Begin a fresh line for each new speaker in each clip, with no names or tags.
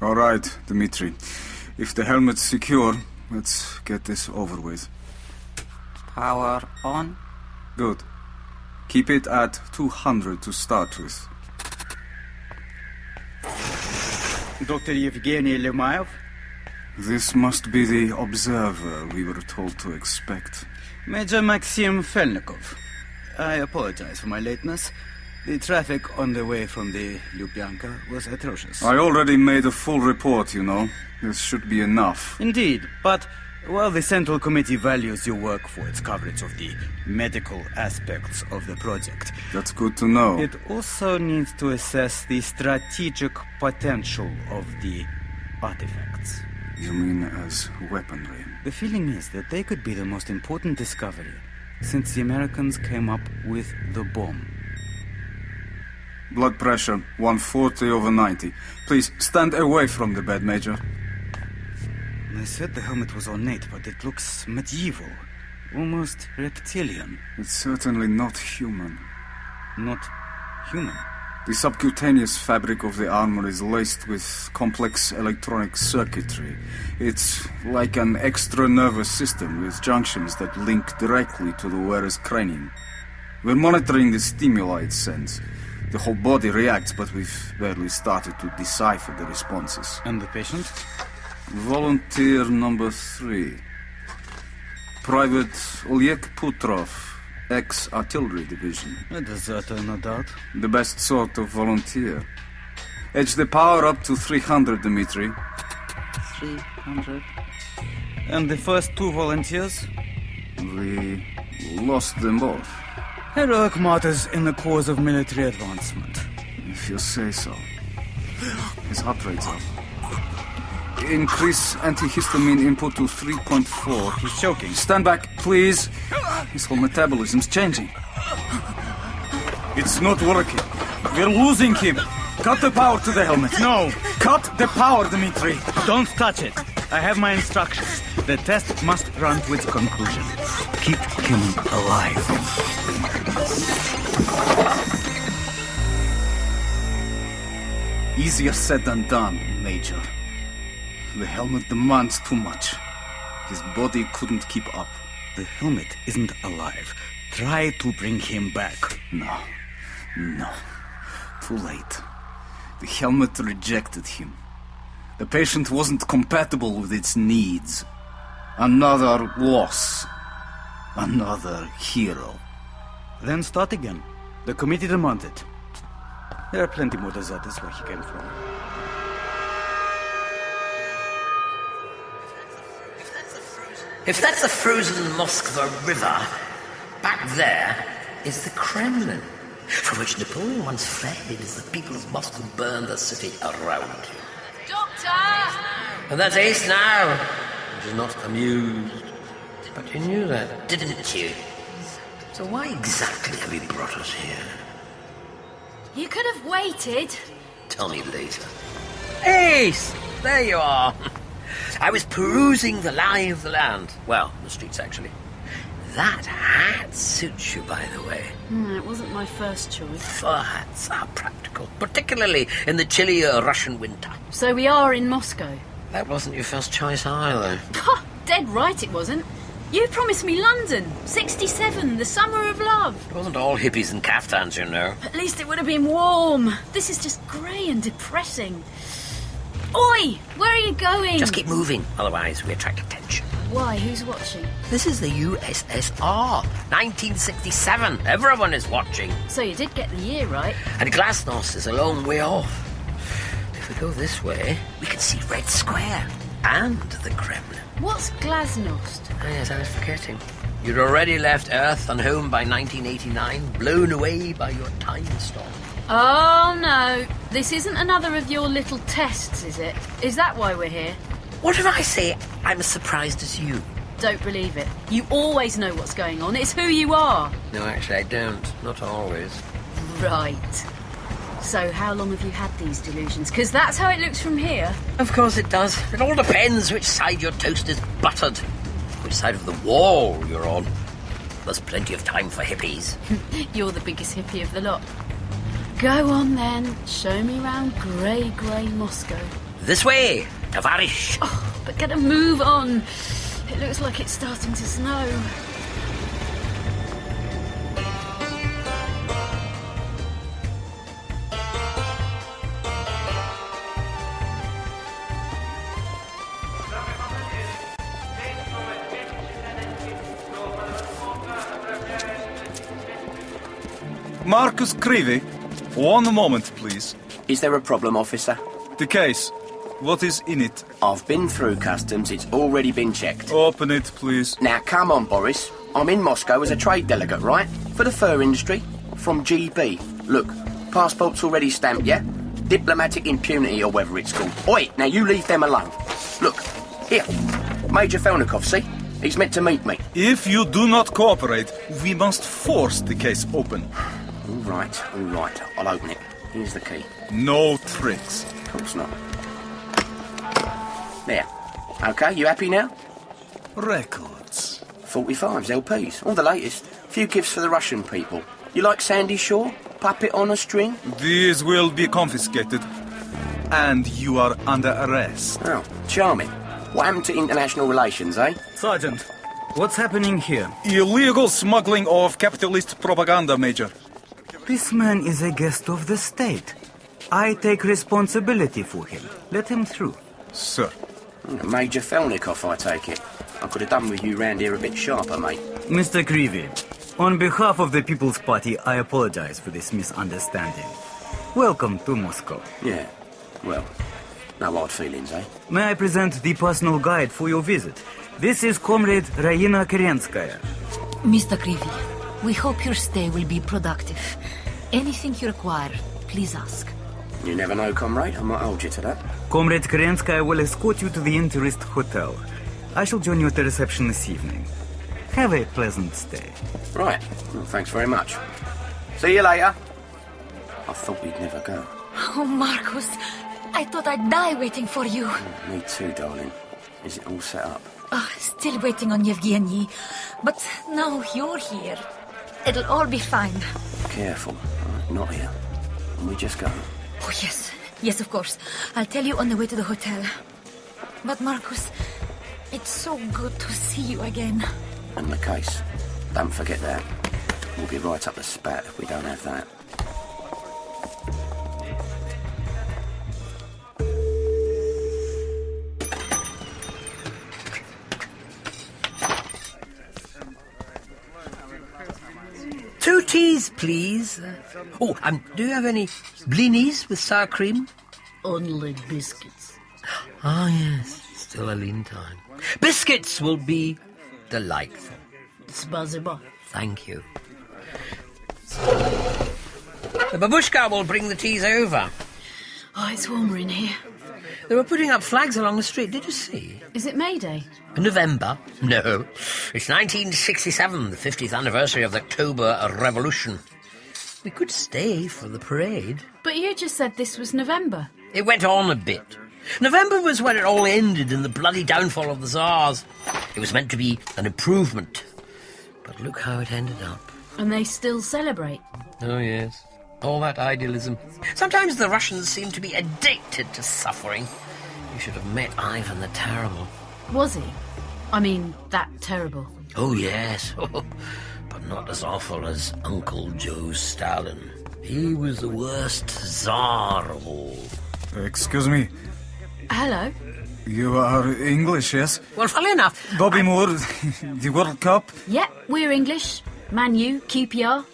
All right, Dmitri. If the helmet's secure, let's get this over with.
Power on.
Good. Keep it at 200 to start with.
Доктор Евгений Лемаев,
This must be the observer we were told to expect.
Major Maxim Felnikov. I apologize for my lateness. The traffic on the way from the Lubyanka was atrocious.
I already made a full report, you know. This should be enough.
Indeed, but while the Central Committee values your work for its coverage of the medical aspects of the project,
That's good to know.
it also needs to assess the strategic potential of the artifacts.
You mean as weaponry?
The feeling is that they could be the most important discovery since the Americans came up with the bomb.
Blood pressure 140 over 90. Please stand away from the bed, Major.
They said the helmet was ornate, but it looks medieval, almost reptilian,
It's certainly not human.
not human.
The subcutaneous fabric of the armor is laced with complex electronic circuitry. It's like an extra nervous system with junctions that link directly to the wearer's cranium. We're monitoring the stimuli it sends. The whole body reacts, but we've barely started to decipher the responses.
And the patient?
Volunteer number three Private Oleg Putrov, ex artillery division.
A deserter, no doubt.
The best sort of volunteer. Edge the power up to 300, Dmitri.
300.
And the first two volunteers?
We lost them both,
Heroic martyrs in the cause of military advancement.
if you say so. His heart rate's up. Increase antihistamine input to 3.4.
He's choking.
Stand back, please. His whole metabolism's changing. It's not working. We're losing him. Cut the power to the helmet.
No!
Cut the power, Dmitri.
Don't touch it! I have my instructions. The test must run to its conclusion. Keep him alive.
Easier said than done, Major. The helmet demands too much. His body couldn't keep up.
The helmet isn't alive. Try to bring him back.
No. No. Too late. The helmet rejected him. The patient wasn't compatible with its needs. Another loss. Another hero.
Then start again. The committee demands it. There are plenty more deserters where he came from.
If that's the frozen Moscow River, back there is the Kremlin, from which Napoleon once fled as the people of Moscow burned the city around him.
Doctor!
And that's Ace now, which is not amused. But you knew that, didn't you? So why exactly have you brought us here?
You could have waited.
Tell me later. Ace! There you are. I was perusing the lie of the land. Well, the streets, actually. That hat suits you, by the way.
Hmm, it wasn't my first choice.
Fur hats are practical, particularly in the chilly uh, Russian winter.
So we are in Moscow.
That wasn't your first choice either.
Pah, dead right it wasn't. You promised me London, 67, the summer of love.
It wasn't all hippies and caftans, you know.
At least it would have been warm. This is just grey and depressing. Oi, where are you going?
Just keep moving, otherwise we attract attention.
Why, who's watching?
This is the USSR, 1967. Everyone is watching.
So you did get the year right.
And Glasnost is a long way off. If we go this way, we can see Red Square and the Kremlin.
What's Glasnost?
Oh, yes, I was forgetting. You'd already left Earth and home by 1989, blown away by your time storm.
Oh no, this isn't another of your little tests, is it? Is that why we're here?
What if I say I'm as surprised as you?
Don't believe it. You always know what's going on, it's who you are.
No, actually, I don't. Not always.
Right. So, how long have you had these delusions? Because that's how it looks from here.
Of course it does. It all depends which side your toast is buttered, which side of the wall you're on. There's plenty of time for hippies.
You're the biggest hippie of the lot. Go on then, show me round grey, grey Moscow.
This way, Tavarish.
Oh, but get a move on. It looks like it's starting to snow.
Marcus Creevy, one moment, please.
Is there a problem, officer?
The case. What is in it?
I've been through customs, it's already been checked.
Open it, please.
Now, come on, Boris. I'm in Moscow as a trade delegate, right? For the fur industry. From GB. Look, passport's already stamped, yeah? Diplomatic impunity, or whatever it's called. Oi, now you leave them alone. Look, here. Major Felnikov, see? He's meant to meet me.
If you do not cooperate, we must force the case open.
All right, all right. I'll open it. Here's the key.
No tricks.
Of course not. There. Okay, you happy now?
Records.
45s, LPs, all the latest. Few gifts for the Russian people. You like Sandy Shaw? Puppet on a string?
These will be confiscated. And you are under arrest.
Oh, charming. What happened to international relations, eh?
Sergeant, what's happening here?
Illegal smuggling of capitalist propaganda, Major.
This man is a guest of the state. I take responsibility for him. Let him through.
Sir.
Hmm, Major Felnikov, I take it. I could have done with you round here a bit sharper, mate.
Mr. Creevy, on behalf of the People's Party, I apologize for this misunderstanding. Welcome to Moscow.
Yeah. Well, no hard feelings, eh?
May I present the personal guide for your visit? This is Comrade Raina Kerenskaya.
Mr. Creevy, we hope your stay will be productive. Anything you require, please ask.
You never know, comrade. I might hold you to that.
Comrade Kerenskaya will escort you to the Interest Hotel. I shall join you at the reception this evening. Have a pleasant stay.
Right. Well, thanks very much. See you later. I thought we'd never go.
Oh, Marcus, I thought I'd die waiting for you.
Me too, darling. Is it all set up?
Ah, still waiting on Yevgeny. But now you're here. It'll all be fine.
Careful. Right, not here. And we just go.
Oh, yes. Yes, of course. I'll tell you on the way to the hotel. But, Marcus, it's so good to see you again.
And the case. Don't forget that. We'll be right up the spat if we don't have that.
Two teas, please. Oh, um, do you have any blinis with sour cream?
Only biscuits.
Ah, yes. Still a lean time. Biscuits will be delightful.
Спасибо.
Thank you. The babushka will bring the teas over.
Oh, it's warmer in here.
They were putting up flags along the street. Did you see?
Is it May Day?
November? No. It's 1967, the 50th anniversary of the October Revolution. We could stay for the parade.
But you just said this was November.
It went on a bit. November was when it all ended in the bloody downfall of the Tsars. It was meant to be an improvement. But look how it ended up.
And they still celebrate.
Oh, yes. All that idealism. Sometimes the Russians seem to be addicted to suffering. You should have met Ivan the Terrible.
Was he? I mean, that terrible.
Oh, yes. but not as awful as Uncle Joe Stalin. He was the worst Tsar of all.
Excuse me,
Hello?
you are English, yes?
Well, funnily enough,
Bobby Moore, the World Cup.
Yep, we're English. Man U, QPR.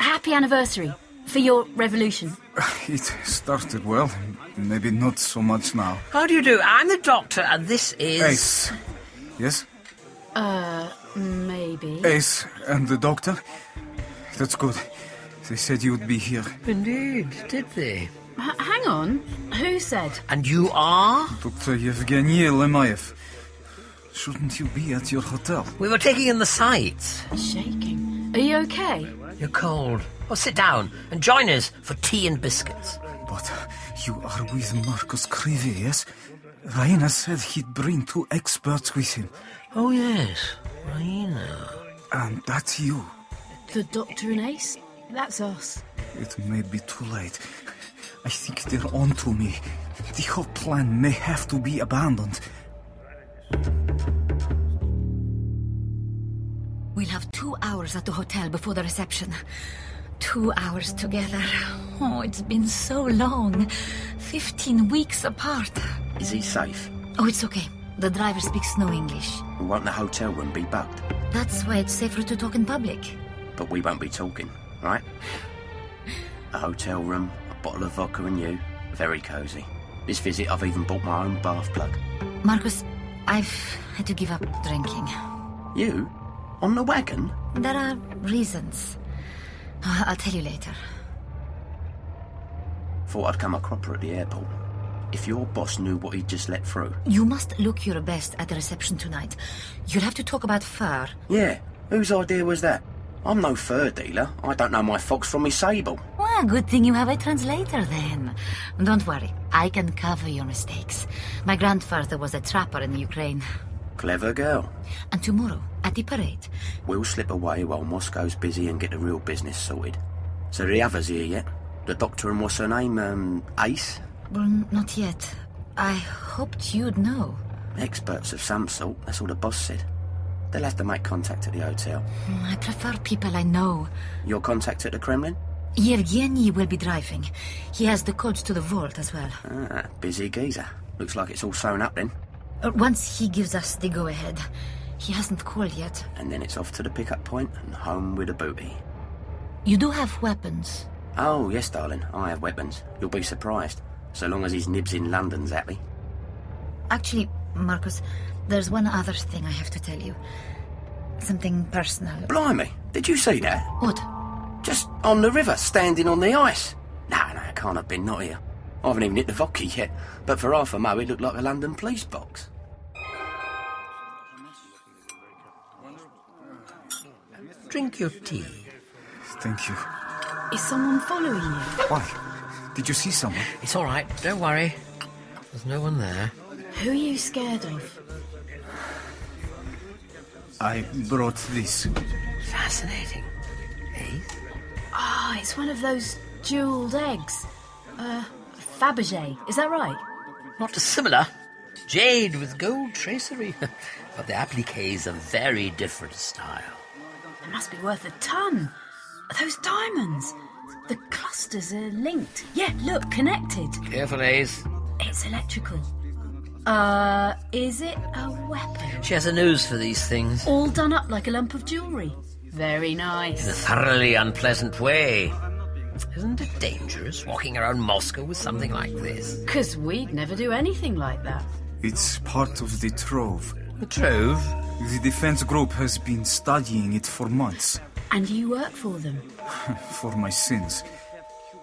Happy anniversary for your revolution.
It started well, maybe not so much now.
how do you do? I'm the doctor, and this is.
Ace. Yes?
Uh, Maybe.
Ace and the doctor? That's good. They said you would be here.
Indeed, did they?
H- hang on. Who said?
And you are?
Dr. Yevgeny Lemayev. Shouldn't you be at your hotel?
We were taking in the sights.
Shaking. Are you okay?
You're cold. Well, sit down and join us for tea and biscuits.
But you are with Marcus Creevy, yes? Raina said he'd bring two experts with him,
Oh, yes. Raina.
and that's you.
The Doctor and Ace? That's us.
It may be too late. I think they're onto me. The whole plan may have to be abandoned.
We'll have two hours at the hotel before the reception. Two hours together. Oh, it's been so long. Fifteen weeks apart.
Is he safe?
Oh, it's okay. The driver speaks no English.
Won't the hotel room be bugged?
That's why it's safer to talk in public.
But we won't be talking, right? A hotel room, a bottle of vodka, and you. Very cosy. This visit, I've even bought my own bath plug.
Marcus, I've had to give up drinking.
You? On the wagon?
There are reasons. Uh, I'll tell you later.
Thought I'd come a cropper at the airport. If your boss knew what he'd just let through.
You must look your best at the reception tonight. You'll have to talk about fur.
Yeah, whose idea was that? I'm no fur dealer. I don't know my fox from my sable.
Well, good thing you have a translator then. Don't worry, I can cover your mistakes. My grandfather was a trapper in Ukraine.
Clever girl.
And tomorrow, at the parade,
We'll slip away while Moscow's busy and get the real business sorted. So the others here yet? The doctor and what's her name? Um, Ace?
well, not yet. I hoped you'd know.
Experts of some sort. That's all the boss said. They'll have to make contact at the hotel.
Hmm, I prefer people I know.
Your contact at the Kremlin?
Yevgeny will be driving. He has the codes to the vault as well.
Ah, busy geezer. Looks like it's all sewn up then.
Uh, Once he gives us the go ahead, he hasn't called yet.
And then it's off to the pickup point and home with a booty.
You do have weapons.
Oh, yes, darling. I have weapons. You'll be surprised. So long as his nibs in London's happy.
Actually, Marcus, there's one other thing I have to tell you. Something personal.
Blimey, did you see that?
What?
Just on the river, standing on the ice. No, no, it can't have been, not here. I haven't even hit the vodka yet, but for half a mo it looked like a London police box.
Drink your tea.
Thank you.
Is someone following you?
Why? Did you see someone?
It's all right. Don't worry. There's no one there.
Who are you scared of?
I brought this.
Fascinating. Eh?
Ah, it's one of those jeweled eggs. Uh, Fabergé. Is that right?
Not dissimilar. Jade with gold tracery. but the appliques are very different style.
It must be worth a ton. Are Those diamonds. The clusters are linked. Yeah, look, connected.
Careful, Ace.
It's electrical. Uh, is it a weapon?
She has a nose for these things.
All done up like a lump of jewellery. Very nice.
In a thoroughly unpleasant way. Isn't it dangerous walking around Moscow with something like this?
Because we'd never do anything like that.
It's part of the trove.
The trove?
The defense group has been studying it for months.
And you work for them.
For my sins.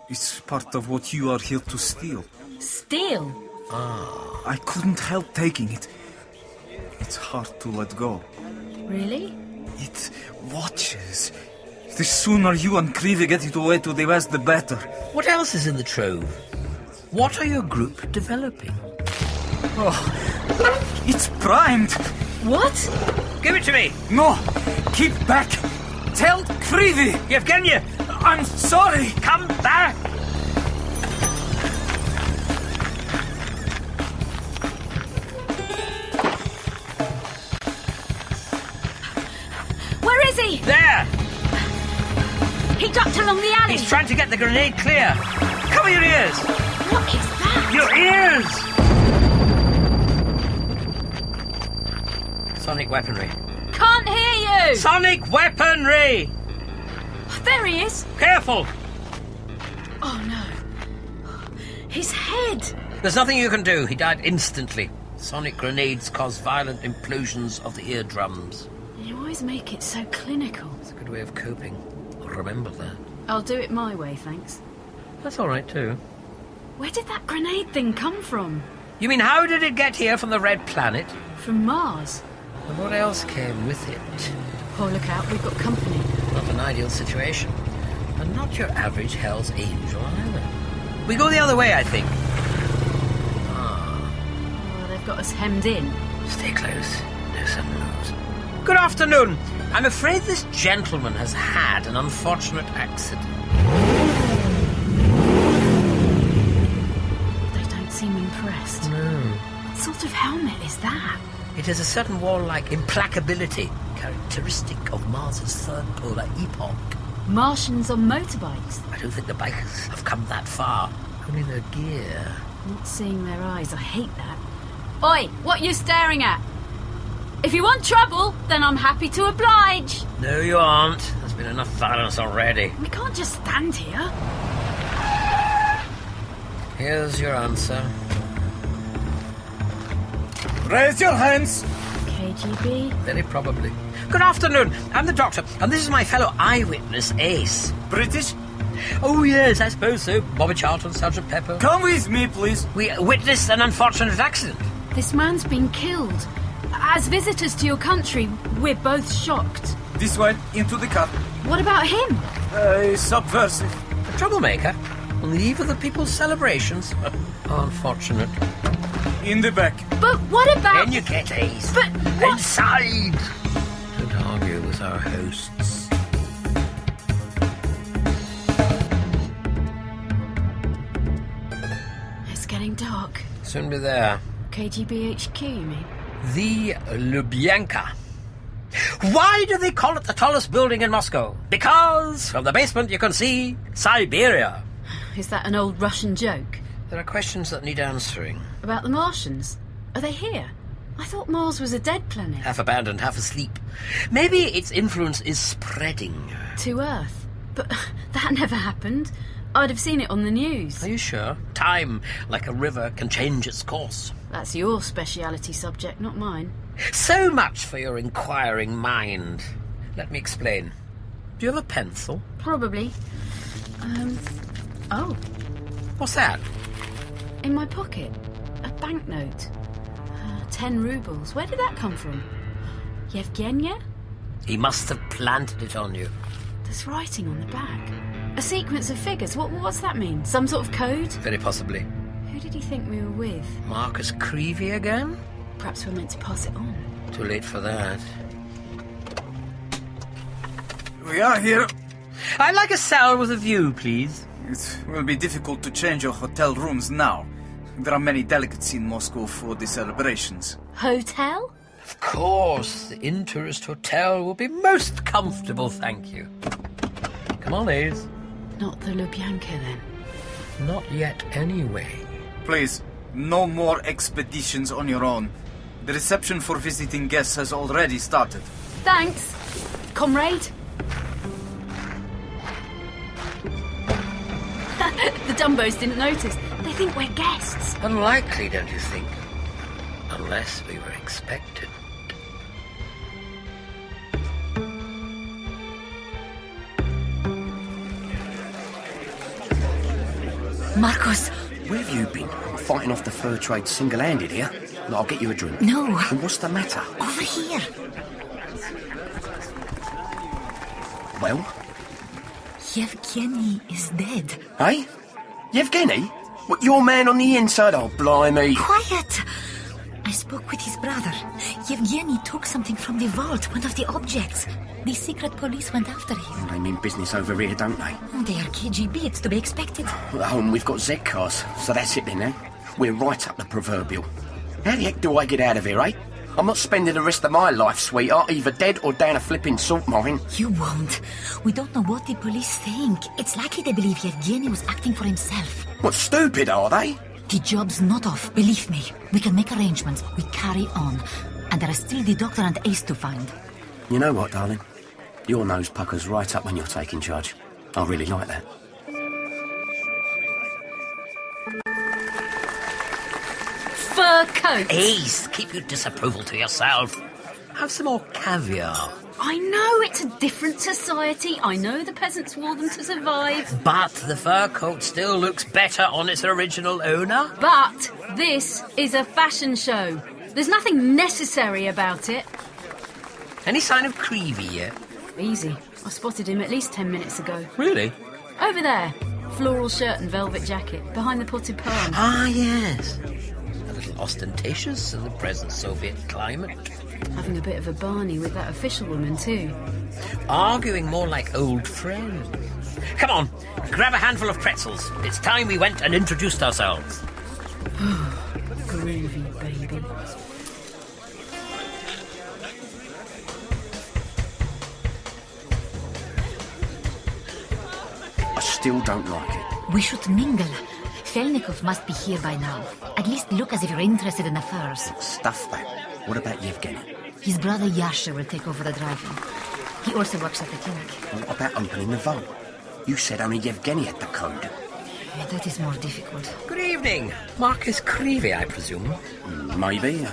It's part of what you are here to steal.
Steal.
Ah.
I couldn't help taking it. It's hard to let go.
Really?
It watches. The sooner you and Krivi get it away to the west, the better.
What else is in the trove? What are your group developing?
Oh,
It's primed!
What?
Give it to me!
No! Keep back! Tell Krivi!
Yevgenia!
I'm sorry!
Come back!
Where is he?
There!
He ducked along the alley.
He's trying to get the grenade clear! Cover your ears!
what is that?
Your ears! Sonic weaponry.
Can't hear you.
Sonic weaponry!
there he is.
Careful!
Oh no. His head.
There's nothing you can do. He died instantly. Sonic grenades cause violent implosions of the eardrums.
You always make it so clinical.
It's a good way of coping. Remember that.
I'll do it my way, thanks.
That's all right, too.
Where did that grenade thing come from?
You mean, how did it get here from the Red Planet?
From Mars.
And what else came with it?
Oh, look out, we've got company.
Not an ideal situation. And not your average Hell's Angel either. We go the other way, I think. Ah.
Oh, they've got us hemmed in.
Stay close. No sudden moves. Good afternoon. I'm afraid this gentleman has had an unfortunate accident.
planet is that?
It has a certain warlike implacability characteristic of Mars's third polar epoch.
Martians on motorbikes.
I don't think the bikers have come that far. Only their gear.
Not seeing their eyes, I hate that. Oi, what you staring at? If you want trouble, then I'm happy to oblige.
No, you aren't. There's been enough violence already.
We can't just stand here.
Here's your answer.
Raise your hands!
KGB?
Very probably. Good afternoon. I'm the doctor, and this is my fellow eyewitness, Ace.
British,
Oh, yes, I suppose so. Bobby Charlton, Sergeant Pepper.
come with me, please.
We witnessed an unfortunate accident.
This man's been killed. As visitors to your country, we're both shocked.
This way, into the car.
What about him?
Uh, subversive.
A troublemaker. On the eve of the people's celebrations. Unfortunate.
In the back.
But what about.
Then you get Ace.
But what-
Inside! Don't argue with our hosts.
It's getting dark.
Soon be there.
KGB HQ, you mean?
The Lubyanka. Why do they call it the tallest building in Moscow? Because from the basement you can see Siberia.
Is that an old Russian joke?
There are questions that need answering.
About the Martians? Are they here? I thought Mars was a dead planet.
Half abandoned, half asleep. Maybe its influence is spreading.
to Earth. But that never happened. I'd have seen it on the news.
Are you sure? Time, like a river, can change its course.
That's your speciality subject, not mine.
So much for your inquiring mind. Let me explain. Do you have a pencil?
Probably. Um. Oh,
What's that?
in my pocket. A banknote. Uh, ten rubles. Where did that come from? Yevgenia?
He must have planted it on you.
There's writing on the back. A sequence of figures. What, what's that mean? Some sort of code?
Very possibly.
Who did he think we were with?
Marcus Creevy again?
Perhaps we're meant to pass it on.
Too late for that.
We are here.
I'd like a cell with a view, please.
It will be difficult to change your hotel rooms now. There are many delegates in Moscow for the celebrations.
Hotel?
Of course, the Interest Hotel will be most comfortable, thank you. Come on, Ace.
Not the Lubyanka then.
Not yet, anyway.
Please, no more expeditions on your own. The reception for visiting guests has already started.
Thanks, comrade. the Dumbos didn't notice. They think we're guests.
Unlikely, don't you think? Unless we were expected.
Marcos,
Where have you been? I'm fighting off the fur trade single handed here. Look, I'll get you a drink.
no,
And what's the matter?
over here.
Well,
Yevgeny is dead.
hey? Yevgeny? What, your man on the inside? Oh, blimey.
Quiet! I spoke with his brother. Yevgeny took something from the vault, one of the objects. The secret police went after him.
They mean business over here, don't they?
Oh, they are KGB, it's to be expected.
At home, we've got Z cars, so that's it then, eh? We're right up the proverbial. How the heck do I get out of here, eh? I'm not spending the rest of my life, sweetheart, either dead or down a flipping salt mine.
You won't. We don't know what the police think. It's likely they believe Yevgeny was acting for himself.
What, stupid are they?
The job's not off, believe me. We can make arrangements. We carry on. And there are still the doctor and Ace to find.
You know what, darling? Your nose puckers right up when you're taking charge. I really like that.
Fur coat.
Ace, keep your disapproval to yourself. Have some more caviar.
I know it's a different society. I know the peasants wore them to survive.
But the fur coat still looks better on its original owner.
But this is a fashion show. There's nothing necessary about it.
Any sign of Creevy yet?
Easy. I spotted him at least ten minutes ago.
Really?
Over there. Floral shirt and velvet jacket. Behind the potted palm.
Ah, yes. A little ostentatious in the present Soviet climate.
Having a bit of a Barney with that official woman, too.
Arguing more like old friends. Come on, grab a handful of pretzels. It's time we went and introduced ourselves.
Groovy, baby.
still don't like it.
We should mingle. Felnikov must be here by now. At least look as if you're interested in affairs.
Stuff that. What about Yevgeny?
His brother Yasha will take over the driving. He also works at the clinic.
What about opening the vault? You said only Yevgeny had the code.
That is more difficult.
Good evening. Marcus Creevy, I presume.
Maybe. uh,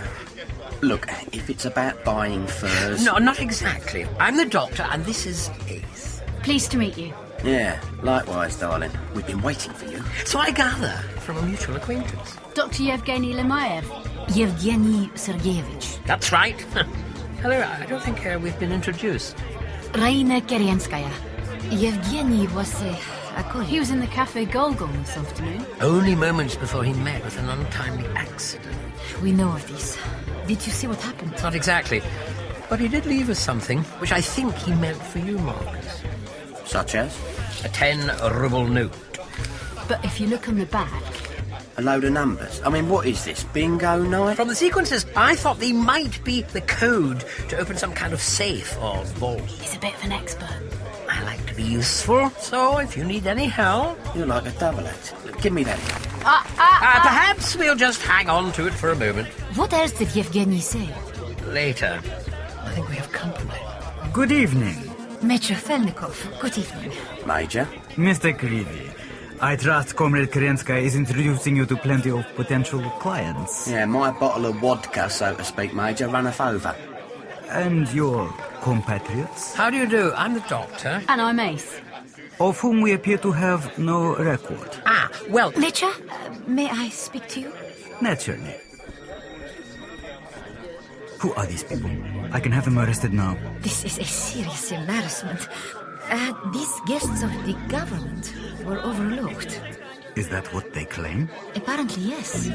Look, if it's about buying furs.
No, not exactly. I'm the doctor, and this is Ace.
Pleased to meet you.
Yeah, likewise, darling. We've been waiting for you.
So I gather from a mutual acquaintance.
Dr. Yevgeny Lemayev.
Yevgeny Sergeyevich.
That's right. Hello, I don't think uh, we've been introduced.
Raina Keryenskaya. Yevgeny was a, a
He
colleague.
was in the Cafe Golgong this afternoon.
Only moments before he met with an untimely accident.
We know of this. Did you see what happened?
Not exactly. But he did leave us something, which I think he meant for you, Marcus.
Such as?
A ten ruble note.
But if you look on the back,
A load of numbers. I mean, what is this? Bingo night?
From the sequences, I thought they might be the code to open some kind of safe or vault.
he's a bit of an expert.
I like to be useful, so if you need any help,
You're like a double act. Look, give me that.
Ah, ah,
uh, perhaps we'll just hang on to it for a moment.
What else did Yevgeny say?
Later. I think we have company.
Good evening,
Major Felnikov, good evening.
Major?
Mr. Creevy. I trust Comrade Kerenska is introducing you to plenty of potential clients.
Yeah, my bottle of vodka, so to speak, Major, runneth over.
And your compatriots,
How do you do? I'm the doctor.
and I'm Ace.
of whom we appear to have no record.
Ah, well,
Major, uh, may I speak to you?
Naturally. Who are these people? I can have them arrested now.
This is a serious embarrassment. Uh, these guests of the government were overlooked.
Is that what they claim?
Apparently, yes.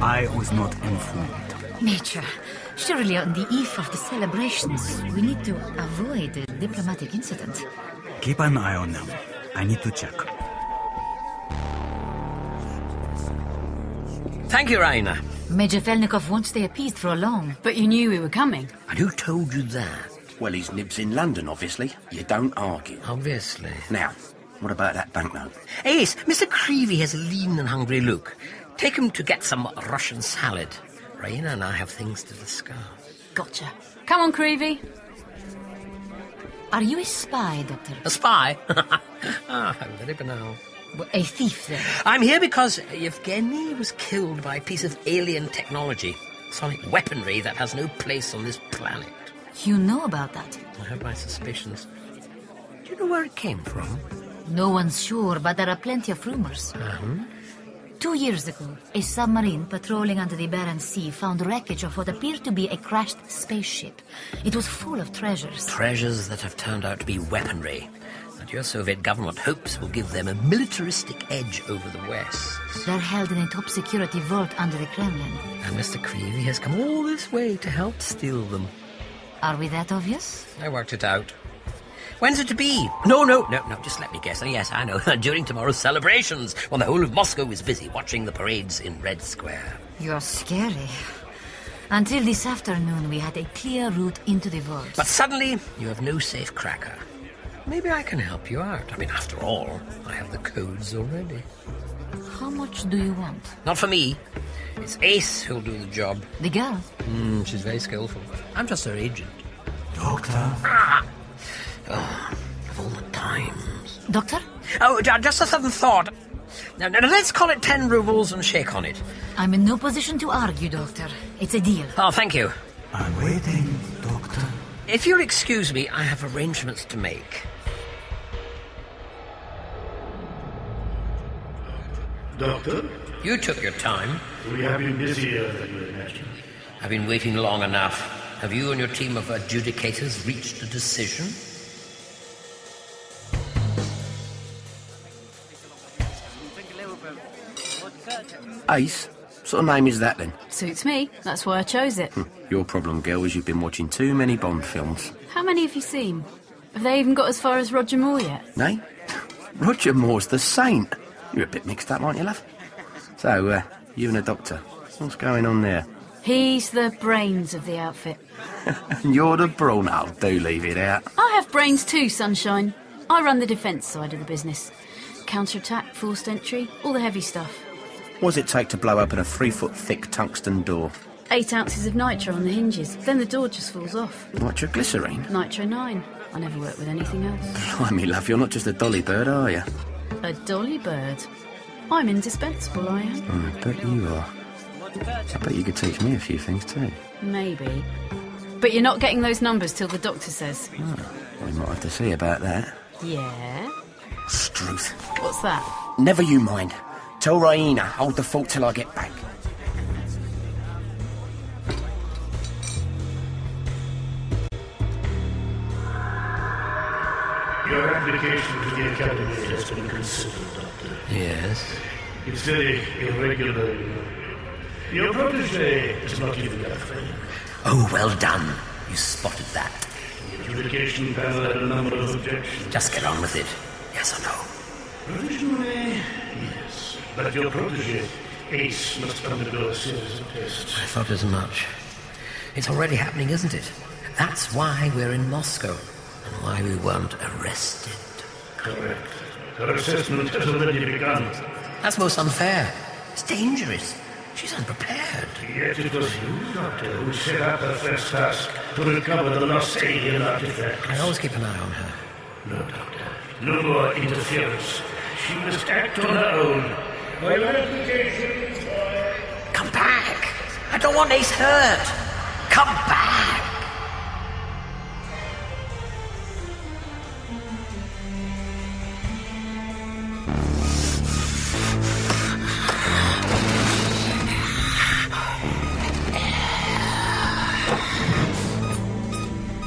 I was not informed.
Major, surely on the eve of the celebrations, we need to avoid a diplomatic incident.
Keep an eye on them. I need to check.
thank you, Rainer.
Major Felnikov won't stay appeased for long.
But you knew we were coming.
And who told you that?
Well, his nib's in London, obviously. You don't argue.
Obviously.
Now, what about that banknote?
Ace, Mr. Creevy has a lean and hungry look. Take him to get some Russian salad. Raina and I have things to discuss.
Gotcha. Come on, Creevy.
Are you a spy, Doctor?
A spy? ah, how very banal.
W- A thief, then?
I'm here because Yevgeny was killed by a piece of alien technology. Sonic weaponry that has no place on this planet.
You know about that.
I have my suspicions. Do you know where it came from?
No one's sure, but there are plenty of rumors.
Um,
Two years ago, a submarine patrolling under the Barents Sea found wreckage of what appeared to be a crashed spaceship. It was full of treasures.
Treasures that have turned out to be weaponry that your Soviet government hopes will give them a militaristic edge over the West.
They're held in a top security vault under the Kremlin.
And Mr. Creevy has come all this way to help steal them.
Are we that obvious?
I worked it out. When's it to be? No, no, no, no, just let me guess. Oh, yes, I know. During tomorrow's celebrations, when the whole of Moscow is busy watching the parades in Red Square.
You're scary. Until this afternoon, we had a clear route into the vault.
But suddenly, you have no safe cracker. Maybe I can help you out. I mean, after all, I have the codes already.
How much do you want?
Not for me. It's Ace who'll do the job.
The girl?
Mm, she's very skillful. I'm just her agent.
Doctor?
Of all the times.
Doctor?
Oh, ju- just a sudden thought. No, no, no, let's call it ten rubles and shake on it.
I'm in no position to argue, Doctor. It's a deal.
Oh, thank you.
I'm waiting, Doctor.
If you'll excuse me, I have arrangements to make.
Doctor,
You took your time.
we have been busier than you imagined.
I've been waiting long enough. Have you and your team of adjudicators reached a decision?
Ace? Sort of name is that then? Hm,
Suits me. That's why I chose it.
Your problem, girl, is you've been watching too many Bond films.
How many have you seen? Have they even got as far as Roger Moore yet?
Nay? Roger Moore's the saint. You're a bit mixed up, aren't you, love? So, uh, you and the doctor, what's going on there?
He's the brains of the outfit.
And you're the Bruno. Do leave it out.
I have brains too, Sunshine. I run the defence side of the business. counterattack, forced entry, all the heavy stuff.
What does it take to blow open a three foot thick tungsten door?
Eight ounces of nitro on the hinges, then the door just falls off.
Nitroglycerine?
Nitro 9. I never work with anything else.
Blimey, love, you're not just a dolly bird, are you?
A dolly bird. I'm indispensable, I am.
Oh, I bet you are. I bet you could teach me a few things too.
Maybe. But you're not getting those numbers till the doctor says.
We might have to see about that.
Yeah?
Struth.
What's that?
Never you mind. Tell Raina, hold the fort till I get back.
Your application to the Academy has been considered, Doctor.
Yes.
It's very irregular. you know. Your protege is not even that friend.
Oh, well done. You spotted that.
The adjudication panel had a number of objections.
Just get on with it. Yes or no?
Provisionally, yes. But your protege, Ace, must undergo a series of tests.
I thought as much. It's already happening, isn't it? That's why we're in Moscow and why we weren't arrested.
Correct. Her assessment has already begun.
That's most unfair. It's dangerous. She's unprepared.
Yet it was you, Doctor, who set up her first task to recover the lost alien artifact.
I always keep an eye on her.
No, Doctor. No more interference. She must act on her own. My application
Come back! I don't want Ace hurt! Come back!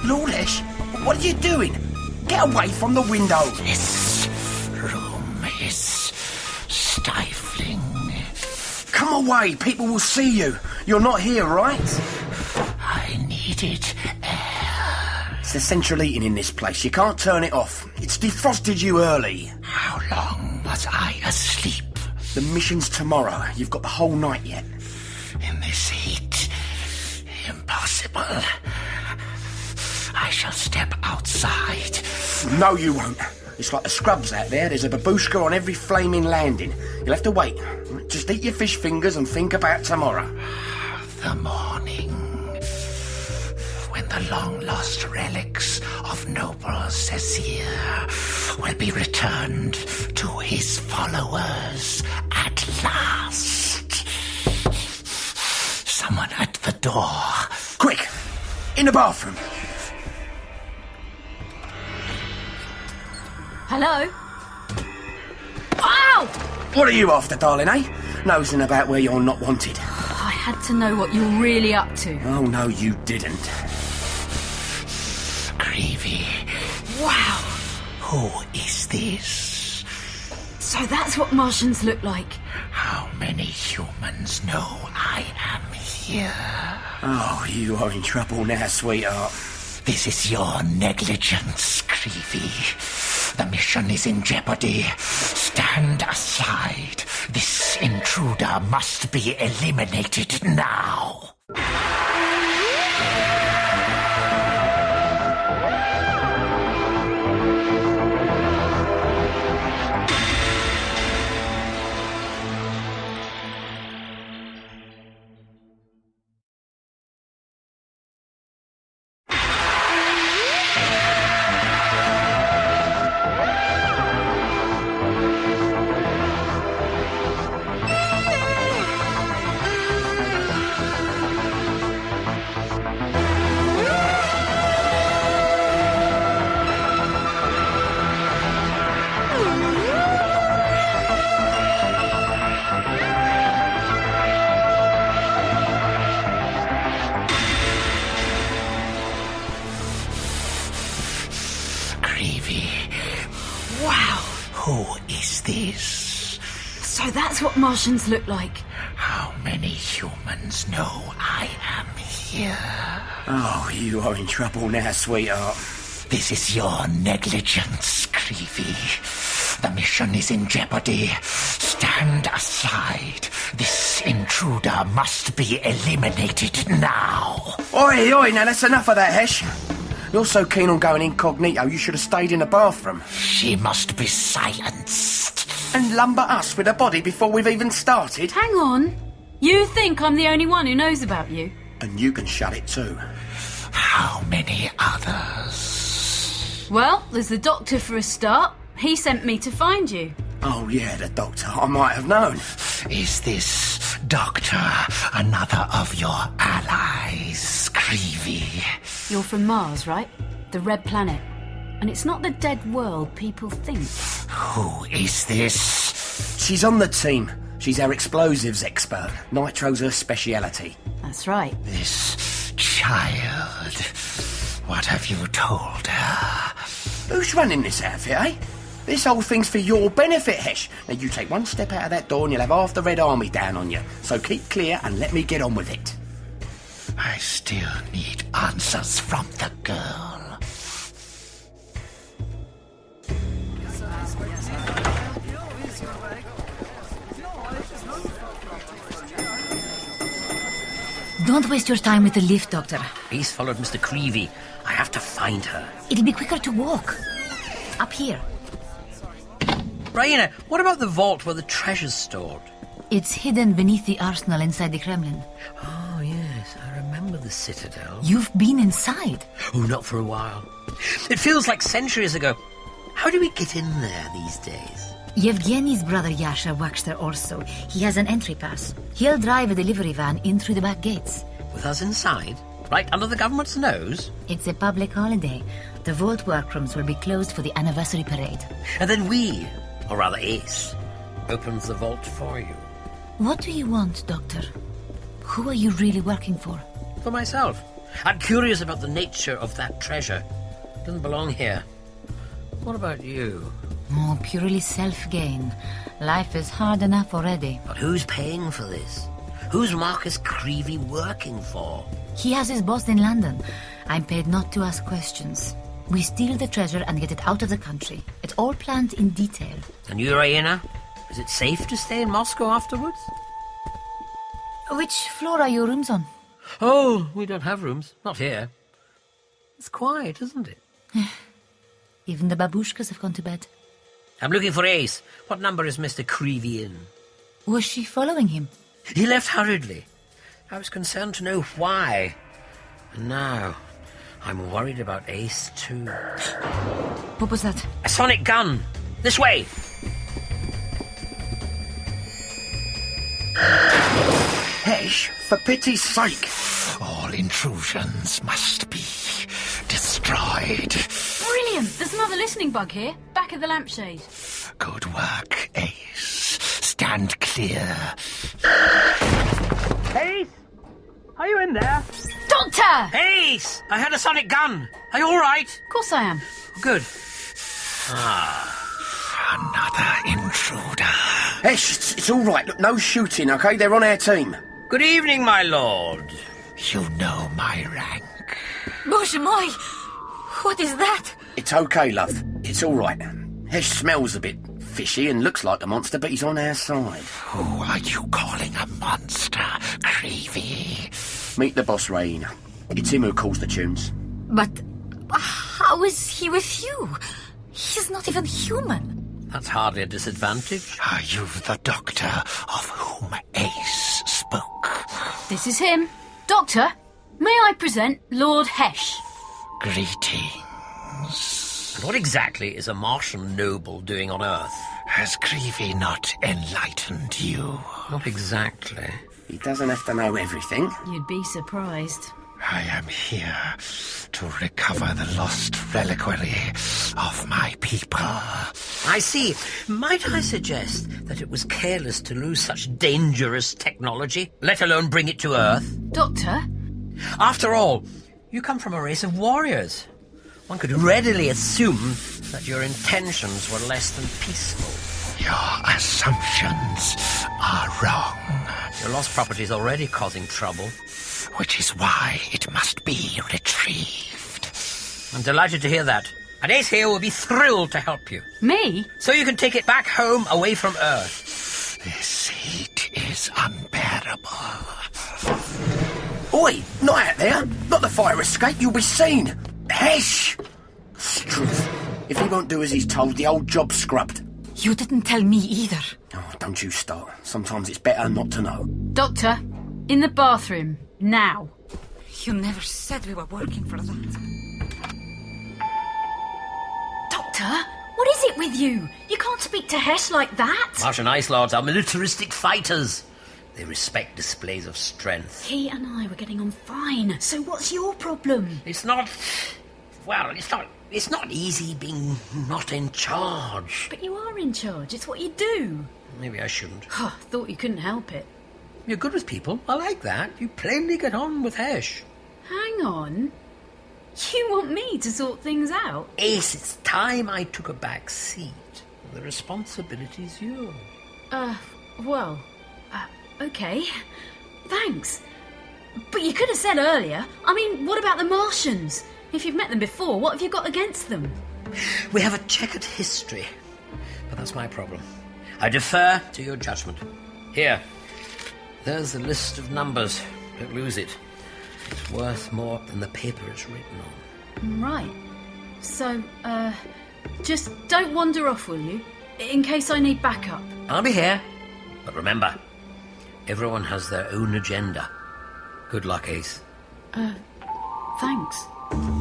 Lawless, what are you doing? Get away from the window.
This room is stifling.
Come away, people will see you. You're not here, right?
I need it.
It's the central heating in this place. You can't turn it off. It's defrosted you early.
How long was I asleep
The mission's tomorrow. You've got the whole night yet.
in this heat? Impossible. I shall step outside.
No, you won't. It's like the scrubs out there. There's a babushka on every flaming landing. You'll have to wait. Just eat your fish fingers and think about tomorrow.
The morning, when the long lost relics of noble Cecile will be returned to his followers at last. Someone at the door.
Quick! In the bathroom.
Hello? Wow!
What are you after, darling, eh? Nosing about where you're not wanted.
I had to know what you're really up to.
Oh, no, you didn't.
Creevy,
Wow!
who is this?
So that's what Martians look like.
How many humans know I am here?
Oh, you are in trouble now, sweetheart.
This is your negligence, Creevy. The mission is in jeopardy. Stand aside. This intruder must be eliminated now. Creevy.
Wow!
Who is this?
So that's what Martians look like.
How many humans know I am here?
Oh, you are in trouble now, sweetheart.
This is your negligence, Creevy. The mission is in jeopardy. Stand aside. This intruder must be eliminated now.
Oi, oi, now that's enough of that, Hesh. You're so keen on going incognito, you should have stayed in the bathroom.
She must be silenced.
And lumber us with a body before we've even started?
Hang on. You think I'm the only one who knows about you?
And you can shut it too.
How many others?
Well, there's the doctor for a start. He sent me to find you.
Oh, yeah, the doctor. I might have known.
Is this doctor another of your allies, Creevy?
You're from Mars, right? The red planet. And it's not the dead world people think.
Who is this?
She's on the team. She's our explosives expert. Nitro's her speciality.
That's right.
This child. What have you told her?
Who's running this outfit, eh? This whole thing's for your benefit, Hesh. Now you take one step out of that door and you'll have half the Red Army down on you. So keep clear and let me get on with it.
I still need answers from the girl.
Don't waste your time with the lift, Doctor.
He's followed Mr. Creevy. I have to find her.
It'll be quicker to walk. Up here.
Raina, Oh, what about the vault where the treasure's stored?
It's hidden beneath the arsenal inside the Kremlin.
Oh, yes, I remember the citadel.
You've been inside.
Oh, not for a while. It feels like centuries ago. How do we get in there these days?
Yevgeny's brother Yasha works there also. He has an entry pass. He'll drive a delivery van in through the back gates.
With us inside? Right under the government's nose?
It's a public holiday. The vault workrooms will be closed for the anniversary parade.
And then we, or rather Ace, opens the vault for you.
What do you want, Doctor? Who are you really working for?
For myself. I'm curious about the nature of that treasure. Doesn't belong here. What about you?
Oh, purely self gain. Life is hard enough already.
But who's paying for this? Who's Marcus Creevy working for?
He has his boss in London. I'm paid not to ask questions. We steal the treasure and get it out of the country. It's all planned in detail.
And you, Raina? Is it safe to stay in Moscow afterwards?
Which floor are your rooms on?
Oh, we don't have rooms. Not here. It's quiet, isn't it?
Even the babushkas have gone to bed.
I'm looking for Ace. What number is Mr. Creevy in?
Was she following him?
He left hurriedly. I was concerned to know why. And now, I'm worried about Ace, too.
What was that?
A sonic gun! This way!
Hesh, for pity's sake.
All intrusions must be destroyed.
Brilliant! There's another listening bug here, back at the lampshade.
Good work, Ace. Stand clear.
Ace? Are you in there?
Doctor!
Ace! I had a sonic gun. Are you all right?
Of course I am.
Good. Ah, another intruder.
Hesh, it's, it's all right. Look, no shooting, okay? They're on our team.
Good evening, my lord. You know my rank.
Bоже мой! What is that?
It's okay, love. It's all right. Hesh smells a bit fishy and looks like a monster, but he's on our side.
Who are you calling a monster, Creevy?
Meet the boss, Raina. It's him who calls the tunes.
But uh, how is he with you? He's not even human.
That's hardly a disadvantage. Are you the doctor of whom Ace spoke?
This is him. Doctor, may I present Lord Hesh?
Greetings. And what exactly is a Martian noble doing on Earth? Has Creevy not enlightened you? Not exactly.
He doesn't have to know everything.
You'd be surprised.
I am here to recover the lost reliquary of my people. I see. Might I suggest that it was careless to lose such dangerous technology, let alone bring it to Earth?
Doctor?
After all, you come from a race of warriors. One could readily assume that your intentions were less than peaceful. Your assumptions are Ah, wrong. Your lost property is already causing trouble. Which is why it must be retrieved. I'm delighted to hear that. And Ace here will be thrilled to help you.
Me?
So you can take it back home away from Earth. This heat is unbearable.
Oi, not out there. Not the fire escape. You'll be seen. Hesh! Struth. If he won't do as he's told, the old job's scrubbed.
You didn't tell me either.
Oh, don't you start. Sometimes it's better not to know.
Doctor, in the bathroom, now.
You never said we were working for that.
Doctor, what is it with you? You can't speak to Hesh like that.
Martian Ice Lords are militaristic fighters. They respect displays of strength.
He and I were getting on fine, so what's your problem?
It's not. Well, it's not. It's not easy being not in charge.
But you are in charge, it's what you do.
Maybe I shouldn't.
Oh, thought you couldn't help it.
You're good with people. I like that. You plainly get on with Hesh.
Hang on. You want me to sort things out?
Ace, it's time I took a back seat. The responsibility's yours.
Uh, well, uh, okay. Thanks. But you could have said earlier. I mean, what about the Martians? If you've met them before, what have you got against them?
We have a checkered history, but that's my problem. I defer to your judgment. Here, there's the list of numbers. Don't lose it. It's worth more than the paper it's written on.
Mm, Right. So, uh, just don't wander off, will you? In case I need backup.
I'll be here. But remember, everyone has their own agenda. Good luck, Ace.
Uh, thanks.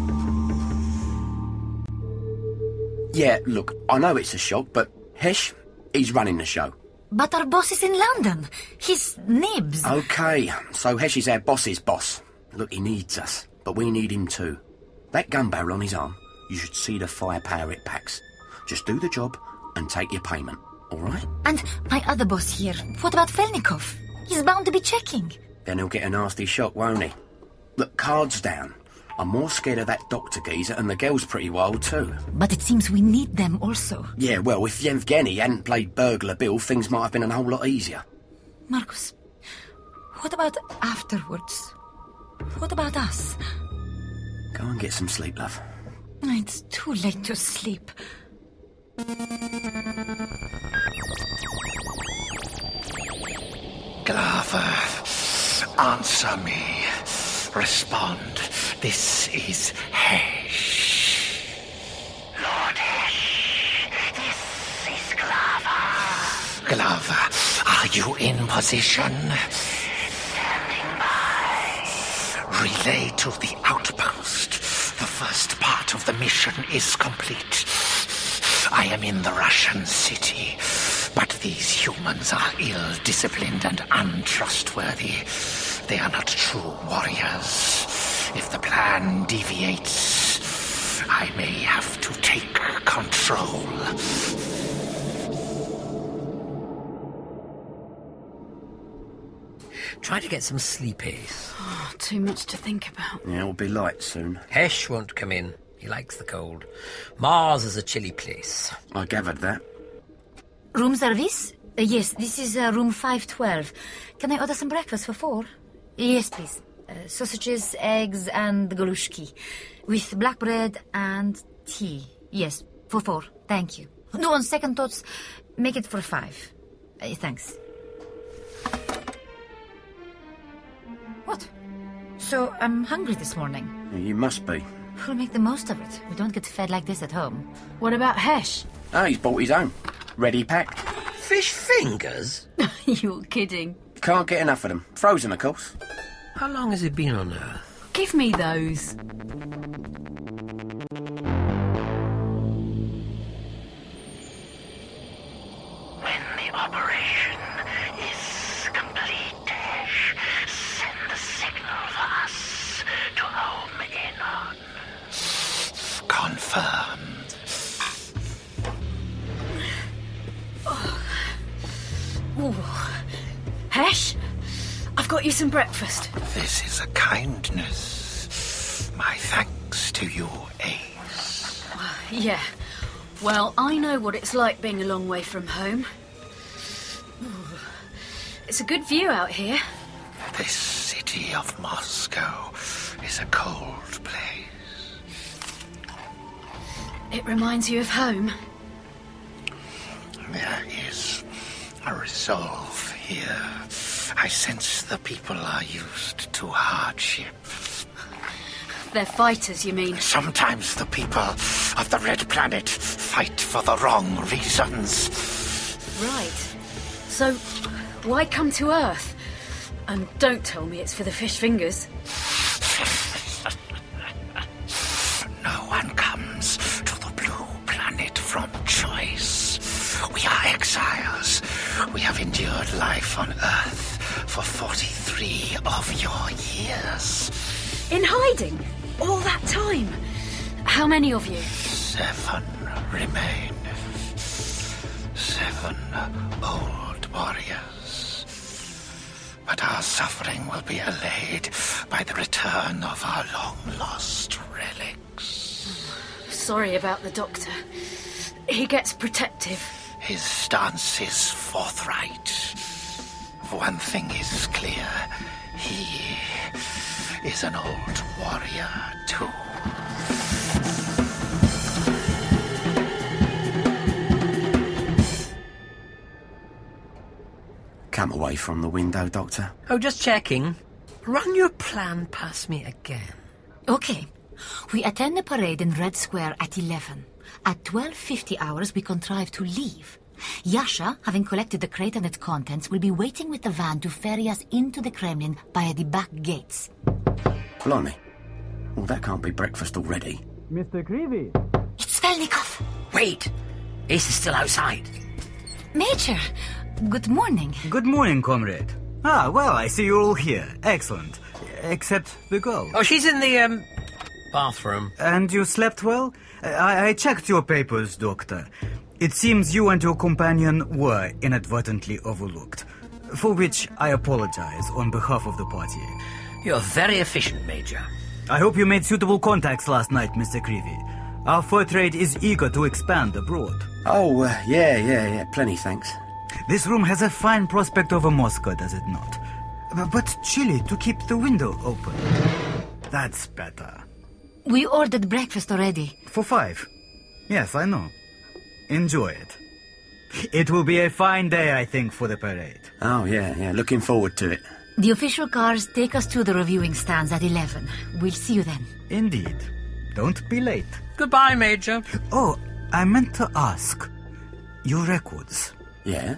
Yeah, look, I know it's a shock, but Hesh, he's running the show.
But our boss is in London. He's nibs.
Okay, so Hesh is our boss's boss. Look, he needs us, but we need him too. That gun barrel on his arm, you should see the firepower it packs. Just do the job and take your payment, all right?
And my other boss here. What about Felnikov? He's bound to be checking.
Then he'll get a nasty shock, won't he? Look, cards down. I'm more scared of that doctor geezer, and the girl's pretty wild too.
But it seems we need them also.
Yeah, well, if Yevgeny hadn't played Burglar Bill, things might have been a whole lot easier.
Marcus, what about afterwards? What about us?
Go and get some sleep, love.
It's too late to sleep.
Glava, answer me. Respond. This is Hesh. Lord Hesh, this is Glava. Glava, are you in position? Standing by. Relay to the outpost. The first part of the mission is complete. I am in the Russian city, but these humans are ill disciplined and untrustworthy. They are not true warriors. If the plan deviates, I may have to take control.
Try to get some sleep, Ace.
Oh, too much to think about.
Yeah, it'll be light soon.
Hesh won't come in. He likes the cold. Mars is a chilly place.
I gathered that.
Room service? Uh, yes, this is uh, room 512. Can I order some breakfast for four? Yes, please. Uh, sausages, eggs, and golushki. With black bread and tea. Yes, for four. Thank you. No, on second thoughts, make it for five. Uh, thanks. What? So I'm hungry this morning.
You must be.
We'll make the most of it. We don't get fed like this at home.
What about Hesh?
Oh, he's bought his own. Ready packed.
Fish fingers?
You're kidding.
Can't get enough of them. Frozen, of course.
How long has he been on Earth?
Give me those.
When the operation is complete, Dash, send the signal for us to home in on. Confirmed.
Ooh. Hesh, I've got you some breakfast.
This is a kindness. My thanks to you, Ace.
Yeah. Well, I know what it's like being a long way from home. Ooh. It's a good view out here.
This city of Moscow is a cold place.
It reminds you of home.
There is a resolve here. I sense the people are used to hardship.
They're fighters, you mean?
Sometimes the people of the Red Planet fight for the wrong reasons.
Right. So, why come to Earth? And don't tell me it's for the fish fingers.
No one comes to the blue planet from choice. We are exiles. We have endured life on Earth for 43 of your years.
In hiding? All that time? How many of you?
Seven remain. Seven old warriors. But our suffering will be allayed by the return of our long lost relics.
Sorry about the doctor. He gets protective.
His stance is forthright. One thing is clear he is an old warrior, too.
Come away from the window, Doctor.
Oh, just checking. Run your plan past me again.
Okay. We attend the parade in Red Square at 11. At 12.50 hours, we contrive to leave. Yasha, having collected the crate and its contents, will be waiting with the van to ferry us into the Kremlin by the back gates.
Blimey. Well, that can't be breakfast already.
Mr. Creevy.
It's Velnikov!
Wait! Ace is still outside.
Major! Good morning.
Good morning, comrade. Ah, well, I see you're all here. Excellent. Except the girl.
Oh, she's in the, um. Bathroom.
And you slept well? Uh, I, I checked your papers, Doctor. It seems you and your companion were inadvertently overlooked, for which I apologize on behalf of the party.
You're very efficient, Major.
I hope you made suitable contacts last night, Mr. Creevy. Our fur trade is eager to expand abroad.
Oh, uh, yeah, yeah, yeah. Plenty, thanks.
This room has a fine prospect over Moscow, does it not? B- But chilly to keep the window open. That's better.
We ordered breakfast already.
For five. Yes, I know. Enjoy it. It will be a fine day, I think, for the parade.
Oh, yeah, yeah. Looking forward to it.
The official cars take us to the reviewing stands at 11. We'll see you then.
Indeed. Don't be late.
Goodbye, Major.
Oh, I meant to ask. Your records.
Yeah?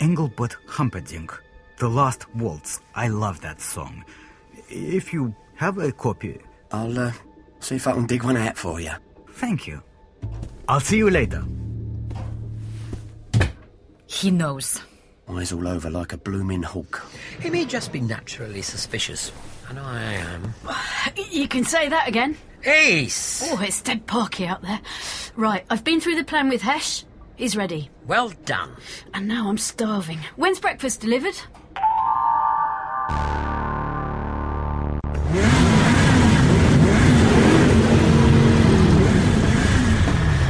Engelbert Humperdinck, The Last Waltz. I love that song. If you have a copy.
I'll uh, see if I can dig one out for you.
Thank you. I'll see you later.
He knows.
Eyes all over like a blooming hawk.
He may just be naturally suspicious. I know I am.
You can say that again.
Ace!
Oh, it's dead parky out there. Right, I've been through the plan with Hesh. He's ready.
Well done.
And now I'm starving. When's breakfast delivered?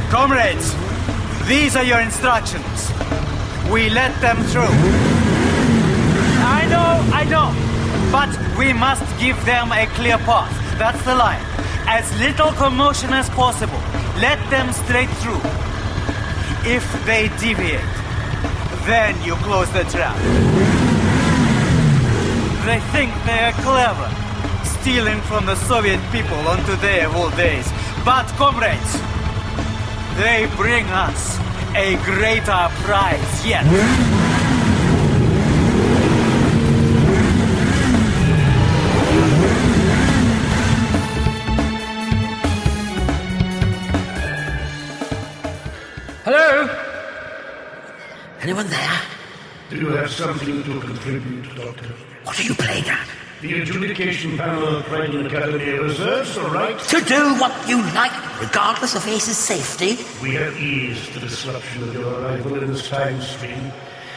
Comrades, these are your instructions. We let them through. I know, I know. But we must give them a clear path. That's the line. As little commotion as possible. Let them straight through. If they deviate, then you close the trap. They think they are clever, stealing from the Soviet people onto their old days. But, comrades, they bring us a greater prize yet.
Hello? Anyone there?
Do you have something to contribute, Doctor?
What are you playing at?
The adjudication panel of Crichton Academy reserves the right
To do what you like, regardless of Ace's safety.
We have eased the disruption of your arrival in this time stream.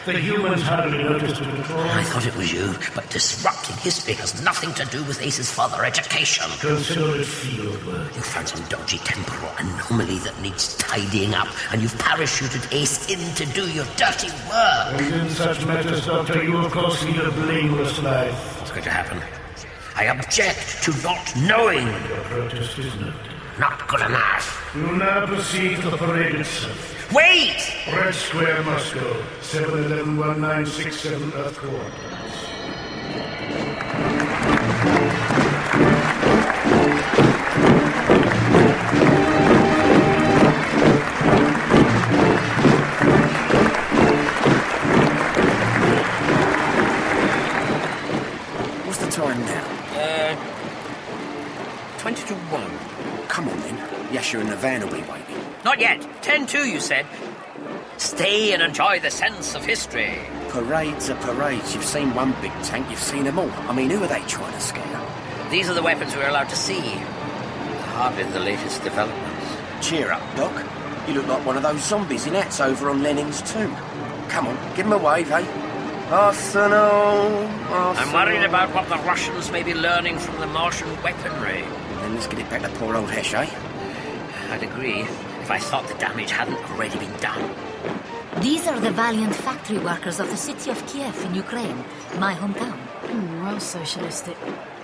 The humans hardly noticed it at
I
all.
thought it was you, but disrupting history has nothing to do with Ace's further education.
Consider it field work.
You found some dodgy temporal anomaly that needs tidying up, and you've parachuted Ace in to do your dirty work.
And in such matters, Doctor, you of course lead a blameless life.
What's going to happen? I object to not knowing.
Your protest is noted.
Not good enough.
You now proceed to the parade itself.
Wait!
Red Square, Moscow, 7111967 Earth Court.
20 to 1.
Come on then. Yasha and the van will be waiting.
Not yet. 10 to, you said. Stay and enjoy the sense of history.
Parades are parades. You've seen one big tank, you've seen them all. I mean, who are they trying to scare?
These are the weapons we're allowed to see. Hardly the latest developments.
Cheer up, Doc. You look like one of those zombies in hats over on Lenin's tomb. Come on, give 'em a wave, hey? Arsenal,
I'm
Arsenal.
worried about what the Russians may be learning from the Martian weaponry.
Then let's get it back to poor old Hesh, eh?
I'd agree if I thought the damage hadn't already been done.
These are the valiant factory workers of the city of Kiev in Ukraine, my hometown.
Mm, well, socialistic.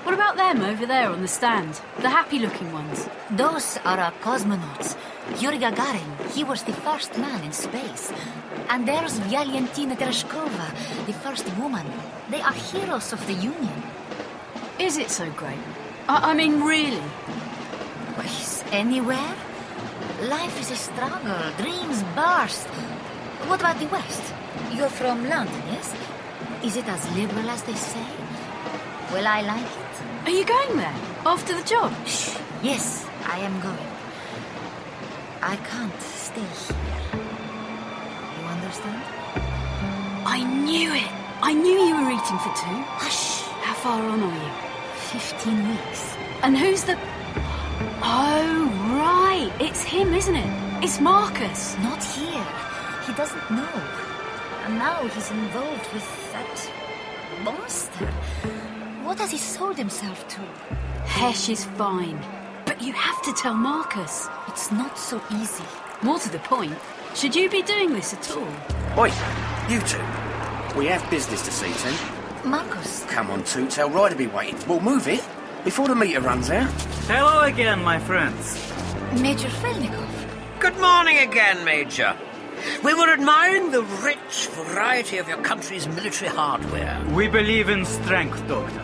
What about them over there on the stand? The happy looking ones?
Those are our cosmonauts. Yuri Gagarin, he was the first man in space. And there's Vyalentina Tereshkova, the first woman. They are heroes of the Union.
Is it so great? I, I mean, really?
Is anywhere? Life is a struggle, dreams burst. What about the West? You're from London, yes? Is it as liberal as they say? Well, I like it.
Are you going there? After the job?
Shh. Yes, I am going. I can't stay here. You understand?
I knew it! I knew you were eating for two.
Hush!
How far on are you?
Fifteen weeks.
And who's the. Oh, right! It's him, isn't it? It's Marcus.
Not here. He doesn't know. And now he's involved with that monster. What has he sold himself to?
Hesh is fine. But you have to tell Marcus.
It's not so easy.
More to the point, should you be doing this at all?
Oi, you two. We have business to see to.
Marcus,
Come on, two, tell Ryder be waiting. We'll move it before the meter runs out.
Hello again, my friends.
Major Felnikov.
Good morning again, Major. We were admiring the rich variety of your country's military hardware.
We believe in strength, Doctor.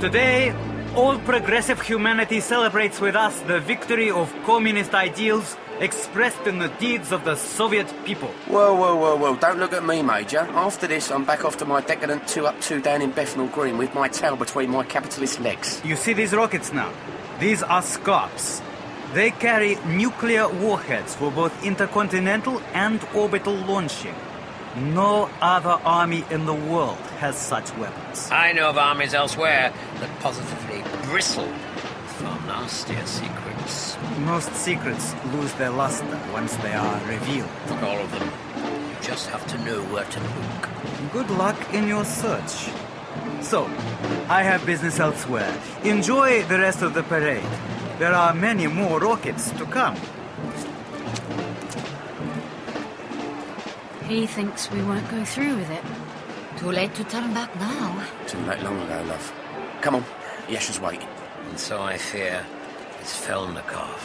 Today, all progressive humanity celebrates with us the victory of communist ideals expressed in the deeds of the Soviet people.
Whoa, whoa, whoa, whoa. Don't look at me, Major. After this, I'm back off to my decadent two up, two down in Bethnal Green with my tail between my capitalist legs.
You see these rockets now? These are SCOPs. They carry nuclear warheads for both intercontinental and orbital launching. No other army in the world has such weapons.
I know of armies elsewhere that positively bristle with far nastier secrets.
Most secrets lose their luster once they are revealed.
Not all of them. You just have to know where to look.
Good luck in your search. So, I have business elsewhere. Enjoy the rest of the parade. There are many more rockets to come.
He thinks we won't go through with it.
Too late to turn back now.
Too late long ago, love. Come on. Yasha's waiting.
And so I fear it's Felnikov.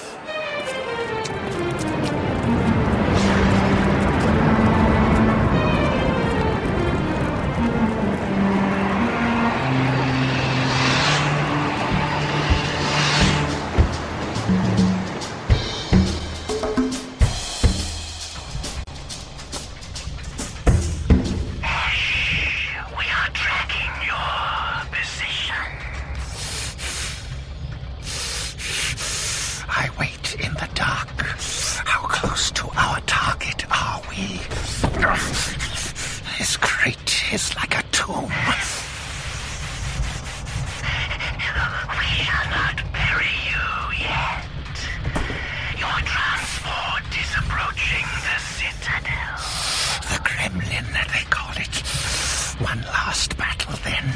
We are tracking your position. I wait in the dark. How close to our target are we? This crate is like a tomb. We shall not bury you yet. Your transport is approaching the citadel. The Kremlin, they call it. One last battle, then,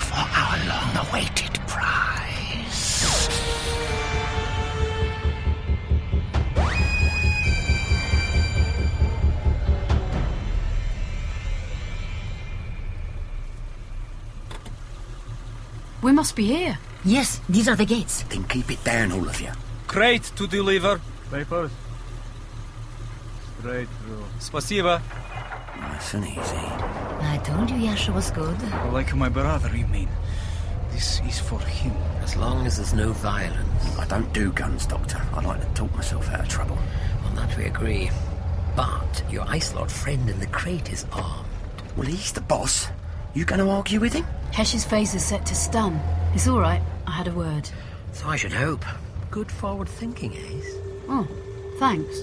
for our long awaited prize.
We must be here.
Yes, these are the gates.
Then keep it down, all of you.
Crate to deliver.
Papers. Straight through.
Спасибо.
Nice and easy.
I told you Yasha was good.
Like my brother, you mean? This is for him.
As long as there's no violence.
I don't do guns, Doctor. I like to talk myself out of trouble.
On that we agree. But your ice lord friend in the crate is armed.
Well, he's the boss. You going to argue with him?
Hesh's face is set to stun. It's all right. I had a word.
So I should hope. Good forward thinking, Ace.
Oh, thanks.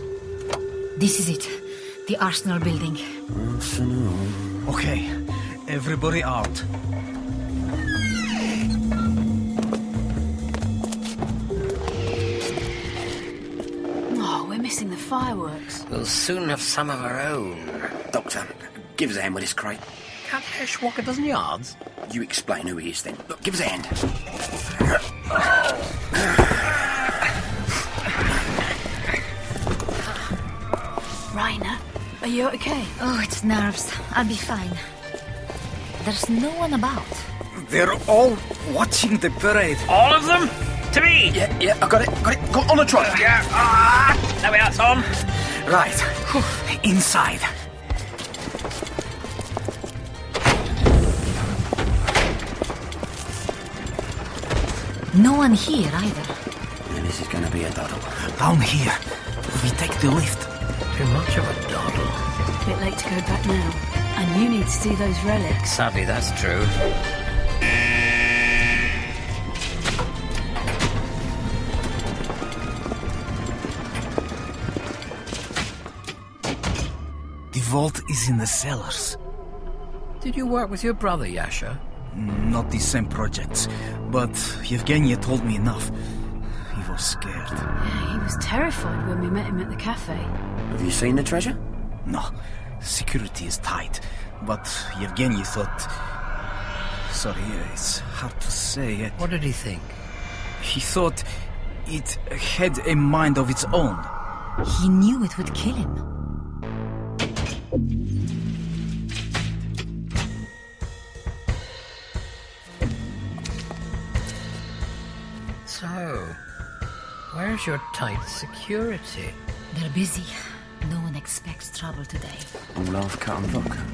This is it. The Arsenal building.
Okay, everybody out.
Oh, we're missing the fireworks.
We'll soon have some of our own.
Doctor, give us a hand with this crate.
Can't Hesh walk a dozen yards?
You explain who he is then. Look, give us a hand.
Rainer, are you okay?
Oh, it's nerves. I'll be fine. There's no one about.
They're all watching the parade.
All of them? To me!
Yeah, yeah, I got it, got it. Go on the trolley.
Yeah. Ah, there we are, Tom.
Right. Inside.
No one here either.
And this is going to be a doddle.
Down here. We take the lift.
Too much of a doddle.
Bit late to go back now. And you need to see those relics.
Sadly, that's true.
The vault is in the cellars.
Did you work with your brother, Yasha?
Not the same projects, but Yevgenia told me enough. He was scared.
Yeah, he was terrified when we met him at the cafe.
Have you seen the treasure?
No, security is tight, but Yevgeny thought. Sorry, it's hard to say. uh,
What did he think?
He thought it had a mind of its own.
He knew it would kill him.
So, where's your tight security?
They're busy. No one expects trouble today.
All half cut and vodka.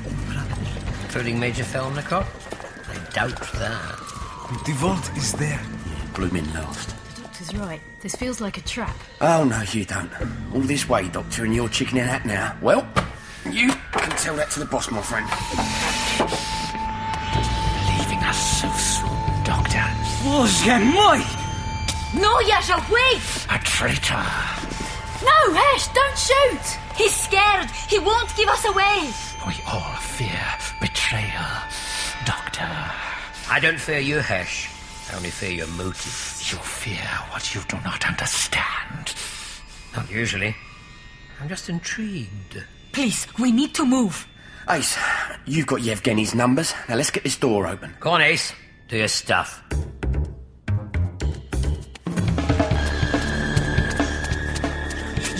Including Major Felnikov? I doubt that.
The vault is there.
Blooming last.
The doctor's right. This feels like a trap.
Oh, no, you don't. All this way, Doctor, and you're chicken and hat now. Well, you can tell that to the boss, my friend.
Leaving us so soon, Doctor.
Боже мой!
No, Yasha, wait!
A traitor.
No, Hesh, don't shoot!
He's scared. He won't give us away.
We all fear betrayal, Doctor.
I don't fear you, Hesh. I only fear your motive.
You fear what you do not understand.
Not usually. I'm just intrigued.
Please, we need to move.
Ace, you've got Yevgeny's numbers. Now let's get this door open.
Go on, Ace. Do your stuff.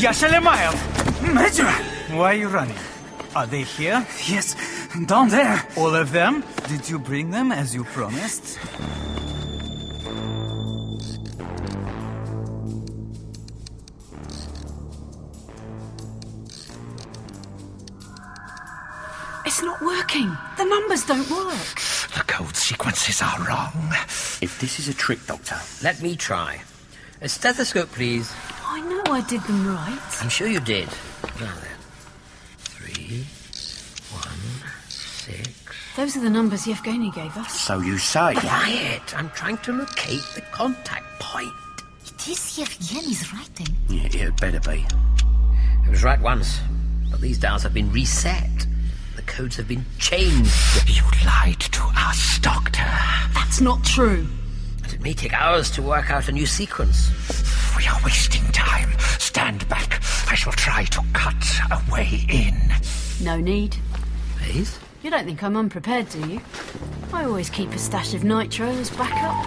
Yasha Lemayev!
Major!
Why are you running? Are they here?
Yes, down there.
All of them? Did you bring them as you promised?
It's not working. The numbers don't work.
The code sequences are wrong.
If this is a trick, Doctor,
Let me try. A stethoscope, please.
I know I did them right.
I'm sure you did. Now then. Three, one, six.
Those are the numbers Yevgeny gave us.
so you say.
Quiet! I'm trying to locate the contact point.
It is Yevgeny's writing.
Yeah, it better be.
It was right once, but these dials have been reset. The codes have been changed.
You lied to us, Doctor.
That's not true.
And it may take hours to work out a new sequence.
We are wasting time. Stand back. I shall try to cut a way in.
No need.
Please?
You don't think I'm unprepared, do you? I always keep a stash of nitro as backup.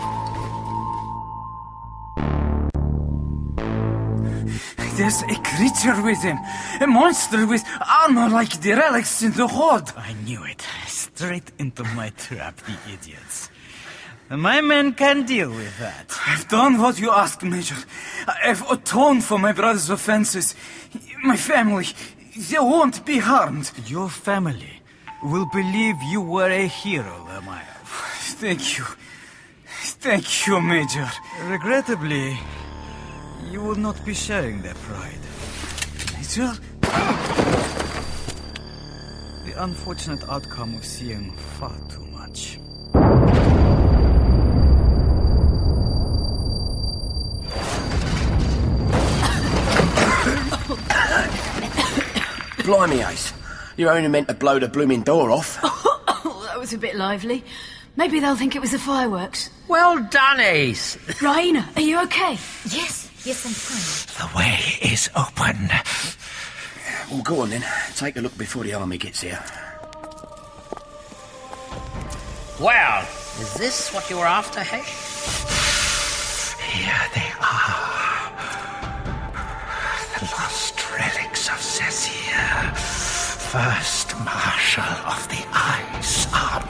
There's a creature with him. A monster with armor like the relics in the horde.
I knew it. Straight into my trap, the idiots. My men can deal with that.
I've done what you asked, Major. I've atoned for my brother's offenses. My family, they won't be harmed.
Your family will believe you were a hero, Lamayev.
Thank you. Thank you, Major.
Regrettably, you will not be sharing their pride.
Major?
The unfortunate outcome of seeing far too much.
Blimey, Ace. You're only meant to blow the blooming door off.
Oh, that was a bit lively. Maybe they'll think it was the fireworks.
Well done, eh? Ace.
Raina, are you okay?
Yes, yes, I'm fine.
The way is open.
Well, go on then. Take a look before the army gets here.
Well, is this what you were after, Hesh?
Here they are. The lost relics of Cessia, first marshal of the Ice Army.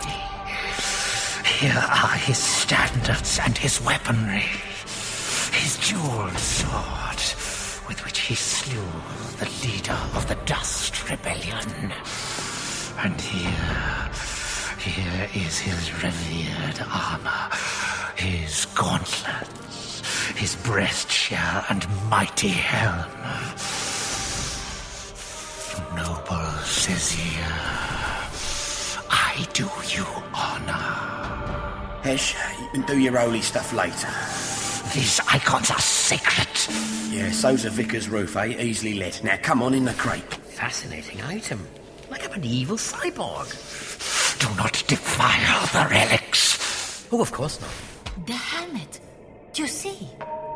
Here are his standards and his weaponry. His jeweled sword, with which he slew the leader of the Dust Rebellion. And here, here is his revered armor, his gauntlets, his breast shell, and mighty helm. Noble Cizia, I do you honor.
Hesh, you can do your holy stuff later.
These icons are sacred.
Yeah, so's a vicar's roof, eh? Easily lit. Now come on in the crate.
Fascinating item. Like a medieval cyborg.
Do not defile the relics.
Oh, of course not.
The helmet. Do you see?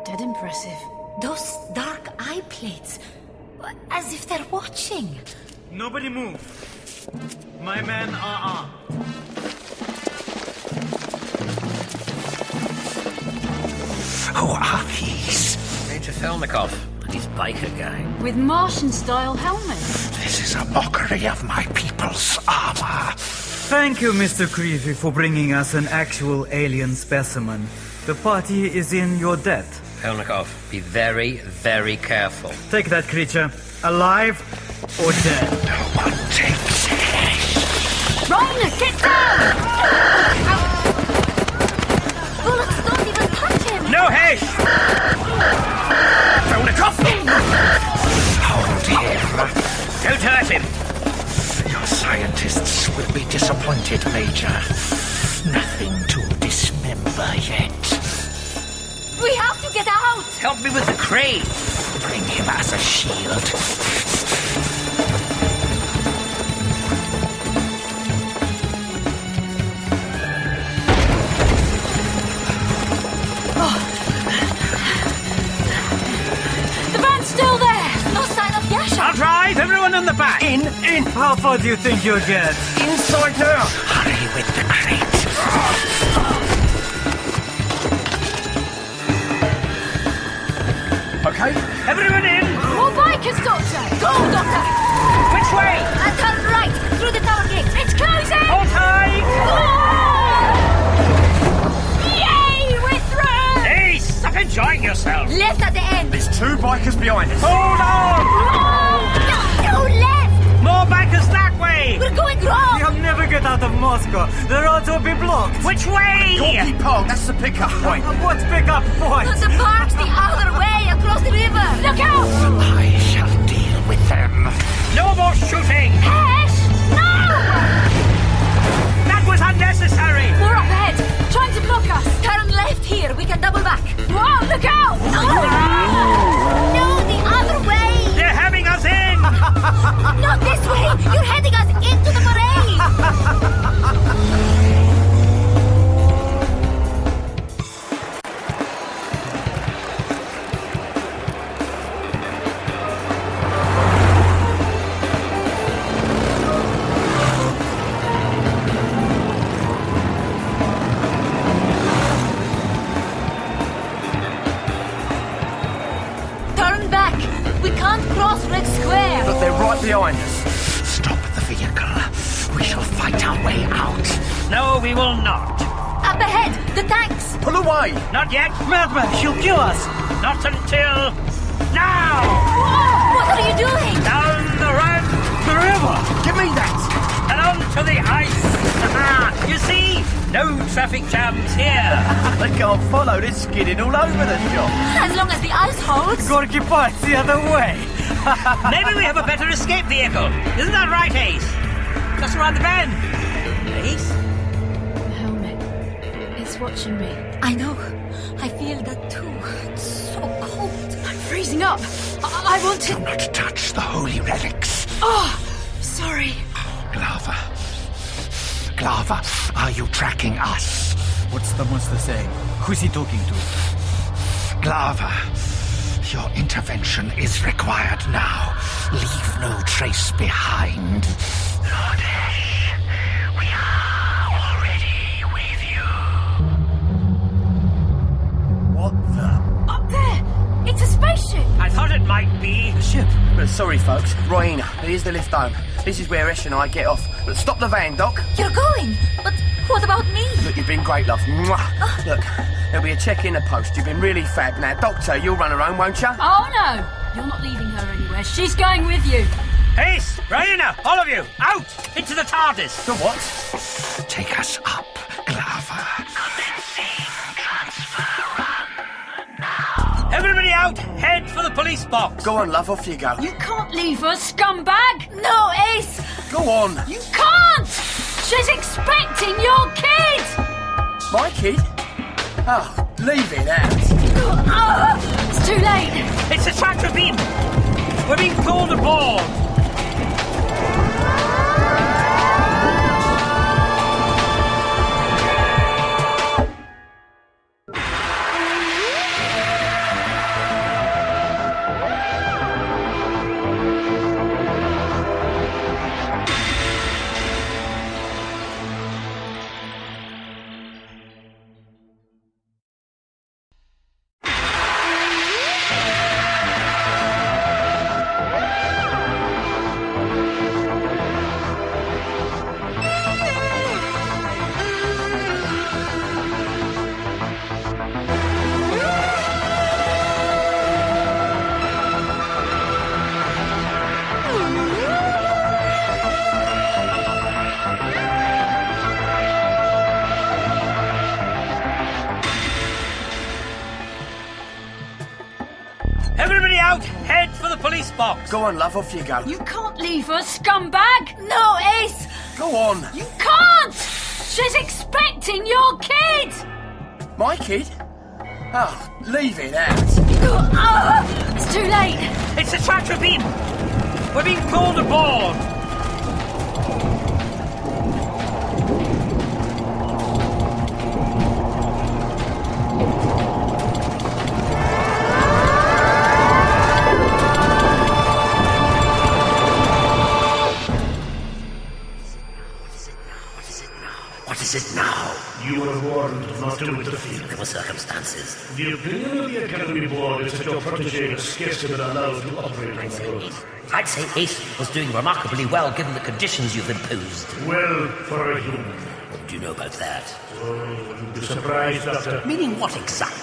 Dead impressive.
Those dark eye plates. As if they're watching.
Nobody move. My men are armed.
Who are these?
Major Felnikov and his biker gang.
With Martian style helmets.
This is a mockery of my people's armor.
Thank you, Mr. Creevy, for bringing us an actual alien specimen. The party is in your debt.
Pelnikov, be very, very careful.
Take that creature, alive or dead.
No one takes it.
Raina, get down!
Bullets don't even touch him!
No haste!
Felnikov! Hold here.
Don't hurt him!
Your scientists will be disappointed, Major. Nothing to dismember yet.
We have to get out!
Help me with the crate.
Bring him as a shield.
The van's still there!
No sign of Yasha!
All right, everyone on the back!
In, in,
How far do you think you'll get?
inside now!
Hurry with the crate.
Okay?
Everyone in!
More bikers, Doctor! Go, Doctor!
Which way?
And turn right, through the tower gate.
It's closing!
Hold tight!
Oh!
Yay! We're through!
Hey, stop enjoying yourself!
Left at the end.
There's two bikers behind us.
Hold on!
No, no, left!
More bikers that way!
We're going wrong!
You'll never get out of Moscow. The roads will be blocked.
Which way?
Gorky Park, that's the pickup point.
What's pick up point?
Not the park's the other way, across the river.
Look out!
I shall deal with them.
No more shooting!
Ash! No!
That was unnecessary!
We're up ahead, trying to block us.
Turn left here, we can double back.
Whoa, look out!
Oh! No, the other way!
They're having us in!
Not this way! You're heading us into the parade! Turn back! We can't cross Red Square!
But they're right behind us.
Stop the vehicle. We shall fight our way out.
No, we will not.
Up ahead, the tanks!
Pull away!
Not yet! Madman, she'll kill us! Not until. Now!
What are you doing?
Down the road, the river,
Give me that!
and onto the ice! Aha! you see? No traffic jams here!
I can't follow. They're skidding all over the shop.
As long as the ice holds.
Gorky Park's the other way.
Maybe we have a better escape vehicle. Isn't that right, Ace? Just around the bend. Ace?
The helmet. It's watching me.
I know. I feel that too. It's so cold.
I'm freezing up. I, I want to.
Not touch the holy relics.
Oh, sorry.
Glava. Glava, are you tracking us?
What's the monster saying? Who's he talking to?
Glava, your intervention is required now. Leave no trace behind.
Lord Ash, we are already with you.
What the?
Up there! It's a spaceship!
I thought it might be.
A ship. But Uh, sorry, folks. Roina, here's the lift home. This is where Esh and I get off. But stop the van, Doc.
You're going? But what about me?
Look, you've been great, love.
Oh.
Mwah. Look, there'll be a check in at post. You've been really fab. Now, Doctor, you'll run her own, won't you?
Oh no! You're not leaving her anywhere. She's going with you.
Ace! Raina! All of you! Out! Into the TARDIS!
The what?
Take us up,
Oh.
Glava.
Everybody out! Head for the police box!
Go on, love, off you go.
You can't leave her, scumbag!
No, Ace!
Go on!
You can't! She's expecting your kid!
My kid? Oh, leave it out.
Ah, it's too late!
It's the tractor beam! We're being pulled aboard! Everybody out! Head for the police box!
Go on, love, off you go.
You can't leave her, scumbag!
No, Ace!
Go on.
You can't! She's expecting your kid!
My kid? Oh, leave it out.
Ah, it's too late!
It's the tractor beam! We're being pulled aboard!
What is it now?
You were warned not to interfere.
There were circumstances.
The opinion of the Academy Board is that your protege is scarcely been allowed to operate on the road.
I'd say Ace was doing remarkably well given the conditions you've imposed.
Well, for a human.
What do you know about that?
Oh, you'd be surprised, uh, Doctor.
Meaning what exactly?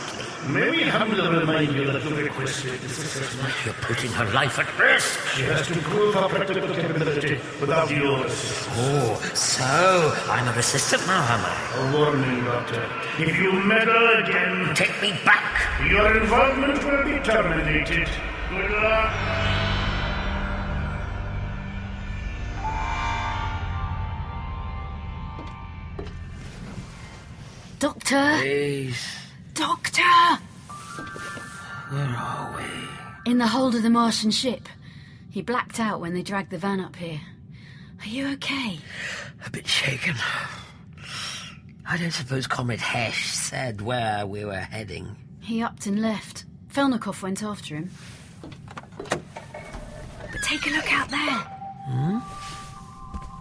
May we humbly remind you that you requested this assessment?
You're putting her life at risk.
She has to prove her practical capability without yours.
Oh, so I'm a resistant now, am I?
A warning, Doctor. If you meddle again,
Take me back!
your involvement will be terminated. Good luck.
Doctor!
Ace,
Doctor!
where are we?
In the hold of the Martian ship. He blacked out when they dragged the van up here. Are you okay?
A bit shaken. I don't suppose Comrade Hesh said where we were heading.
He upped and left. Felnikov went after him. But take a look out there.
Hmm?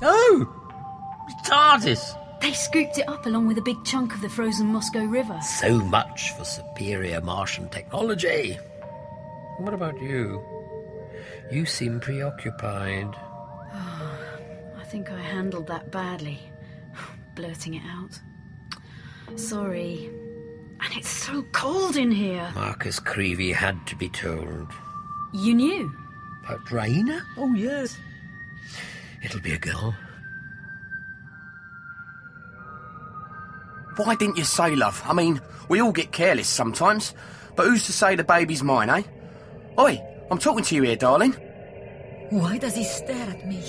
Oh! TARDIS!
They scooped it up along with a big chunk of the frozen Moscow River.
So much for superior Martian technology. What about you? You seem preoccupied.
I think I handled that badly. Blurting it out. Sorry. And it's so cold in here.
Marcus Creevy had to be told.
You knew.
About Raina? Oh, yes. It'll be a girl.
Why didn't you say, love? I mean, we all get careless sometimes. But who's to say the baby's mine, eh? Oi, I'm talking to you here, darling.
Why does he stare at me?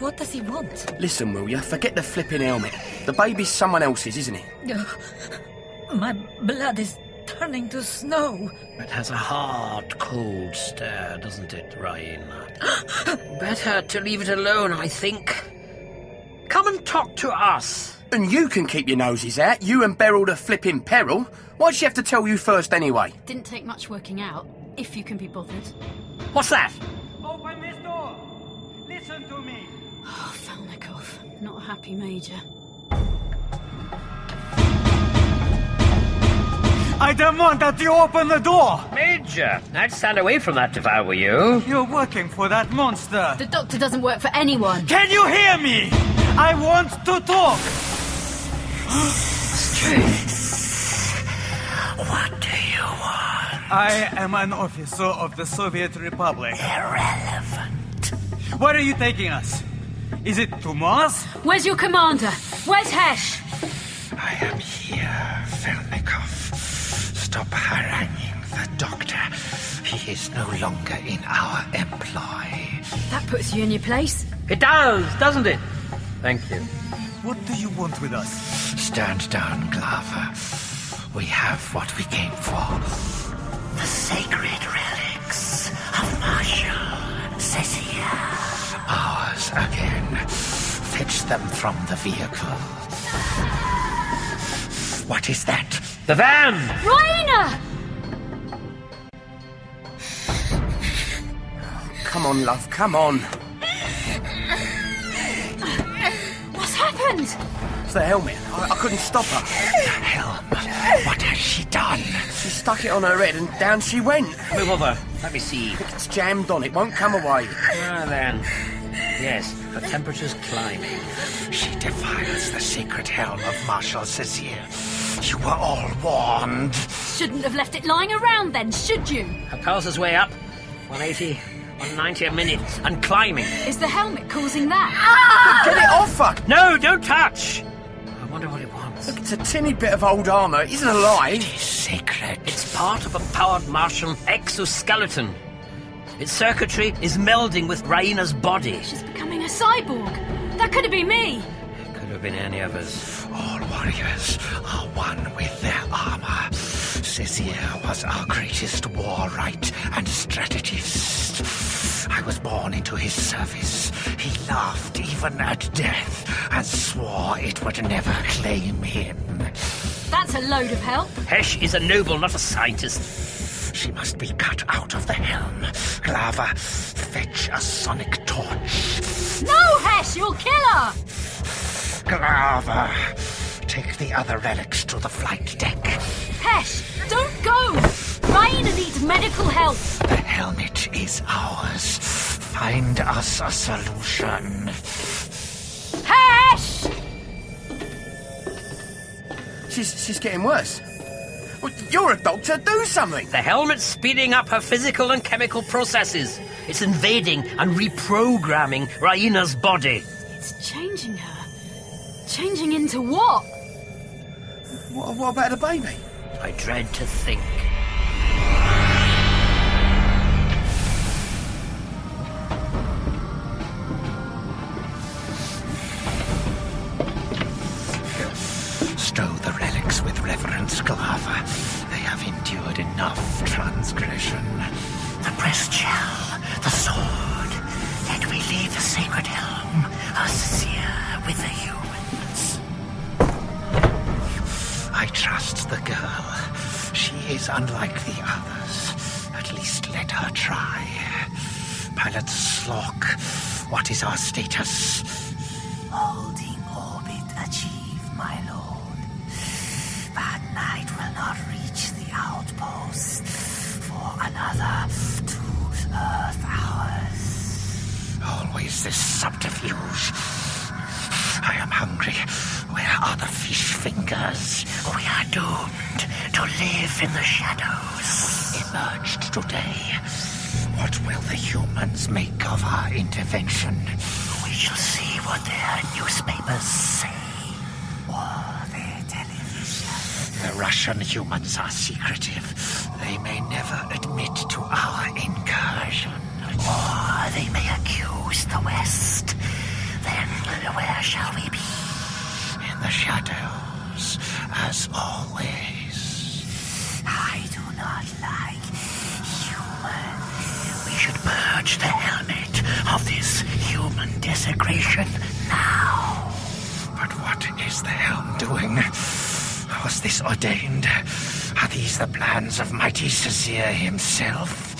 What does he want?
Listen, will you? Forget the flipping helmet. The baby's someone else's, isn't it?
Ugh. My blood is turning to snow.
It has a hard, cold stare, doesn't it, Raina? Better to leave it alone, I think. Come and talk to us.
And you can keep your noses out. You and Beryl the flipping peril. Why'd she have to tell you first anyway?
Didn't take much working out, if you can be bothered.
What's that?
Open this door! Oh, Listen to me!
Oh, Falnikov, not a happy major.
I demand that you open the door!
Major, I'd stand away from that if I were you.
You're working for that monster.
The doctor doesn't work for anyone.
Can you hear me? I want to talk!
What do you want?
I am an officer of the Soviet Republic.
Irrelevant.
Where are you taking us? Is it to Mars?
Where's your commander? Where's Hesh?
I am here, Felnikov. Stop haranguing the doctor. He is no longer in our employ.
That puts you in your place.
It does, doesn't it? Thank you.
What do you want with us?
Stand down, Glover. We have what we came for.
The sacred relics of Marshal Cecilia.
Ours again. Fetch them from the vehicle. What is that?
The van!
Raina!
Come on, love, come on.
What's happened?
It's the helmet. I, I couldn't stop her.
The helm. What has she done?
She stuck it on her head and down she went.
Move over. Let me see.
It's jammed on, it won't come away.
Ah, then. Yes, the temperature's climbing.
She defiles the sacred helm of Marshal Cecile. You were all warned.
Shouldn't have left it lying around then, should you?
Her pulse's way up. 180, 190 a minute, and climbing.
Is the helmet causing that?
Ah!
Get it off her!
No, don't touch! I wonder what it wants.
It's a tinny bit of old armour. It isn't alive.
It is sacred.
It's part of a powered Martian exoskeleton. Its circuitry is melding with Raina's body.
She's becoming a cyborg. That could have been me.
Could have been any of us.
All warriors are one with their armor. Cecilia was our greatest war right and strategist. I was born into his service. He laughed even at death and swore it would never claim him.
That's a load of help.
Hesh is a noble, not a scientist.
She must be cut out of the helm. Glava, fetch a sonic torch.
No, Hesh, you'll kill her!
Glava, take the other relics to the flight deck.
Hesh, don't go! Raina needs medical help.
The helmet is ours. Find us a solution.
Hesh!
She's, she's getting worse. Well, you're a doctor, do something!
The helmet's speeding up her physical and chemical processes. It's invading and reprogramming Raina's body.
It's changing her. Changing into what?
What, what about the baby?
I dread to think.
Stow the relics with reverence, Glava. They have endured enough transgression. The breast shell, the sword. Let we leave the sacred helm, us here with the humans. I trust the girl. She is unlike the others. At least let her try. Pilot Slok, what is our status?
Holding orbit achieved, my lord. But night will not reach the outpost for another two Earth hours.
Always this subterfuge. I am hungry. Where are the fish fingers?
We are doomed to live in the shadows.
Emerged today. What will the humans make of our intervention?
We shall see what their newspapers say or their television.
The Russian humans are secretive. They may never admit to our incursion.
Or they may accuse the West. Then where shall we be?
In the shadows, as always.
I Detach the helmet of this human desecration now.
But what is the helm doing? Was this ordained? Are these the plans of mighty Caesar himself?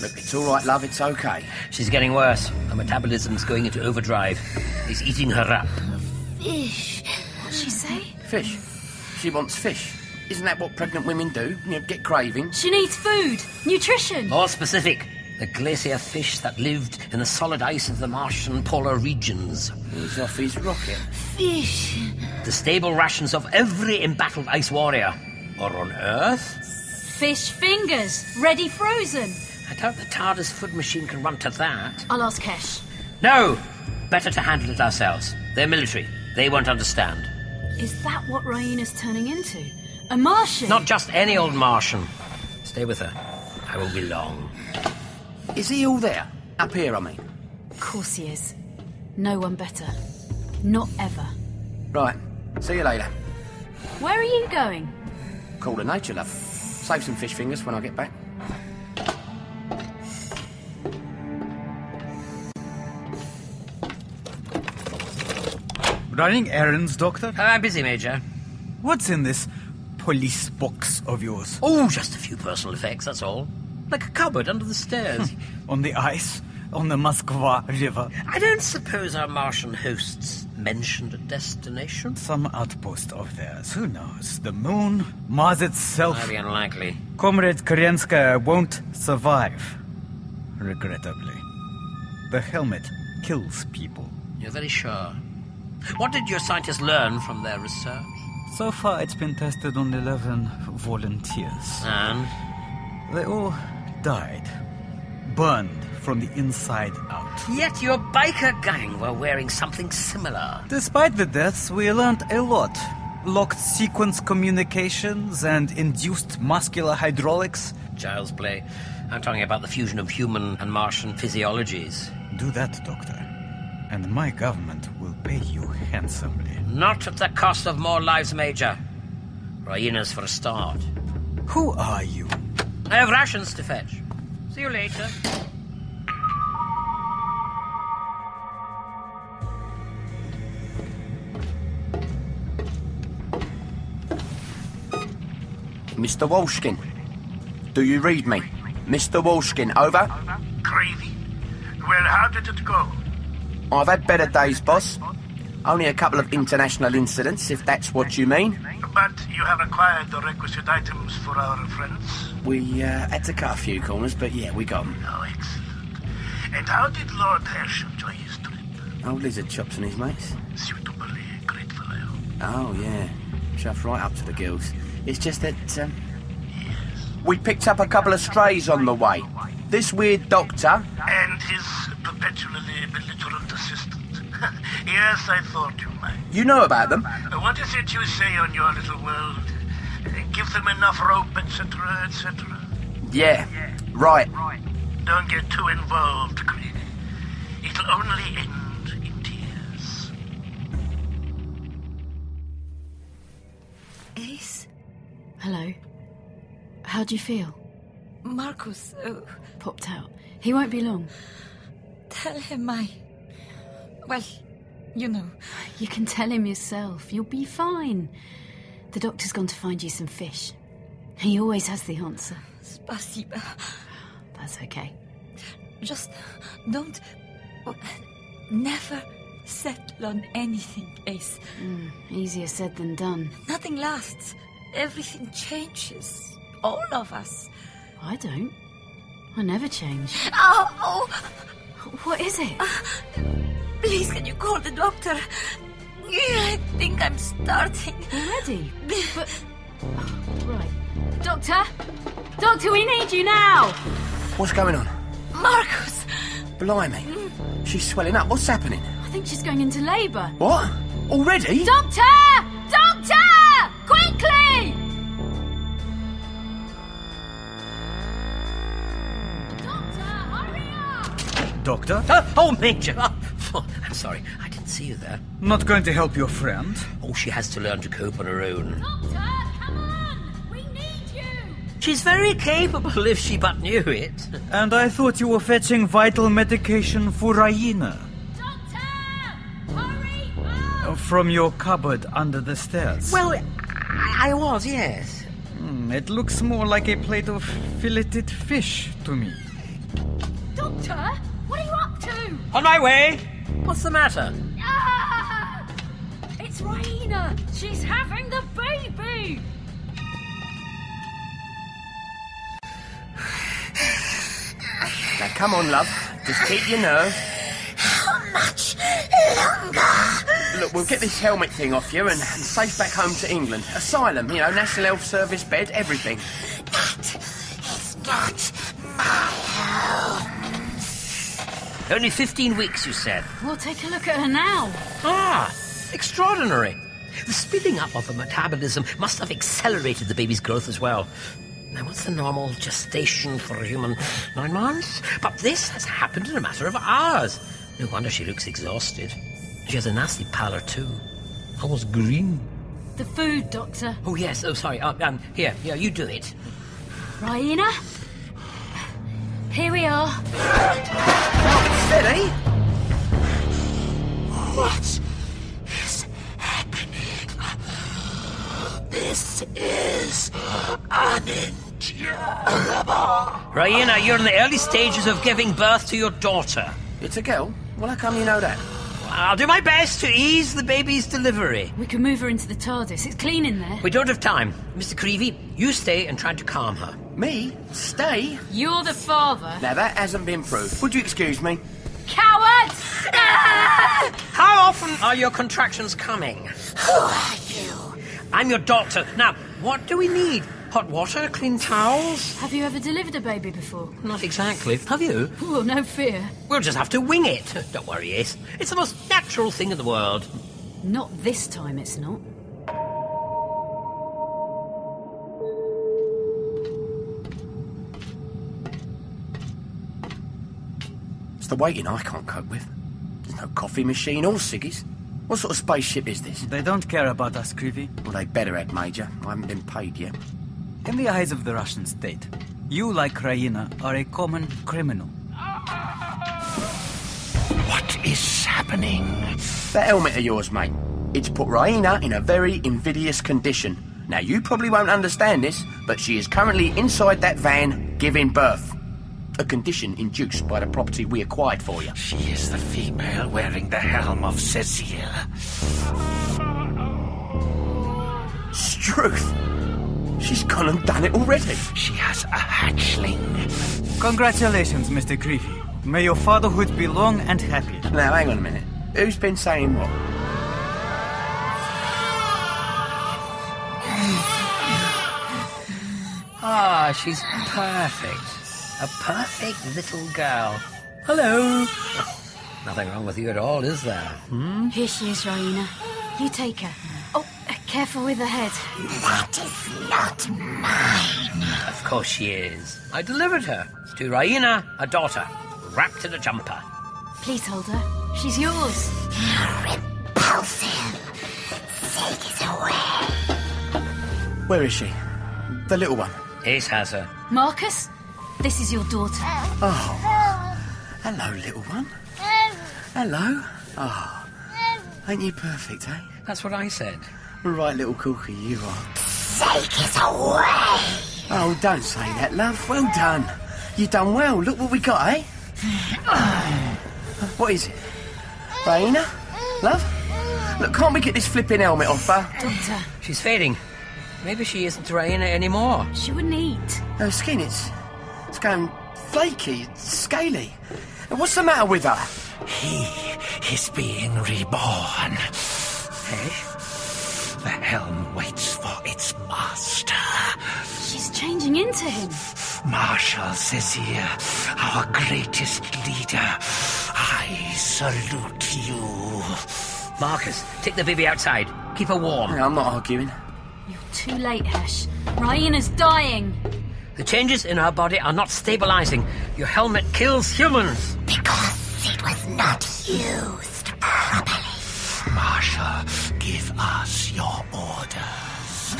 Look, it's all right, love. It's okay.
She's getting worse. Her metabolism's going into overdrive. He's eating her up.
Fish. What'd she say?
Fish. She wants fish. Isn't that what pregnant women do? You know, get cravings.
She needs food, nutrition.
More specific, the glacier fish that lived in the solid ice of the Martian polar regions.
He's off his rocket.
Fish.
The stable rations of every embattled ice warrior. Or on Earth?
Fish fingers, ready frozen.
I doubt the TARDIS food machine can run to that.
I'll ask Kesh.
No! Better to handle it ourselves. They're military. They won't understand.
Is that what Raina's turning into? A Martian?
Not just any old Martian. Stay with her. I won't be long.
Is he all there? Up here, I mean.
Of course he is. No one better. Not ever.
Right. See you later.
Where are you going?
Call the nature love. Save some fish fingers when I get back.
Running errands, Doctor?
Uh, I'm busy, Major.
What's in this police box of yours?
Oh, just a few personal effects, that's all. Like a cupboard under the stairs.
on the ice? On the Moskva River?
I don't suppose our Martian hosts mentioned a destination.
Some outpost of theirs. Who knows? The moon? Mars itself?
Highly unlikely.
Comrade Kerenskaya won't survive. Regrettably. The helmet kills people.
You're very sure. What did your scientists learn from their research?
So far, it's been tested on 11 volunteers.
And?
They all died, burned from the inside out.
Yet your biker gang were wearing something similar.
Despite the deaths, we learned a lot locked sequence communications and induced muscular hydraulics.
Child's play. I'm talking about the fusion of human and Martian physiologies.
Do that, Doctor, and my government will pay you handsomely.
Not at the cost of more lives, Major. Raina's for a start.
Who are you?
I have rations to fetch. See you later.
Mr. Walshkin. Do you read me? Mr. Walshkin, over.
Crazy. Well, how did it go?
I've had better days, boss. Only a couple of international incidents, if that's what you mean.
But you have acquired the requisite items for our friends.
We uh, had to cut a few corners, but yeah, we got 'em.
Oh, excellent. And how did Lord Hersh enjoy his trip?
Old lizard chops and his mates.
Suitably grateful, I hope.
Oh, yeah. Shove right up to the gills. It's just that um,
Yes.
we picked up a couple of strays on the way. This weird doctor.
And his perpetually belligerent assistant. yes, I thought you might.
You know about them.
What is it you say on your little world? Give them enough rope, etc., etc.
Yeah. Right.
Don't get too involved, Creedy. It'll only end in tears.
Ace?
Hello. How do you feel?
Marcus, oh,
Popped out. He won't be long.
tell him I. Well, you know.
You can tell him yourself. You'll be fine. The doctor's gone to find you some fish. He always has the answer.
Spasiba.
That's okay.
Just don't. Never settle on anything, Ace.
Hmm. Easier said than done.
Nothing lasts. Everything changes. All of us.
I don't. I never change.
Oh, oh,
What is it?
Ah, please, can you call the doctor? Yeah, I think I'm starting.
Already? But. Right. Doctor! Doctor, we need you now!
What's going on?
Marcus!
Blimey. She's swelling up. What's happening?
I think she's going into labour.
What? Already?
Doctor! Doctor! Quickly! Doctor, hurry up!
Doctor?
Oh, oh Major! Oh, I'm sorry. I didn't see you there.
Not going to help your friend?
Oh, she has to learn to cope on her own. She's very capable if she but knew it.
And I thought you were fetching vital medication for Raina. Uh, From your cupboard under the stairs.
Well, I, I was, yes.
Hmm, it looks more like a plate of filleted fish to me.
Doctor, what are you up to?
On my way!
What's the matter?
Ah! It's Raina. She's having the baby.
Now come on, love. Just keep your nerve.
How much longer?
Look, we'll get this helmet thing off you and, and safe back home to England. Asylum, you know, National Health Service bed, everything.
It's not my home.
Only 15 weeks, you said.
Well, take a look at her now.
Ah, extraordinary. The speeding up of the metabolism must have accelerated the baby's growth as well. Now, what's the normal gestation for a human? Nine months? But this has happened in a matter of hours. No wonder she looks exhausted. She has a nasty pallor, too. Almost green.
The food, Doctor.
Oh, yes. Oh, sorry. Uh, um, here, here, you do it.
Raina? Here we are.
Steady!
What is happening? This is unendurable.
Raina, you're in the early stages of giving birth to your daughter.
It's a girl? Well, how come you know that?
I'll do my best to ease the baby's delivery.
We can move her into the TARDIS. It's clean in there.
We don't have time. Mr. Creevy, you stay and try to calm her.
Me? Stay?
You're the father.
Now, that hasn't been proved. Would you excuse me?
Coward!
Ah!
How often are your contractions coming?
Who are you?
I'm your doctor. Now, what do we need? Hot water? Clean towels?
Have you ever delivered a baby before?
Not exactly. Have you?
Oh, no fear.
We'll just have to wing it. Don't worry, Ace. It's the most natural thing in the world.
Not this time, it's not.
It's the waiting I can't cope with. There's no coffee machine or ciggies. What sort of spaceship is this?
They don't care about us, Creevy.
Well, they better had, Major. I haven't been paid yet.
In the eyes of the Russian state, you, like Raina, are a common criminal.
What is happening?
That helmet of yours, mate. It's put Raina in a very invidious condition. Now, you probably won't understand this, but she is currently inside that van giving birth. A condition induced by the property we acquired for you.
She is the female wearing the helm of Cecile.
Struth! She's gone and done it already.
She has a hatchling.
Congratulations, Mr. Creevy. May your fatherhood be long and happy.
Now, hang on a minute. Who's been saying what?
Ah, she's perfect. A perfect little girl. Hello. Nothing wrong with you at all, is there? Hmm?
Here she is, Raina. You take her. Oh, uh, careful with the head.
That is not mine.
Of course she is. I delivered her to Raina, her daughter, wrapped in a jumper.
Please hold her. She's yours.
Repulsive. Take it away.
Where is she? The little one.
Ace has her.
Marcus, this is your daughter.
Hello, little one. Hello. Oh, ain't you perfect, eh?
That's what I said.
Right, little cookie, you are.
Take it away.
Oh, don't say that, love. Well done. You done well. Look what we got, eh? what is it? Raina? Love? Look, can't we get this flipping helmet off her?
Doctor,
She's fading. Maybe she isn't Raina anymore.
she wouldn't eat.
Her skin, it's, it's going flaky, scaly. And what's the matter with her?
He is being reborn. Eh?
Hey?
The helm waits for its master.
She's changing into him.
Marshal Cecile, our greatest leader, I salute you.
Marcus, take the baby outside. Keep her warm.
No, I'm not arguing.
Too late, Hesh. Raina's dying.
The changes in her body are not stabilizing. Your helmet kills humans.
Because it was not used properly.
Marshal, give us your orders.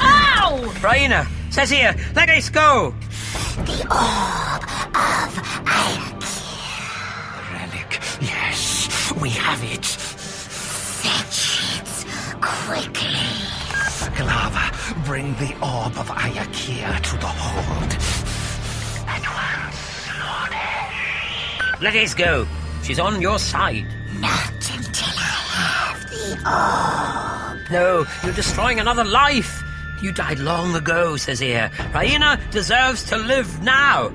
Ow! Raina says here, let us go.
The orb of Irakir.
Relic, yes, we have it.
Fetch it quickly.
Glava, bring the orb of Ayakir to the hold.
At once, Lord Henry.
Let us go. She's on your side.
Not until I have the orb.
No, you're destroying another life. You died long ago, says here. Raina deserves to live now.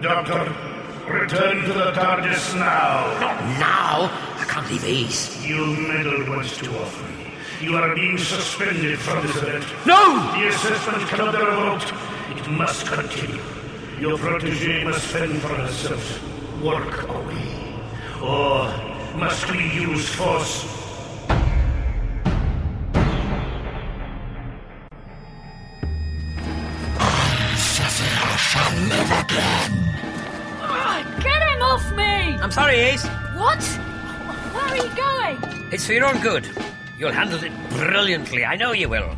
Doctor, return to the TARDIS now.
Not now. I can't leave Ace.
You meddled once too often. You are being suspended from this event.
No!
The assessment cannot be revoked. It must continue. Your protege must fend for herself, work away, or must we use force?
Shall live again.
Get him off me!
I'm sorry, Ace.
What? Where are you going?
It's for your own good. You'll handle it brilliantly. I know you will.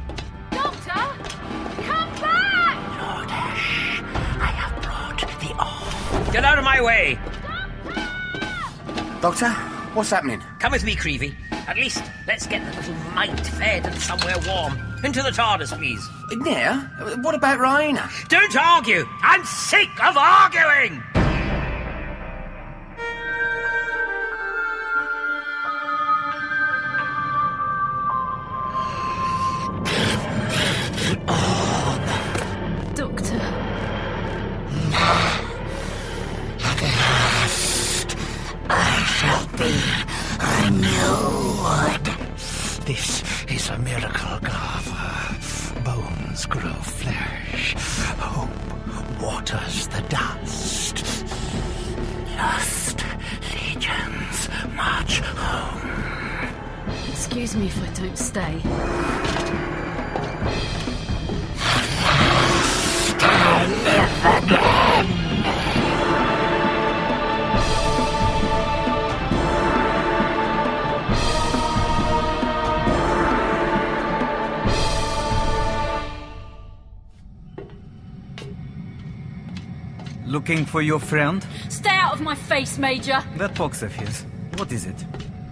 Doctor? Come back!
Lord Ash, I have brought the orb.
Get out of my way.
Doctor, what's happening?
Come with me, Creevy. At least let's get the little mite fed and somewhere warm. Into the TARDIS, please.
Yeah? What about Raina?
Don't argue. I'm sick of arguing.
Doctor,
At last, I shall be renewed.
This is a miracle, Glava. Bones grow flesh. Hope waters the dust.
Lost legions march home.
excuse me if I don't stay.
Looking for your friend?
Stay out of my face, Major.
That box of his. What is it?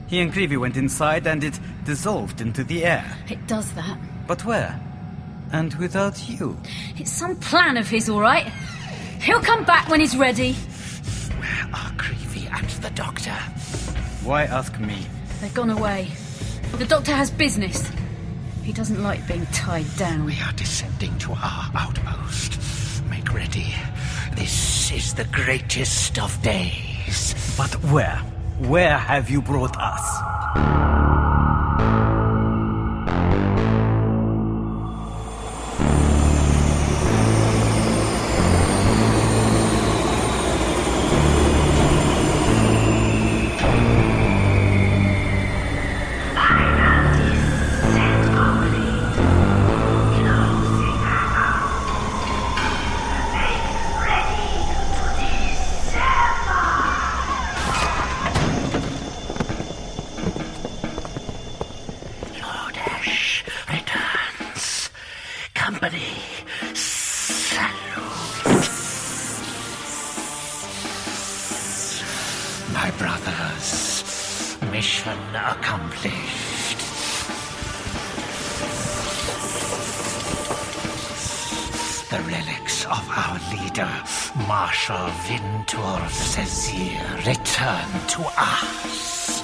He and Creevy went inside and it dissolved into the air.
It does that.
But where? And without you.
It's some plan of his, all right? He'll come back when he's ready.
Where are Creevy and the Doctor?
Why ask me?
They've gone away. The doctor has business. He doesn't like being tied down.
We are descending to our outpost. Make ready. This is the greatest of days.
But where? Where have you brought us?
Lord Ash returns. Company salutes.
My brothers, mission accomplished. The relics of our leader, Marshal Vintur Sezir, return to us.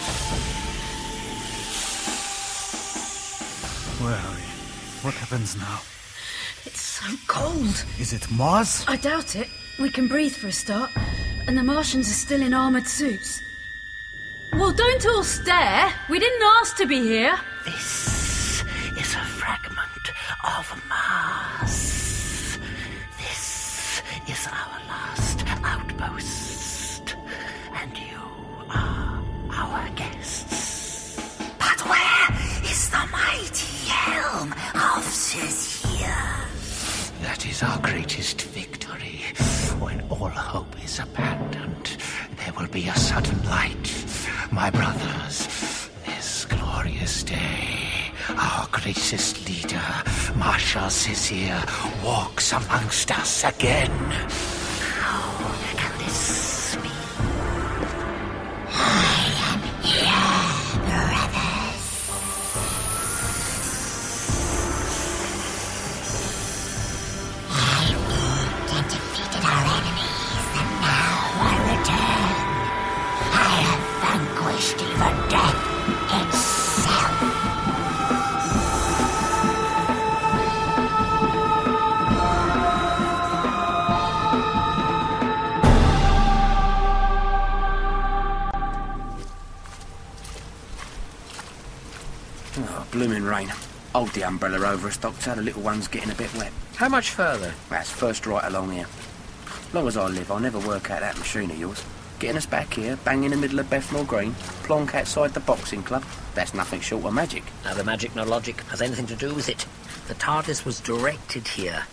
Where are we? What happens now?
It's so cold.
Is it Mars?
I doubt it. We can breathe for a start. And the Martians are still in armored suits. Well, don't all stare. We didn't ask to be here.
This is a fragment of Mars. This is our last outpost. And you are our guests. But where is the mighty helm of Zizia?
That is our greatest victory. all hope is abandoned, there will be a sudden light. My brothers, this glorious day, our greatest leader, Marshal Sisir, walks amongst us again.
How can this be? I am here, brothers. I lived and defeated our enemies, and now I return. I have vanquished even death itself.
Oh, blooming rain. Hold the umbrella over us, Doctor. The little one's getting a bit wet.
How much further?
That's first right along here. Long as I live, I'll never work out that machine of yours. Getting us back here, bang in the middle of Bethnal Green, plonk outside the boxing club, that's nothing short of magic.
Neither magic nor logic has anything to do with it. The TARDIS was directed here.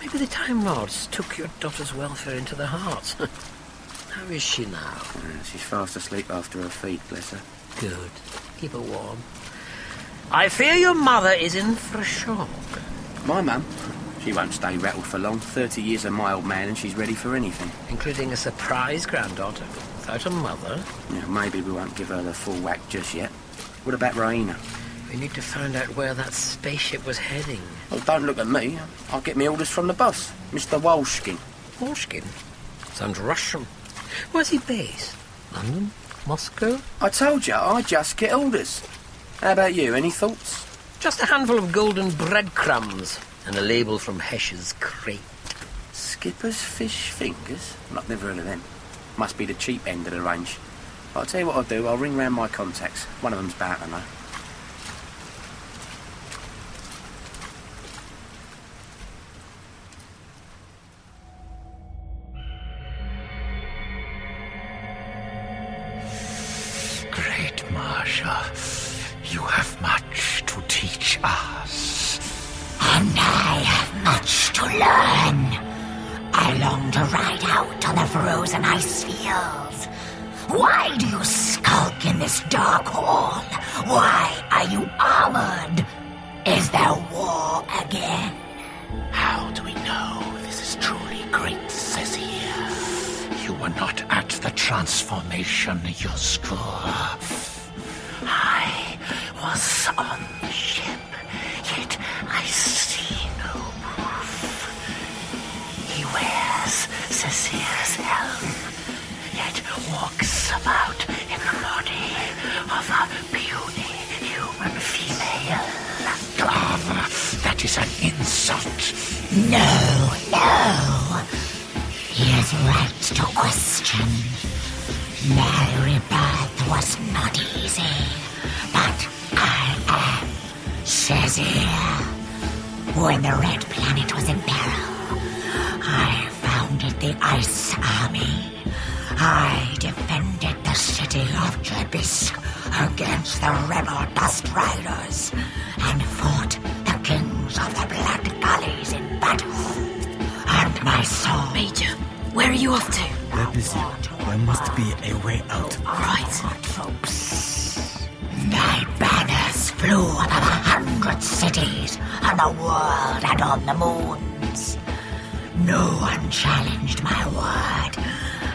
Maybe the Time Lords took your daughter's welfare into their hearts. How is she now?
Uh, she's fast asleep after her feed, bless her.
Good. Keep her warm. I fear your mother is in for a shock.
My mum? She won't stay rattled for long. Thirty years of my old man and she's ready for anything.
Including a surprise granddaughter without a mother.
Yeah, maybe we won't give her the full whack just yet. What about Raina?
We need to find out where that spaceship was heading.
Well, don't look at me. I'll get me orders from the boss, Mr. Walshkin.
Walshkin? Sounds Russian. Where's he based? London? Moscow?
I told you, I just get orders. How about you? Any thoughts?
Just a handful of golden breadcrumbs and a label from Hesh's crate.
Skipper's fish fingers? I've never heard of them. Must be the cheap end of the range. I'll tell you what I'll do. I'll ring round my contacts. One of them's back, I know.
Great Marsha, you have much to teach us.
And I have much to learn. I long to ride out on the frozen ice fields. Why do you skulk in this dark hall? Why are you armored? Is there war again?
How do we know this is truly great Cecilia? You were not at the transformation, Yusko.
I was on the ship, yet I see no proof. He wears Cecil's helm, yet walks about in the body of a puny human female.
Glava, that is an insult.
No, no. He is right to question. My rebirth was not easy, but I am Shazir. When the Red Planet was in peril, I founded the Ice Army. I defended the city of Trebisk against the rebel Dust Riders and fought the kings of the Blood Gullies in battle. And my soul.
Major, where are you off to?
That is it. There must be a way out.
Right.
My banners flew above a hundred cities on the world and on the moons. No one challenged my word.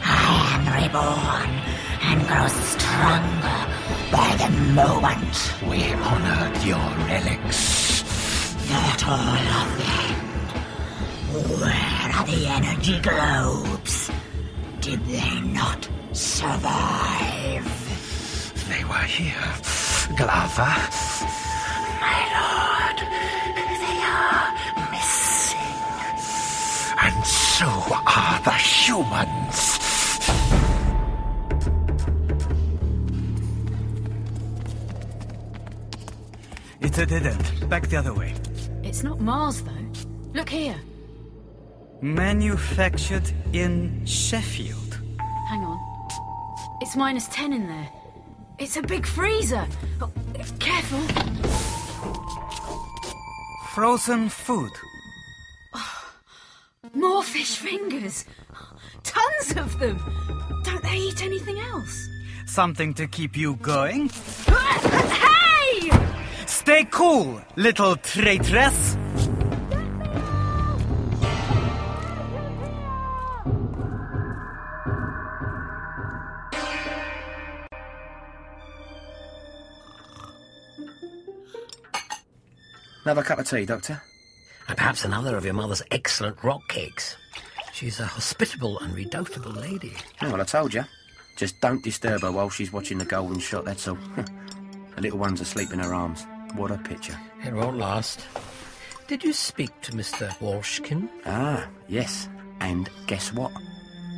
I am reborn and grow stronger by the moment.
We honored your relics.
Not all of them. Where are the energy globes? Did they not survive?
They were here. Glava,
My lord, they are missing.
and so are the humans.
It's a dead end. Back the other way.
It's not Mars, though. Look here.
Manufactured in Sheffield.
Hang on. It's minus 10 in there. It's a big freezer. Oh, careful.
Frozen food.
More fish fingers. six of them. Don't they eat anything else?
Something to keep you going?
hey!
Stay cool, little traitress!
Another cup of tea, Doctor?
And perhaps another of your mother's excellent rock cakes. She's a hospitable and redoubtable lady.
Oh, well, I told you. Just don't disturb her while she's watching the golden shot, that's all. the little one's asleep in her arms. What a picture.
It won't last. Did you speak to Mr. Walshkin?
Ah, yes. And guess what?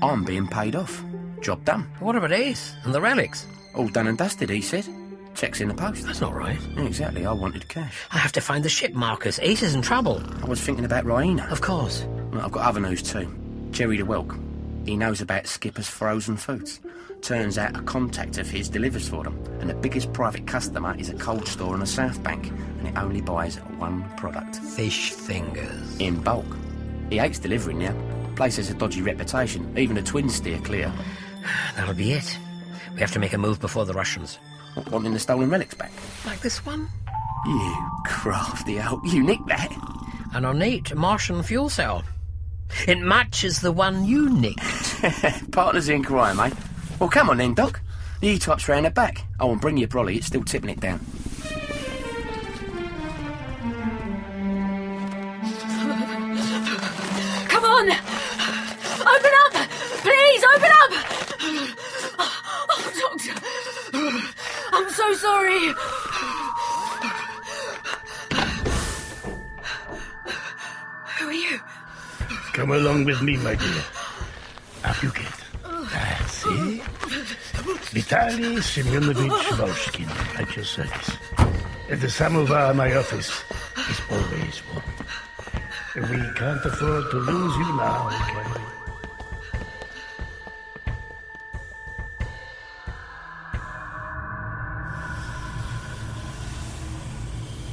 I'm being paid off. Job done.
What about Ace and the relics?
All done and dusted, he said. Checks in the post.
That's not right.
Yeah, exactly. I wanted cash.
I have to find the ship, Marcus. Ace is in trouble.
I was thinking about Raina.
Of course.
Well, I've got other news too. Jerry DeWelk. He knows about Skipper's frozen foods. Turns out a contact of his delivers for them, and the biggest private customer is a cold store on the South Bank, and it only buys one product
Fish fingers.
in bulk. He hates delivering now. Place has a dodgy reputation. Even the twins steer clear.
That'll be it. We have to make a move before the Russians.
What, wanting the stolen relics back?
Like this one?
You crafty old. You nicked that.
An ornate Martian fuel cell. It matches the one you nicked.
Partners in crime, eh? Well, come on then, Doc. The E-type's round the back. Oh, and bring your brolly. It's still tipping it down.
Come on! Open up! Please, open up! Oh, Doctor! I'm so sorry! Who are you?
Come along with me, my dear. Up you get. That's it. Vitaly Semyonovich Volshkin, at your service. At the samovar, my office is always warm. We can't afford to lose you now, can we?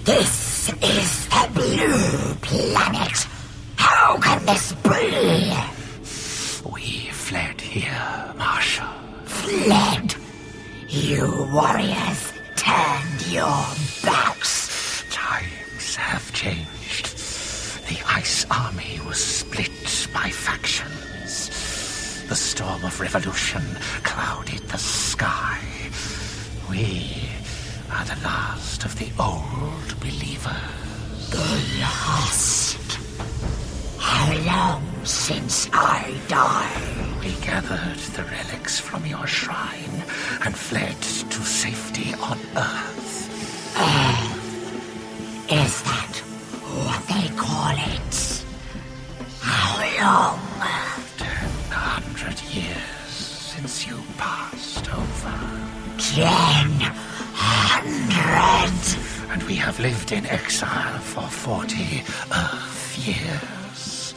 This is a blue planet. How can this be?
We fled here, Marshal.
Fled. You warriors turned your backs.
Times have changed. The Ice Army was split by factions. The storm of revolution clouded the sky. We are the last of the old believers.
The last. How long since I died?
We gathered the relics from your shrine and fled to safety on Earth.
Is that what they call it? How long?
A hundred years since you passed over.
Ten hundred.
And we have lived in exile for forty Earth years.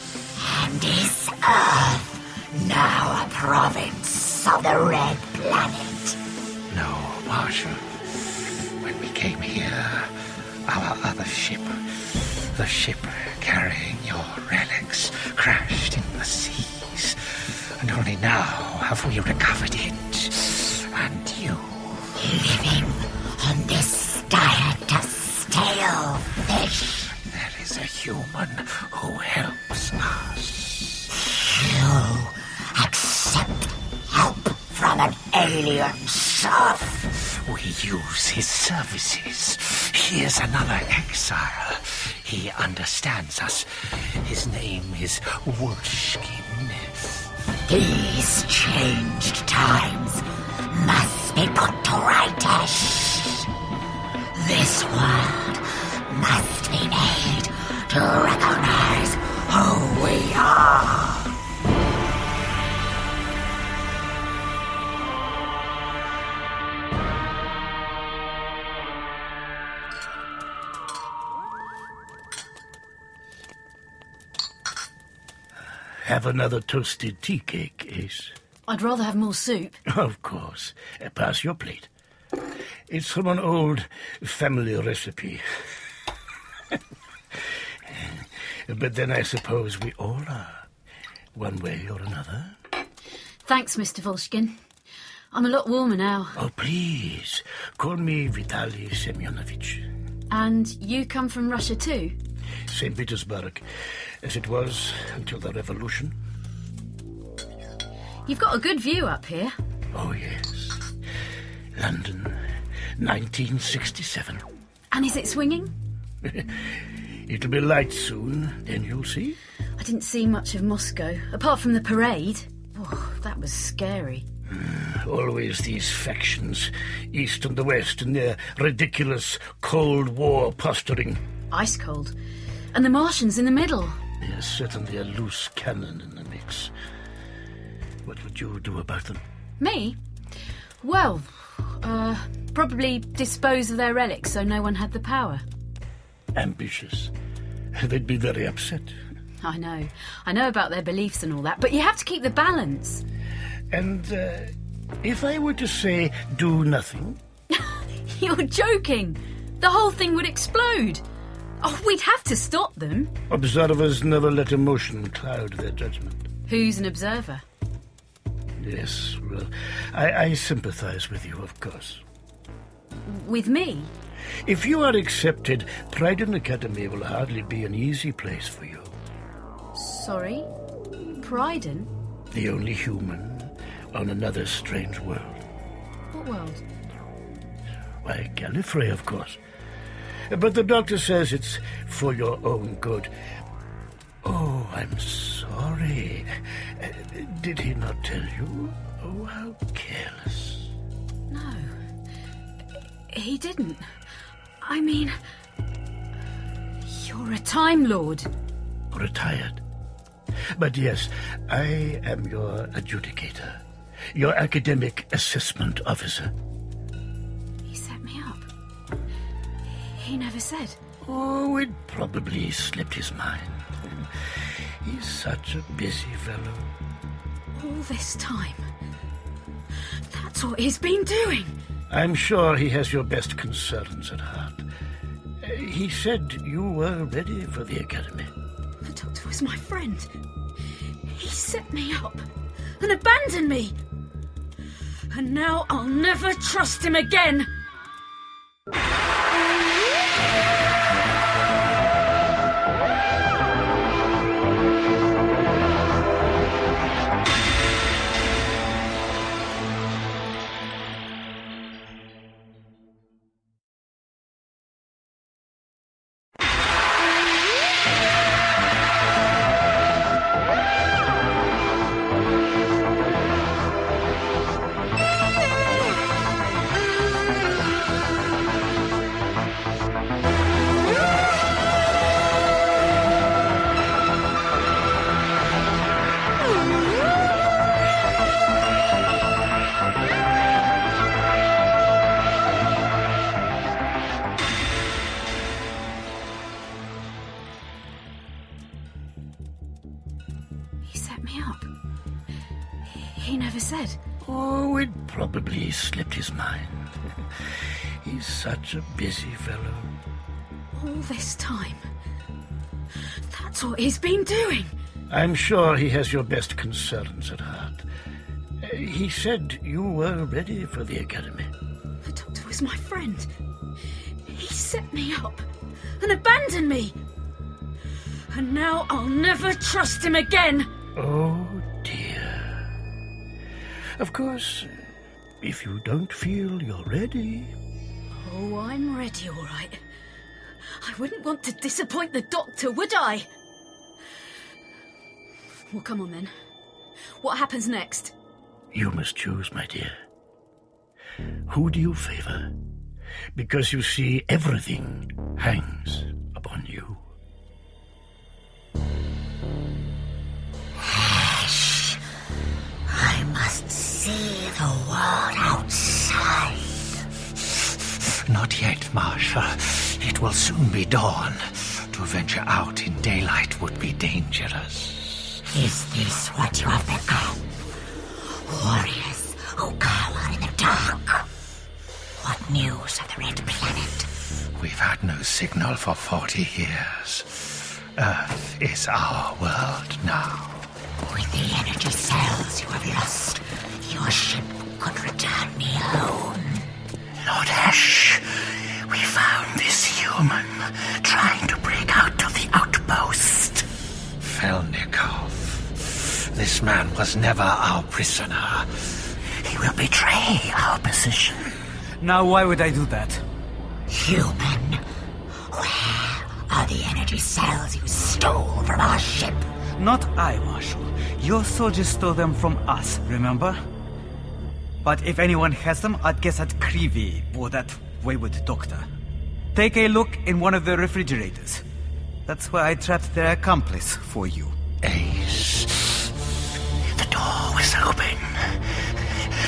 And is Earth now a province of the Red Planet?
No, Marshal. When we came here, our other ship, the ship carrying your relics, crashed in the seas. And only now have we recovered it. And you.
Living on this diet of stale fish.
There is a human who helps us.
You accept help from an alien serf.
We use his services. He is another exile. He understands us. His name is Wolfskin.
These changed times must be put to rightish. This world must be made to recognize who we are.
Have another toasted tea cake, Ace.
I'd rather have more soup.
Of course. Uh, Pass your plate. It's from an old family recipe. but then I suppose we all are, one way or another.
Thanks, Mr. Volshkin. I'm a lot warmer now.
Oh, please, call me Vitaly Semyonovich.
And you come from Russia too?
St. Petersburg, as it was until the revolution.
You've got a good view up here.
Oh, yes. London, 1967.
And is it swinging?
It'll be light soon, then you'll see.
I didn't see much of Moscow, apart from the parade. Oh, that was scary.
Mm, Always these factions, East and the West, in their ridiculous Cold War posturing.
Ice cold. And the Martians in the middle.
There's certainly a loose cannon in the mix. What would you do about them?
Me? Well, uh, probably dispose of their relics so no one had the power.
Ambitious. They'd be very upset.
I know. I know about their beliefs and all that, but you have to keep the balance.
And uh, if I were to say do nothing,
You're joking. The whole thing would explode. Oh, we'd have to stop them.
observers never let emotion cloud their judgment.
Who's an observer?
Yes, well, I, I sympathize with you, of course.
With me?
If you are accepted, Pride Academy will hardly be an easy place for you.
Sorry? Pryden?
The only human on another strange world.
What world?
Why, Gallifrey, of course. But the doctor says it's for your own good. Oh, I'm sorry. Uh, Did he not tell you? Oh, how careless.
No. He didn't. I mean. You're a Time Lord.
Retired. But yes, I am your adjudicator, your academic assessment officer.
He set me up. He never said.
Oh, it probably slipped his mind. He's such a busy fellow.
All this time. That's what he's been doing.
I'm sure he has your best concerns at heart. Uh, He said you were ready for the academy.
The doctor was my friend. He set me up and abandoned me. And now I'll never trust him again. He set me up. He never said.
Oh, it probably slipped his mind. He's such a busy fellow.
All this time. That's what he's been doing.
I'm sure he has your best concerns at heart. Uh, He said you were ready for the academy.
The doctor was my friend. He set me up and abandoned me. And now I'll never trust him again.
Oh dear. Of course, if you don't feel you're ready,
Oh, I'm ready, all right. I wouldn't want to disappoint the doctor, would I? Well, come on then. What happens next?
you must choose, my dear. Who do you favor? Because you see, everything hangs upon you.
I must see the world outside.
Not yet, Marsha. It will soon be dawn. To venture out in daylight would be dangerous.
Is this what you have become? Warriors who cower in the dark. What news of the Red Planet?
We've had no signal for 40 years. Earth is our world now.
With the energy cells you have lost, your ship could return me home.
Lord Ash, we found this human trying to break out of the outpost. Felnikov, this man was never our prisoner. He will betray our position.
Now, why would I do that?
Human, where are the energy cells you stole from our ship?
Not I, Marshal. Your soldiers stole them from us, remember? But if anyone has them, I'd guess at Creevy or that wayward doctor. Take a look in one of the refrigerators. That's where I trapped their accomplice for you.
Ace. The door was open.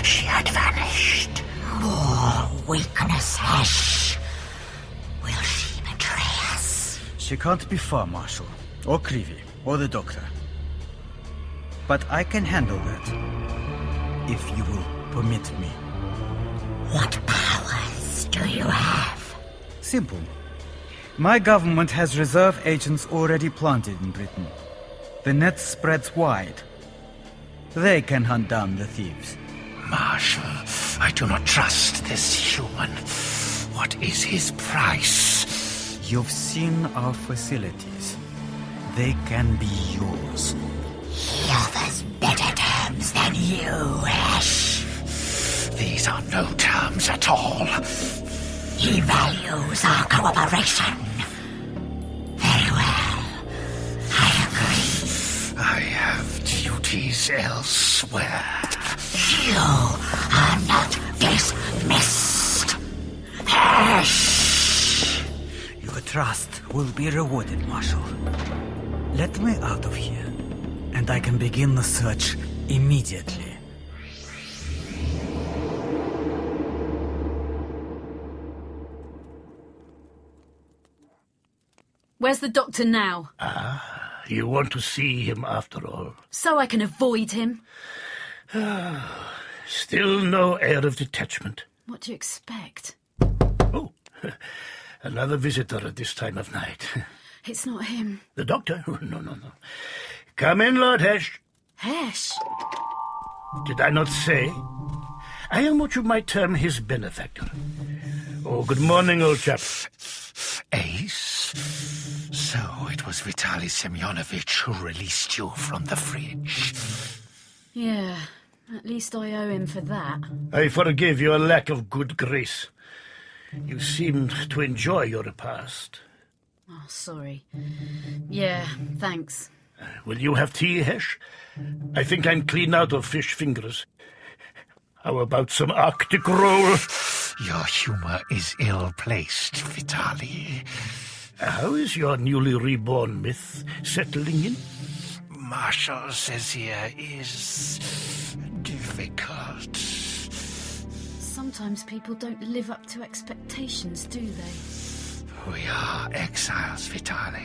She had vanished.
More weakness, Ash. Will she betray us?
She can't be far, Marshal. Or Creevy. Or the doctor. But I can handle that. If you will permit me.
What powers do you have?
Simple. My government has reserve agents already planted in Britain. The net spreads wide. They can hunt down the thieves.
Marshal, I do not trust this human. What is his price?
You've seen our facilities. They can be yours.
He offers better terms than you, Ash.
These are no terms at all.
He values our cooperation. Very well. I agree.
I have duties elsewhere.
You are not dismissed. Ash!
Your trust will be rewarded, Marshal. Let me out of here, and I can begin the search immediately.
Where's the doctor now?
Ah, you want to see him after all.
So I can avoid him.
Still no air of detachment.
What do you expect?
Oh, another visitor at this time of night.
It's not him.
The doctor? No, no, no. Come in, Lord Hesh.
Hesh?
Did I not say? I am what you might term his benefactor. Oh, good morning, old chap.
Ace? So it was Vitaly Semyonovich who released you from the fridge.
Yeah, at least I owe him for that.
I forgive your lack of good grace. You seemed to enjoy your repast.
Oh, sorry. Yeah, thanks.
Will you have tea, Hesh? I think I'm clean out of fish fingers. How about some Arctic roll?
Your humor is ill placed, Vitali.
How is your newly reborn myth settling in?
Marshall says here is difficult.
Sometimes people don't live up to expectations, do they?
We are exiles, Vitali.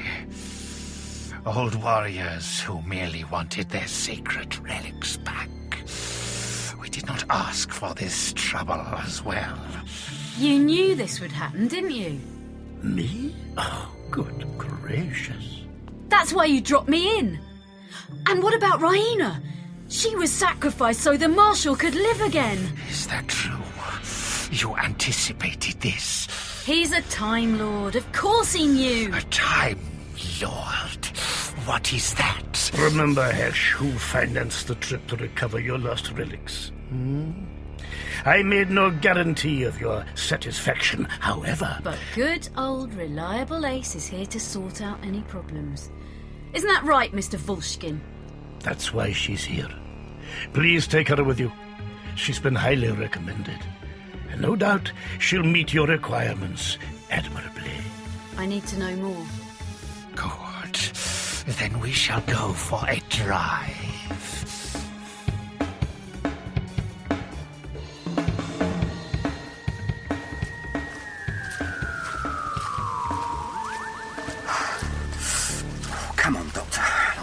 Old warriors who merely wanted their sacred relics back. We did not ask for this trouble as well.
You knew this would happen, didn't you?
Me? Oh, good gracious.
That's why you dropped me in. And what about Raina? She was sacrificed so the Marshal could live again.
Is that true? You anticipated this.
He's a Time Lord. Of course he knew.
A Time Lord? What is that?
Remember, Hesh, who financed the trip to recover your lost relics? Hmm? I made no guarantee of your satisfaction, however.
But good old reliable Ace is here to sort out any problems. Isn't that right, Mr. Volshkin?
That's why she's here. Please take her with you. She's been highly recommended. And no doubt she'll meet your requirements admirably.
I need to know more.
Good. Then we shall go for a drive.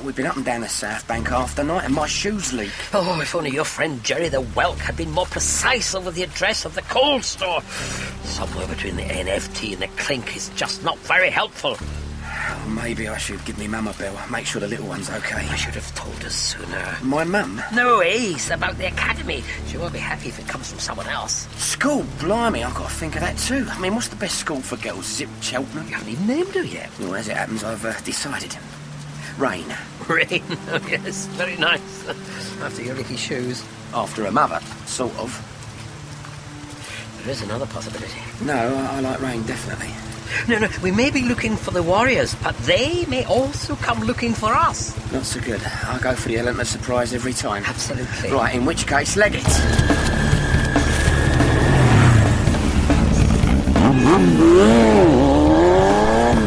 We've been up and down the South Bank Oh, half the night and my shoes leak.
Oh, if only your friend Jerry the Whelk had been more precise over the address of the coal store. Somewhere between the NFT and the clink is just not very helpful.
Maybe I should give me mum a bell. Make sure the little one's okay. I
should have told us sooner.
My mum?
No ace about the academy. She won't be happy if it comes from someone else.
School? Blimey, I've got to think of that too. I mean, what's the best school for girls? Is it Cheltenham?
You haven't even named her yet.
Well, as it happens, I've uh, decided. Rain.
Rain, oh, yes, very nice. After your Ricky shoes.
After her mother, sort of.
There is another possibility.
No, I, I like rain, definitely.
No, no, we may be looking for the warriors, but they may also come looking for us.
Not so good. I go for the element of surprise every time.
Absolutely.
Right, in which case, leg it.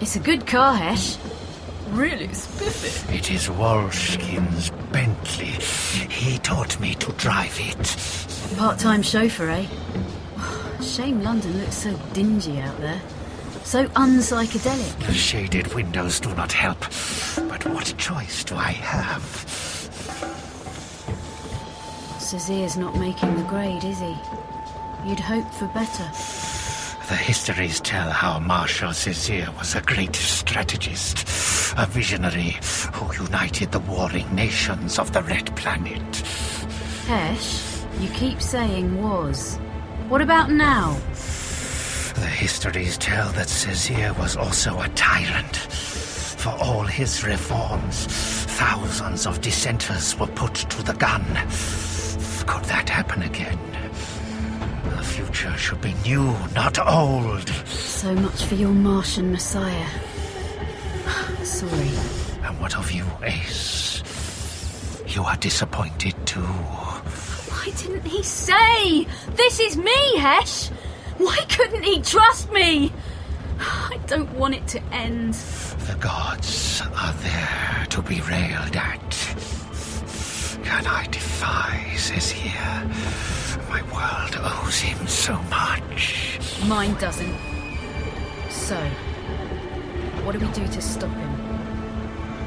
It's a good car, Hesh. Really spiffy.
It is Walshkin's Bentley. He taught me to drive it.
Part time chauffeur, eh? Shame London looks so dingy out there. So unpsychedelic.
The shaded windows do not help. But what choice do I have?
Sazir's not making the grade, is he? You'd hope for better.
The histories tell how Marshal Césaire was a great strategist, a visionary who united the warring nations of the Red Planet.
Hesh, you keep saying was. What about now?
The histories tell that Césaire was also a tyrant. For all his reforms, thousands of dissenters were put to the gun. Could that happen again? future should be new, not old.
So much for your Martian messiah. Sorry.
And what of you, Ace? You are disappointed too.
Why didn't he say? This is me, Hesh! Why couldn't he trust me? I don't want it to end.
The gods are there to be railed at. Can I defy Cecilia? My world owes him so much.
Mine doesn't. So, what do we do to stop him?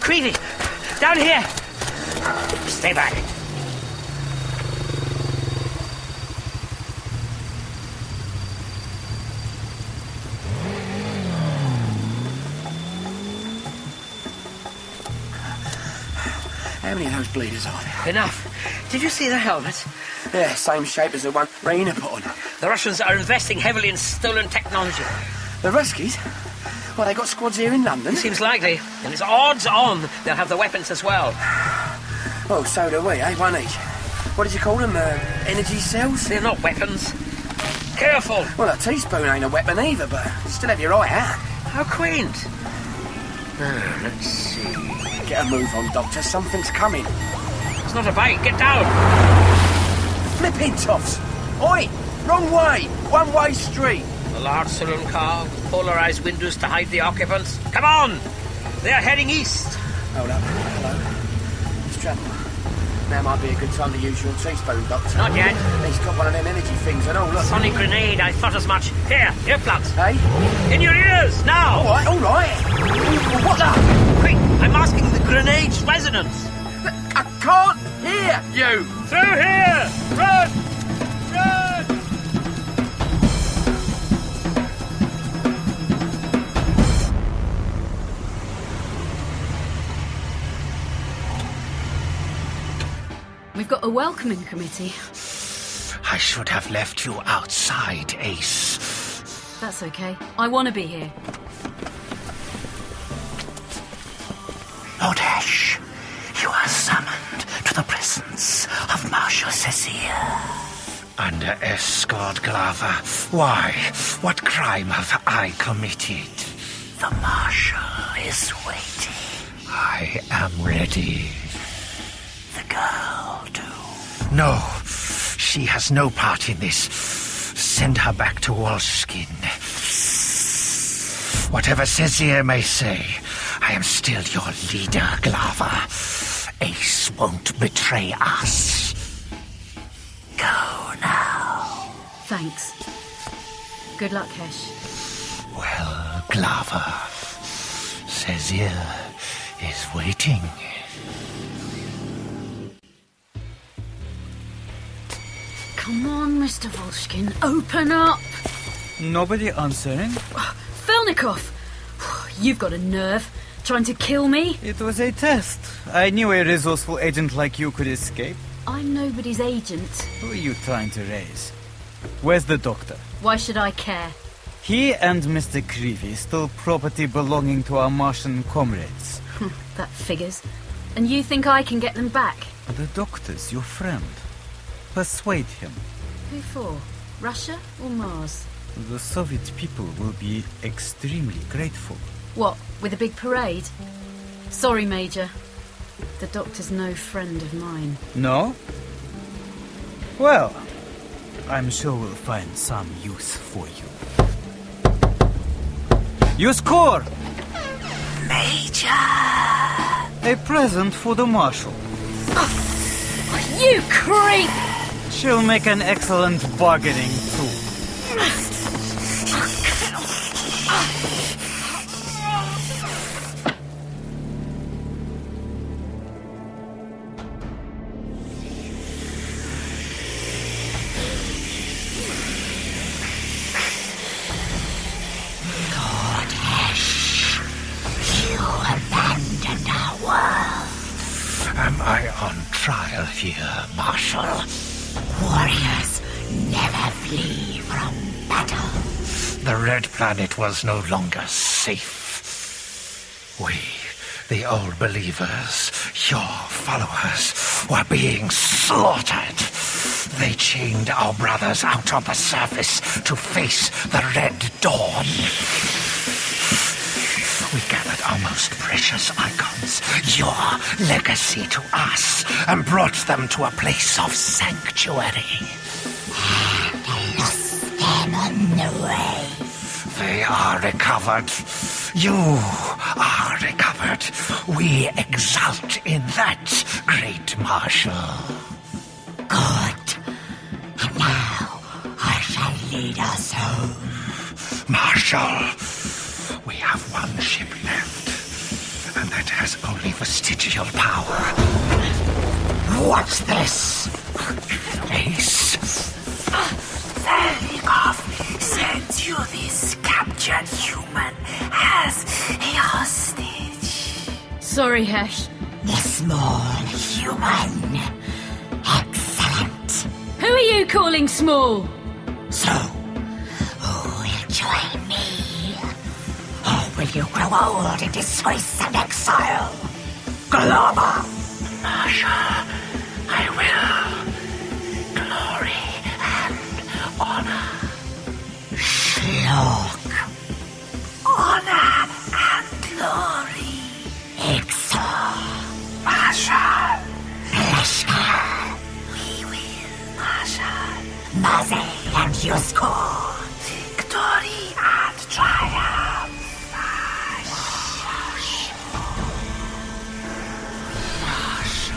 Creevy! Down here!
Stay back.
How many of those bleeders are
there? Enough. Did you see the helmet?
Yeah, same shape as the one Raina put on.
The Russians are investing heavily in stolen technology.
The Ruskies? Well, they got squads here in London.
Seems likely. And it's odds on they'll have the weapons as well.
Well, so do we, eh? One each. What did you call them? Uh, energy cells?
They're not weapons. Careful!
Well, a teaspoon ain't a weapon either, but still have your eye out.
How quaint. Now, let's see.
Ah, Get a move on, Doctor. Something's coming.
It's not a bite. Get down.
Flipping toffs. Oi! Wrong way. One way street.
A large saloon car with polarized windows to hide the occupants. Come on! They are heading east.
Hold up. Hello. It's trouble. Now might be a good time to use your teaspoon, Doctor.
Not yet.
He's got one of them energy things and all, look.
Sonic grenade, I thought as much. Here, earplugs.
Hey?
In your ears, now!
Alright, alright. What
the? Quick, I'm asking the grenade's resonance.
I can't hear you!
Through here! Run! Run!
We've got a welcoming committee.
I should have left you outside, Ace.
That's okay. I want to be here.
Lord Ash, you are summoned to the presence of Marshal Cecile. Under escort, Glover. Why? What crime have I committed? The Marshal is waiting. I am ready. The girl, too. No, she has no part in this. Send her back to Walskin. Whatever Cecilia may say, I am still your leader, Glava. Ace won't betray us. Go now.
Thanks. Good luck, Hesh.
Well, Glava, Cecilia is waiting.
Come on, Mr. Volshkin, open up!
Nobody answering?
Felnikov! You've got a nerve. Trying to kill me?
It was a test. I knew a resourceful agent like you could escape.
I'm nobody's agent.
Who are you trying to raise? Where's the doctor?
Why should I care?
He and Mr. Creevy stole property belonging to our Martian comrades.
that figures. And you think I can get them back?
The doctor's your friend. Persuade him.
Who for? Russia or Mars?
The Soviet people will be extremely grateful.
What, with a big parade? Sorry, Major. The doctor's no friend of mine.
No? Well, I'm sure we'll find some use for you. You score!
Major!
A present for the Marshal.
You creep!
She'll make an excellent bargaining tool.
Lord Ash, you abandoned our world.
Am I on trial here, Marshal?
Warriors never flee from battle.
The Red Planet was no longer safe. We, the old believers, your followers, were being slaughtered. They chained our brothers out on the surface to face the Red Dawn. We gathered our most precious icons, your legacy to us, and brought them to a place of sanctuary.
Ah, Them on the way.
They are recovered. You are recovered. We exult in that, great marshal.
And now I shall lead us home.
Marshal, we have one ship left, and that has only vestigial power.
What's this?
Ace,
Velikov sent you this captured human as a hostage.
Sorry, Hesh.
The small human. Excellent.
Who are you calling small?
So, who will join me? Or will you grow old in disgrace and exile? Glover!
Marshal, I will. Glory and honor.
Schlock. Honor and glory. Exor. Marshal. Leshkar. We will, Marshal. Maze and Yusko. Victory and triumph. Marshal. Marshal.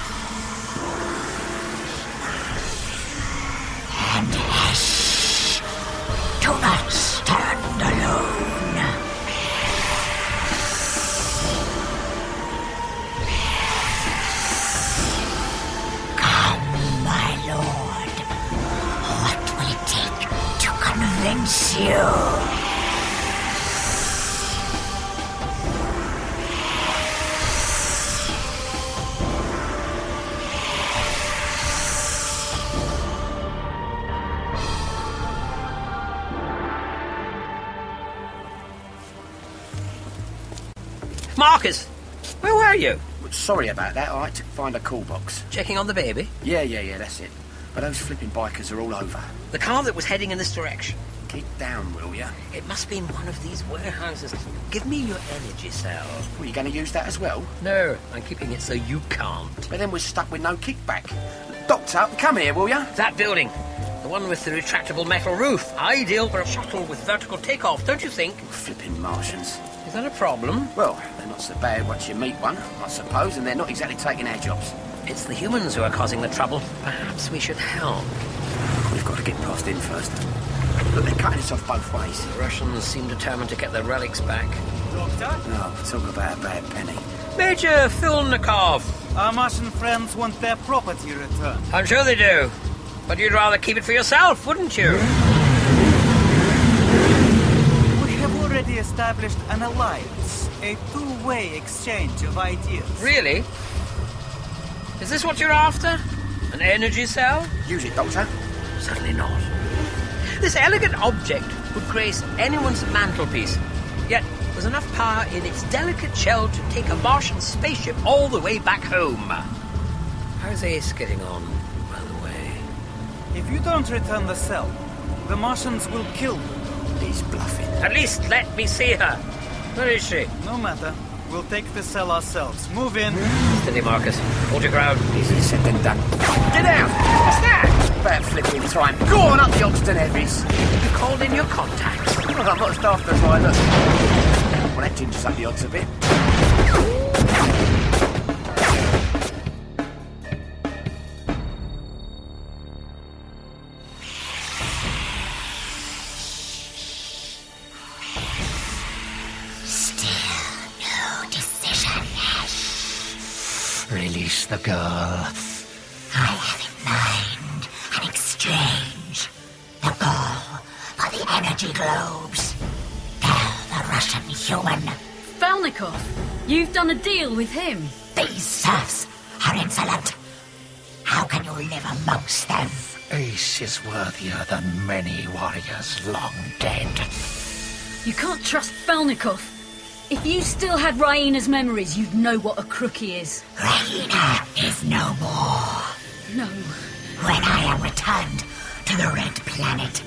ensue.
Marcus, where were you?
Sorry about that. I had to find a call box.
Checking on the baby?
Yeah, yeah, yeah. That's it. But those flipping bikers are all over.
The car that was heading in this direction.
Keep down, will ya?
It must be in one of these warehouses. Give me your energy cell.
Well, you going to use that as well?
No, I'm keeping it so you can't.
But then we're stuck with no kickback. Doctor, come here, will ya?
That building. The one with the retractable metal roof. Ideal for a shuttle with vertical takeoff, don't you think?
Oh, Flipping Martians.
Is that a problem?
Well, they're not so bad once you meet one, I suppose, and they're not exactly taking our jobs.
It's the humans who are causing the trouble. Perhaps we should help.
We've got to get past in first. Look, they're cutting us off both ways.
The Russians seem determined to get their relics back.
Doctor?
No, talk about a bad penny.
Major Filnikov!
Our Martian friends want their property returned.
I'm sure they do. But you'd rather keep it for yourself, wouldn't you?
Hmm?
We have already established an alliance, a two way exchange of ideas.
Really? Is this what you're after? An energy cell?
Use it, Doctor.
Certainly not. This elegant object would grace anyone's mantelpiece, yet there's enough power in its delicate shell to take a Martian spaceship all the way back home. How's Ace getting on, by the way?
If you don't return the cell, the Martians will kill them.
He's bluffing.
At least let me see her. Where is she?
No matter. We'll take the cell ourselves. Move in.
Steady, Marcus. Hold your ground.
Easy said than done. Get out! What's that? Bad flipping time. Go on up the Oxton Heavies.
You called in your contacts.
Well, I'm not as daft as I look. Well, that gingers up the odds a bit.
Release the girl. I
have in mind an exchange. The goal for the energy globes. Tell the Russian human.
Felnikov, you've done a deal with him.
These serfs are insolent. How can you live amongst them?
Ace is worthier than many warriors long dead.
You can't trust Felnikov. If you still had Raina's memories, you'd know what a crook he is.
Raina is no more.
No.
When I am returned to the Red Planet,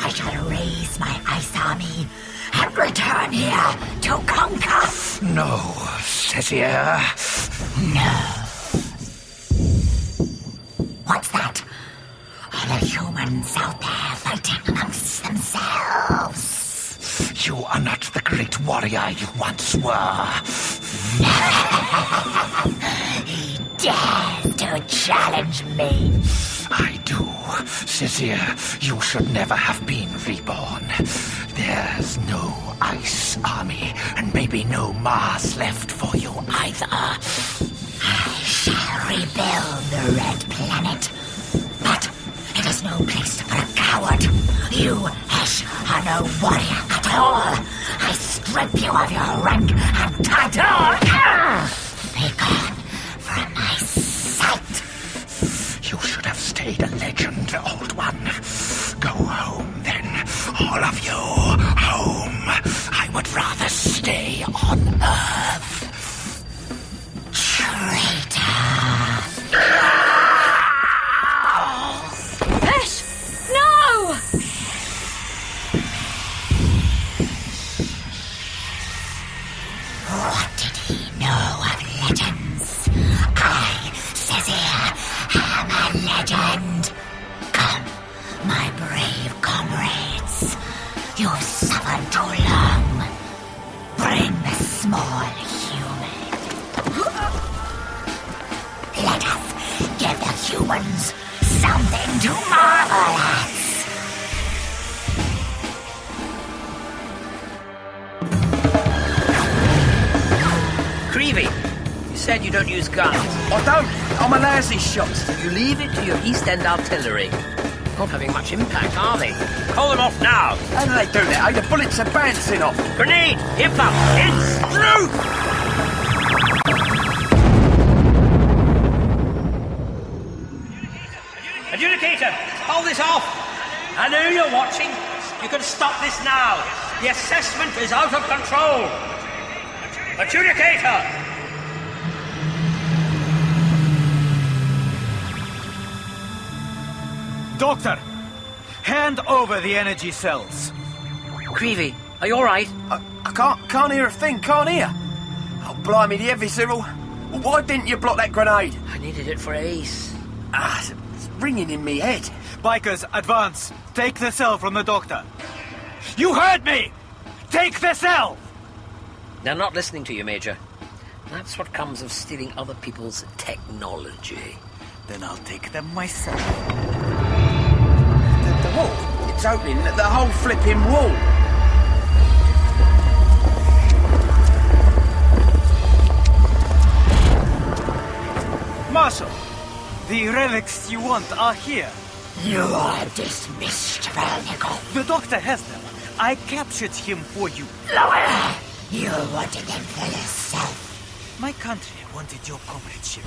I shall raise my ice army and return here to conquer.
No, Cetia.
No. What's that? Are the humans out there fighting amongst themselves?
You are not the great warrior you once were.
he dares to challenge me.
I do. Cecilia, you should never have been reborn. There's no ice army, and maybe no Mars left for you either. I
shall rebuild the Red Planet. But it is no place for a coward. You, Hesh, are no warrior at all. I strip you of your rank and title. Ah! Be gone from my sight.
You should have stayed a legend, old one. Go home, then. All of you, home. I would rather stay on Earth.
Traitor. What did he know of legends? I, Cezir, am a legend. Come, my brave comrades. You've suffered too long. Bring the small human. Let us give the humans something to marvel at.
Creevy, you said you don't use guns.
I don't. I'm a lousy shot.
You leave it to your East End artillery. Not having much impact, are they? Call them off now!
How do they do that? Oh, the bullets are bouncing off!
Grenade! Impact! It's through! Adjudicator! Hold this off! I know you're watching! You can stop this now! The assessment is out of control! Adjudicator!
Doctor, hand over the energy cells.
Creevy, are you alright?
I, I can't can't hear a thing, can't hear. Oh, blimey, the heavy, Cyril. Why didn't you block that grenade?
I needed it for Ace.
Ah, it's- it's ringing in me head.
Bikers, advance. Take the cell from the doctor. You heard me! Take the cell!
They're not listening to you, Major. That's what comes of stealing other people's technology.
Then I'll take them myself.
The wall, it's opening, the the whole flipping wall.
Marshal, the relics you want are here.
You are dismissed, Velnikov.
The doctor has them. I captured him for you.
Lower! You wanted them for yourself.
My country wanted your comradeship.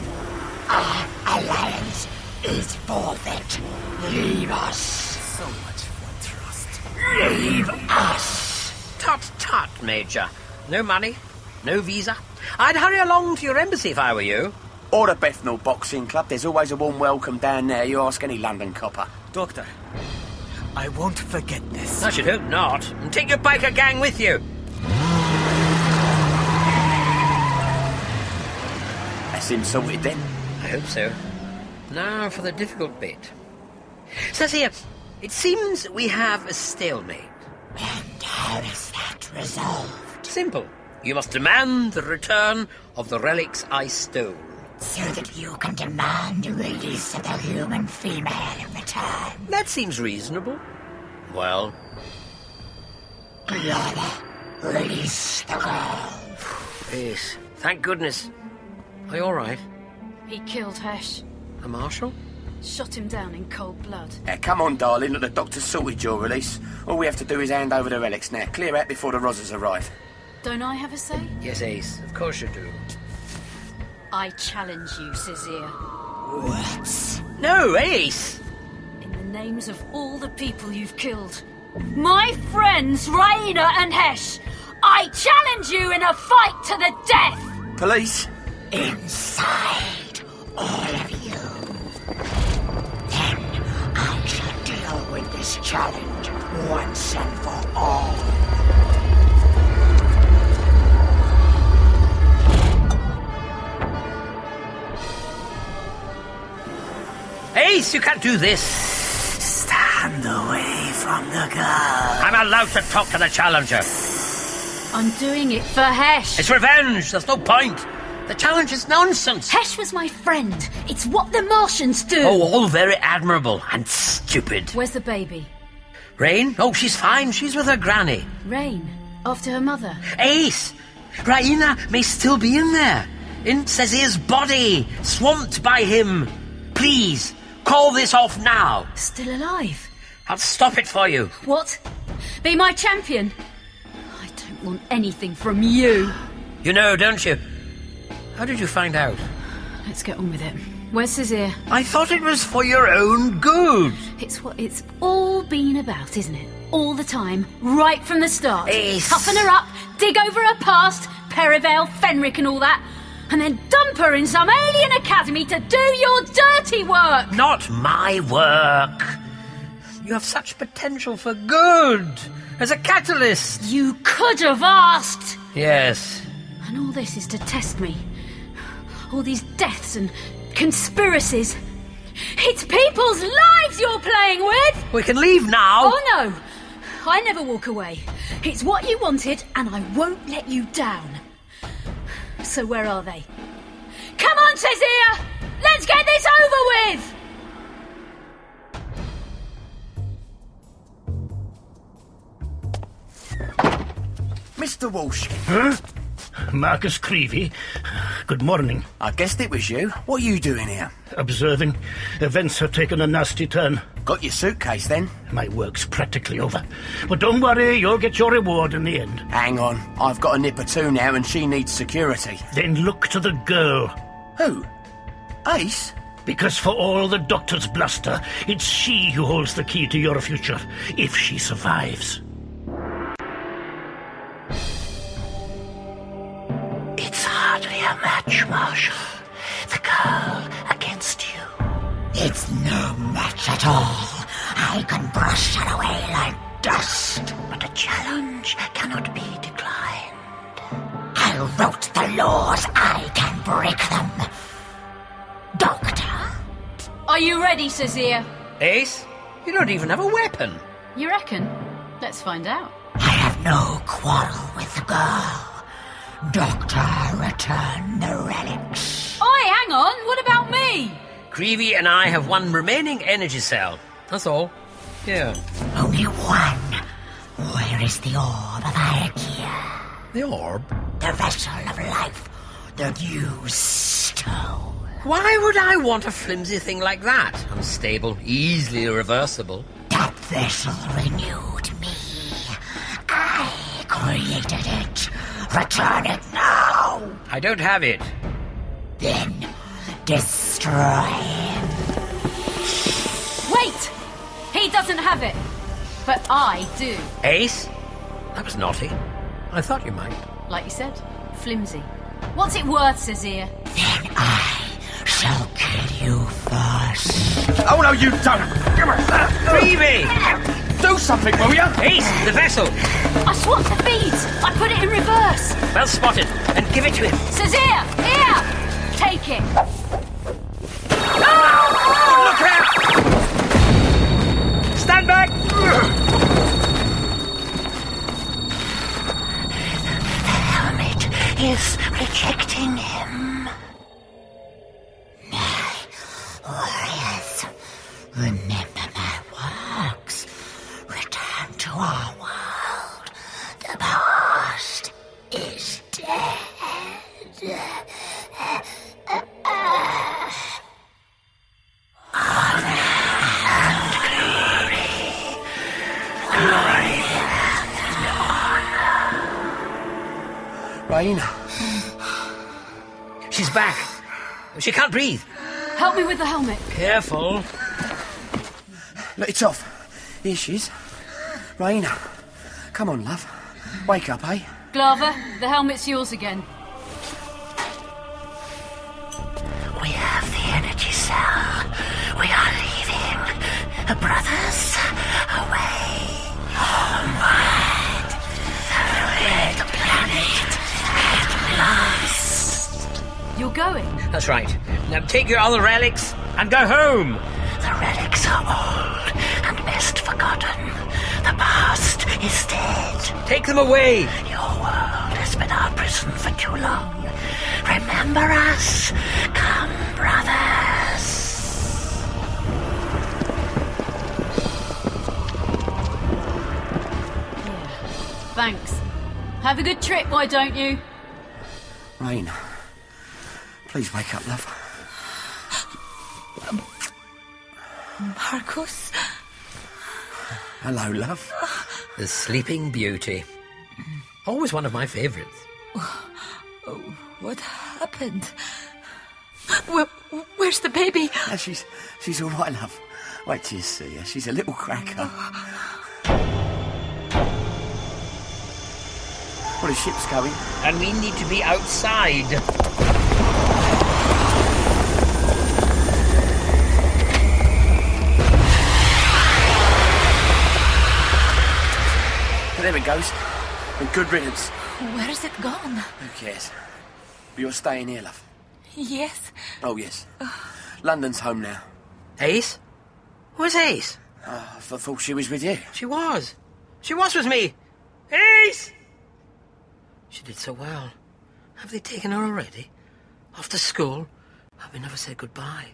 Our alliance is forfeit. Leave us.
So much for trust.
Leave us.
Tut tut, Major. No money, no visa. I'd hurry along to your embassy if I were you.
Or the Bethnal Boxing Club. There's always a warm welcome down there. You ask any London copper.
Doctor, I won't forget this.
I should hope not. And take your biker gang with you.
That's him sorted then.
I hope so. Now for the difficult bit. Says here, it seems we have a stalemate.
And how is that resolved?
Simple. You must demand the return of the relics I stole.
So that you can demand the release of the human female in return.
That seems reasonable. Well,
Glada, release the girl.
yes. Thank goodness. Are you all right?
He killed Hesh.
A marshal?
Shot him down in cold blood.
Now, Eh, come on, darling. Look, the doctor sorted your release. All we have to do is hand over the relics now. Clear out before the Rozzers arrive.
Don't I have a say?
Yes, Ace. Of course you do.
I challenge you, Sizir.
What?
No, Ace!
In the names of all the people you've killed, my friends Raina and Hesh, I challenge you in a fight to the death!
Police?
Inside, all of you. Then I shall deal with this challenge once and for all.
Ace, you can't do this!
Stand away from the girl.
I'm allowed to talk to the challenger.
I'm doing it for Hesh.
It's revenge. There's no point. The challenge is nonsense.
Hesh was my friend. It's what the Martians do.
Oh, all very admirable and stupid.
Where's the baby?
Rain? Oh, she's fine. She's with her granny.
Rain. After her mother.
Ace! Raina may still be in there. In Cezir's body, swamped by him. Please, call this off now.
Still alive.
I'll stop it for you.
What? Be my champion? I don't want anything from you.
You know, don't you? How did you find out?
Let's get on with it. Where's Sizir?
I thought it was for your own good.
It's what it's all been about, isn't it? All the time, right from the start.
Ace.
Toughen her up, dig over her past, Perivale, Fenric, and all that, and then dump her in some alien academy to do your dirty work.
Not my work. You have such potential for good as a catalyst.
You could have asked.
Yes.
And all this is to test me. All these deaths and conspiracies. It's people's lives you're playing with.
We can leave now.
Oh no! I never walk away. It's what you wanted, and I won't let you down. So where are they? Come on, Cezia! Let's get this over with!
Mr. Walsh.
Huh? Marcus Creevy. Good morning.
I guessed it was you. What are you doing here?
Observing. Events have taken a nasty turn.
Got your suitcase then?
My work's practically over. But don't worry, you'll get your reward in the end.
Hang on, I've got a nip or two now and she needs security.
Then look to the girl.
Who? Ace?
Because for all the doctor's bluster, it's she who holds the key to your future, if she survives.
It's hardly a match, Marshal. The girl against you.
It's no match at all. I can brush her away like dust.
But a challenge cannot be declined.
I wrote the laws. I can break them. Doctor?
Are you ready, Sazir?
Ace, you don't even have a weapon.
You reckon? Let's find out.
I have no quarrel with the girl. Doctor, return the relics.
Oi, hang on. What about me?
Creevy and I have one remaining energy cell. That's all. Yeah.
Only one. Where is the orb of Irakea?
The orb?
The vessel of life that you stole.
Why would I want a flimsy thing like that? Unstable, easily reversible.
That vessel renewed me. I created it. Return it now.
I don't have it.
Then destroy it.
Wait! He doesn't have it. But I do.
Ace? That was naughty. I thought you might.
Like you said, flimsy. What's it worth, Sazir?
Shall kill you first.
Oh no, you don't! Come on!
Creevy!
Do something, will you?
Ace, the vessel!
I swapped the beads. I put it in reverse.
Well spotted. And give it to him.
Sazir, here! Take it.
Look out! Stand back!
Helmet is rejecting him. My warriors, remember my works. Return to our world. The past is dead.
Rain,
She's back. She can't breathe.
Help me with the helmet.
Careful.
look, it's off. Here she is. Raina, come on, love. Wake up, eh?
Glover, the helmet's yours again.
We have the energy cell. We are leaving. Brothers, away. Onward. The red planet at last.
You're going.
That's right. Now take your other relics and go home.
The relics are old and best forgotten. The past is dead.
Take them away.
Your world has been our prison for too long. Remember us. Come, brothers.
Thanks. Have a good trip, why don't you?
Rain, please wake up, love.
Marcus?
Hello, love.
The Sleeping Beauty. Always one of my favorites.
What happened? Where, where's the baby?
Ah, she's she's all right, love. Wait till you see her. She's a little cracker. Well, the ship's going.
And we need to be outside.
There it goes. And good riddance.
Where is it gone?
Who cares? But you're staying here, love.
Yes.
Oh, yes. London's home now.
Ace? Where's Ace?
Oh, I thought she was with you.
She was. She was with me. Ace! She did so well. Have they taken her already? After school? Have we never said goodbye?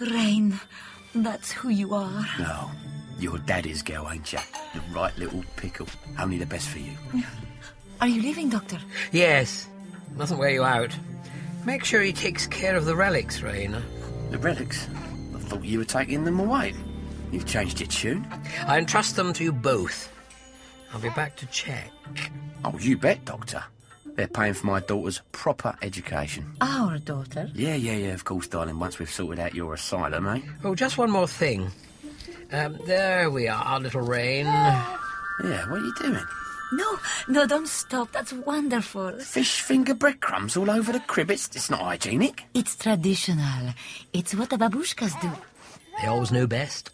Rain, that's who you are.
No. You're daddy's girl, ain't you? The right little pickle. Only the best for you.
Are you leaving, Doctor?
Yes. Mustn't wear you out. Make sure he takes care of the relics, Raina.
The relics? I thought you were taking them away. You've changed your tune.
I entrust them to you both. I'll be back to check.
Oh, you bet, Doctor. They're paying for my daughter's proper education.
Our daughter?
Yeah, yeah, yeah, of course, darling, once we've sorted out your asylum, eh?
Oh, just one more thing. Um, there we are, our little rain.
Yeah, what are you doing?
No, no, don't stop. That's wonderful.
Fish finger breadcrumbs all over the crib. It's, it's not hygienic.
It's traditional. It's what the babushkas do.
They always know best.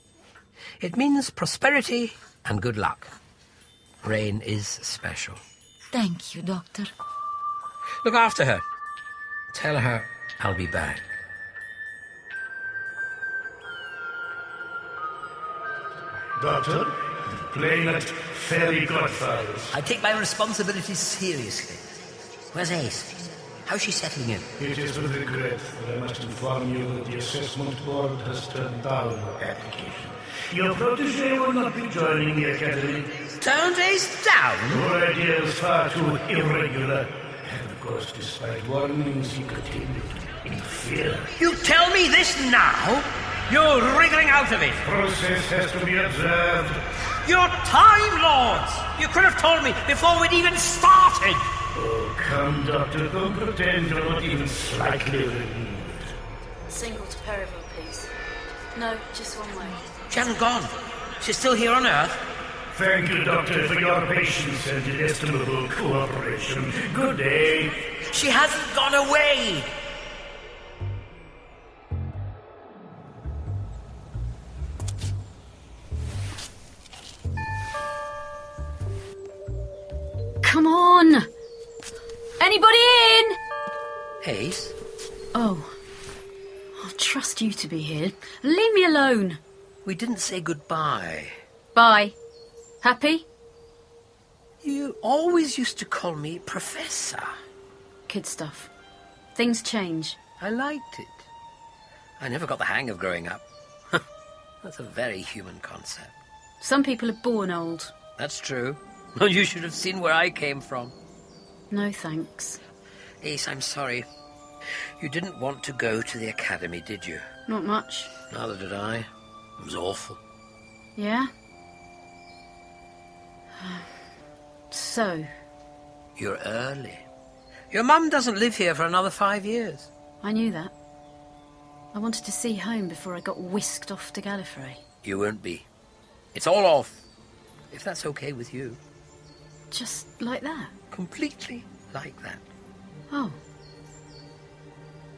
It means prosperity and good luck. Rain is special.
Thank you, Doctor.
Look after her. Tell her I'll be back.
Doctor, playing at Fairy Godfathers.
I take my responsibilities seriously. Where's Ace? How's she settling in?
It is with regret that I must inform you that the assessment board has turned down your application. Your protege will not be joining the academy.
Turned Ace down?
Your idea is far too irregular. And of course, despite warnings, he continued in fear.
You tell me this now? You're wriggling out of it.
Process has to be observed.
Your time, Lords! You could have told me before we'd even started!
Oh, come, Doctor, don't pretend you're not even slightly relieved.
Single to Perivale, please. No, just one way.
She hasn't gone. She's still here on Earth.
Thank you, Doctor, for your patience and inestimable cooperation. Good day.
She hasn't gone away!
Come on! Anybody in?
Ace?
Oh. I'll trust you to be here. Leave me alone.
We didn't say goodbye.
Bye. Happy?
You always used to call me Professor.
Kid stuff. Things change.
I liked it. I never got the hang of growing up. That's a very human concept.
Some people are born old.
That's true. You should have seen where I came from.
No thanks.
Ace, I'm sorry. You didn't want to go to the academy, did you?
Not much.
Neither did I. It was awful.
Yeah? So,
You're early. Your mum doesn't live here for another five years.
I knew that. I wanted to see home before I got whisked off to Gallifrey.
You won't be. It's all off. If that's okay with you.
Just like that.
Completely like that.
Oh.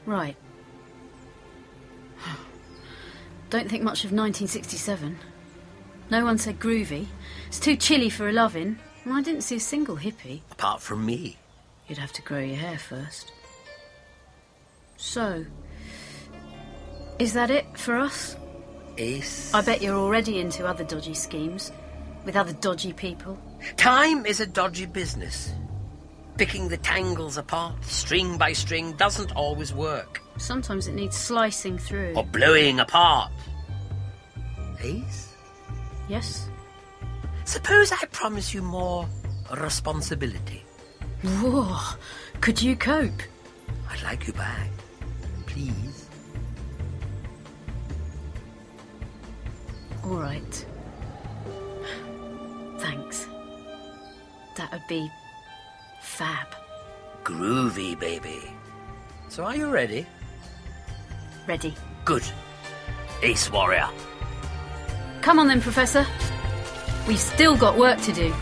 Right. Don't think much of 1967. No one said groovy. It's too chilly for a lovin', and I didn't see a single hippie.
Apart from me.
You'd have to grow your hair first. So, is that it for us?
Ace.
I bet you're already into other dodgy schemes, with other dodgy people.
Time is a dodgy business. Picking the tangles apart, string by string, doesn't always work.
Sometimes it needs slicing through.
Or blowing apart. Ace?
Yes?
Suppose I promise you more responsibility.
Whoa, could you cope?
I'd like you back. Please.
All right. Thanks. That would be fab.
Groovy, baby. So are you ready?
Ready.
Good. Ace Warrior.
Come on then, Professor. We've still got work to do.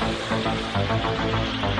Bye.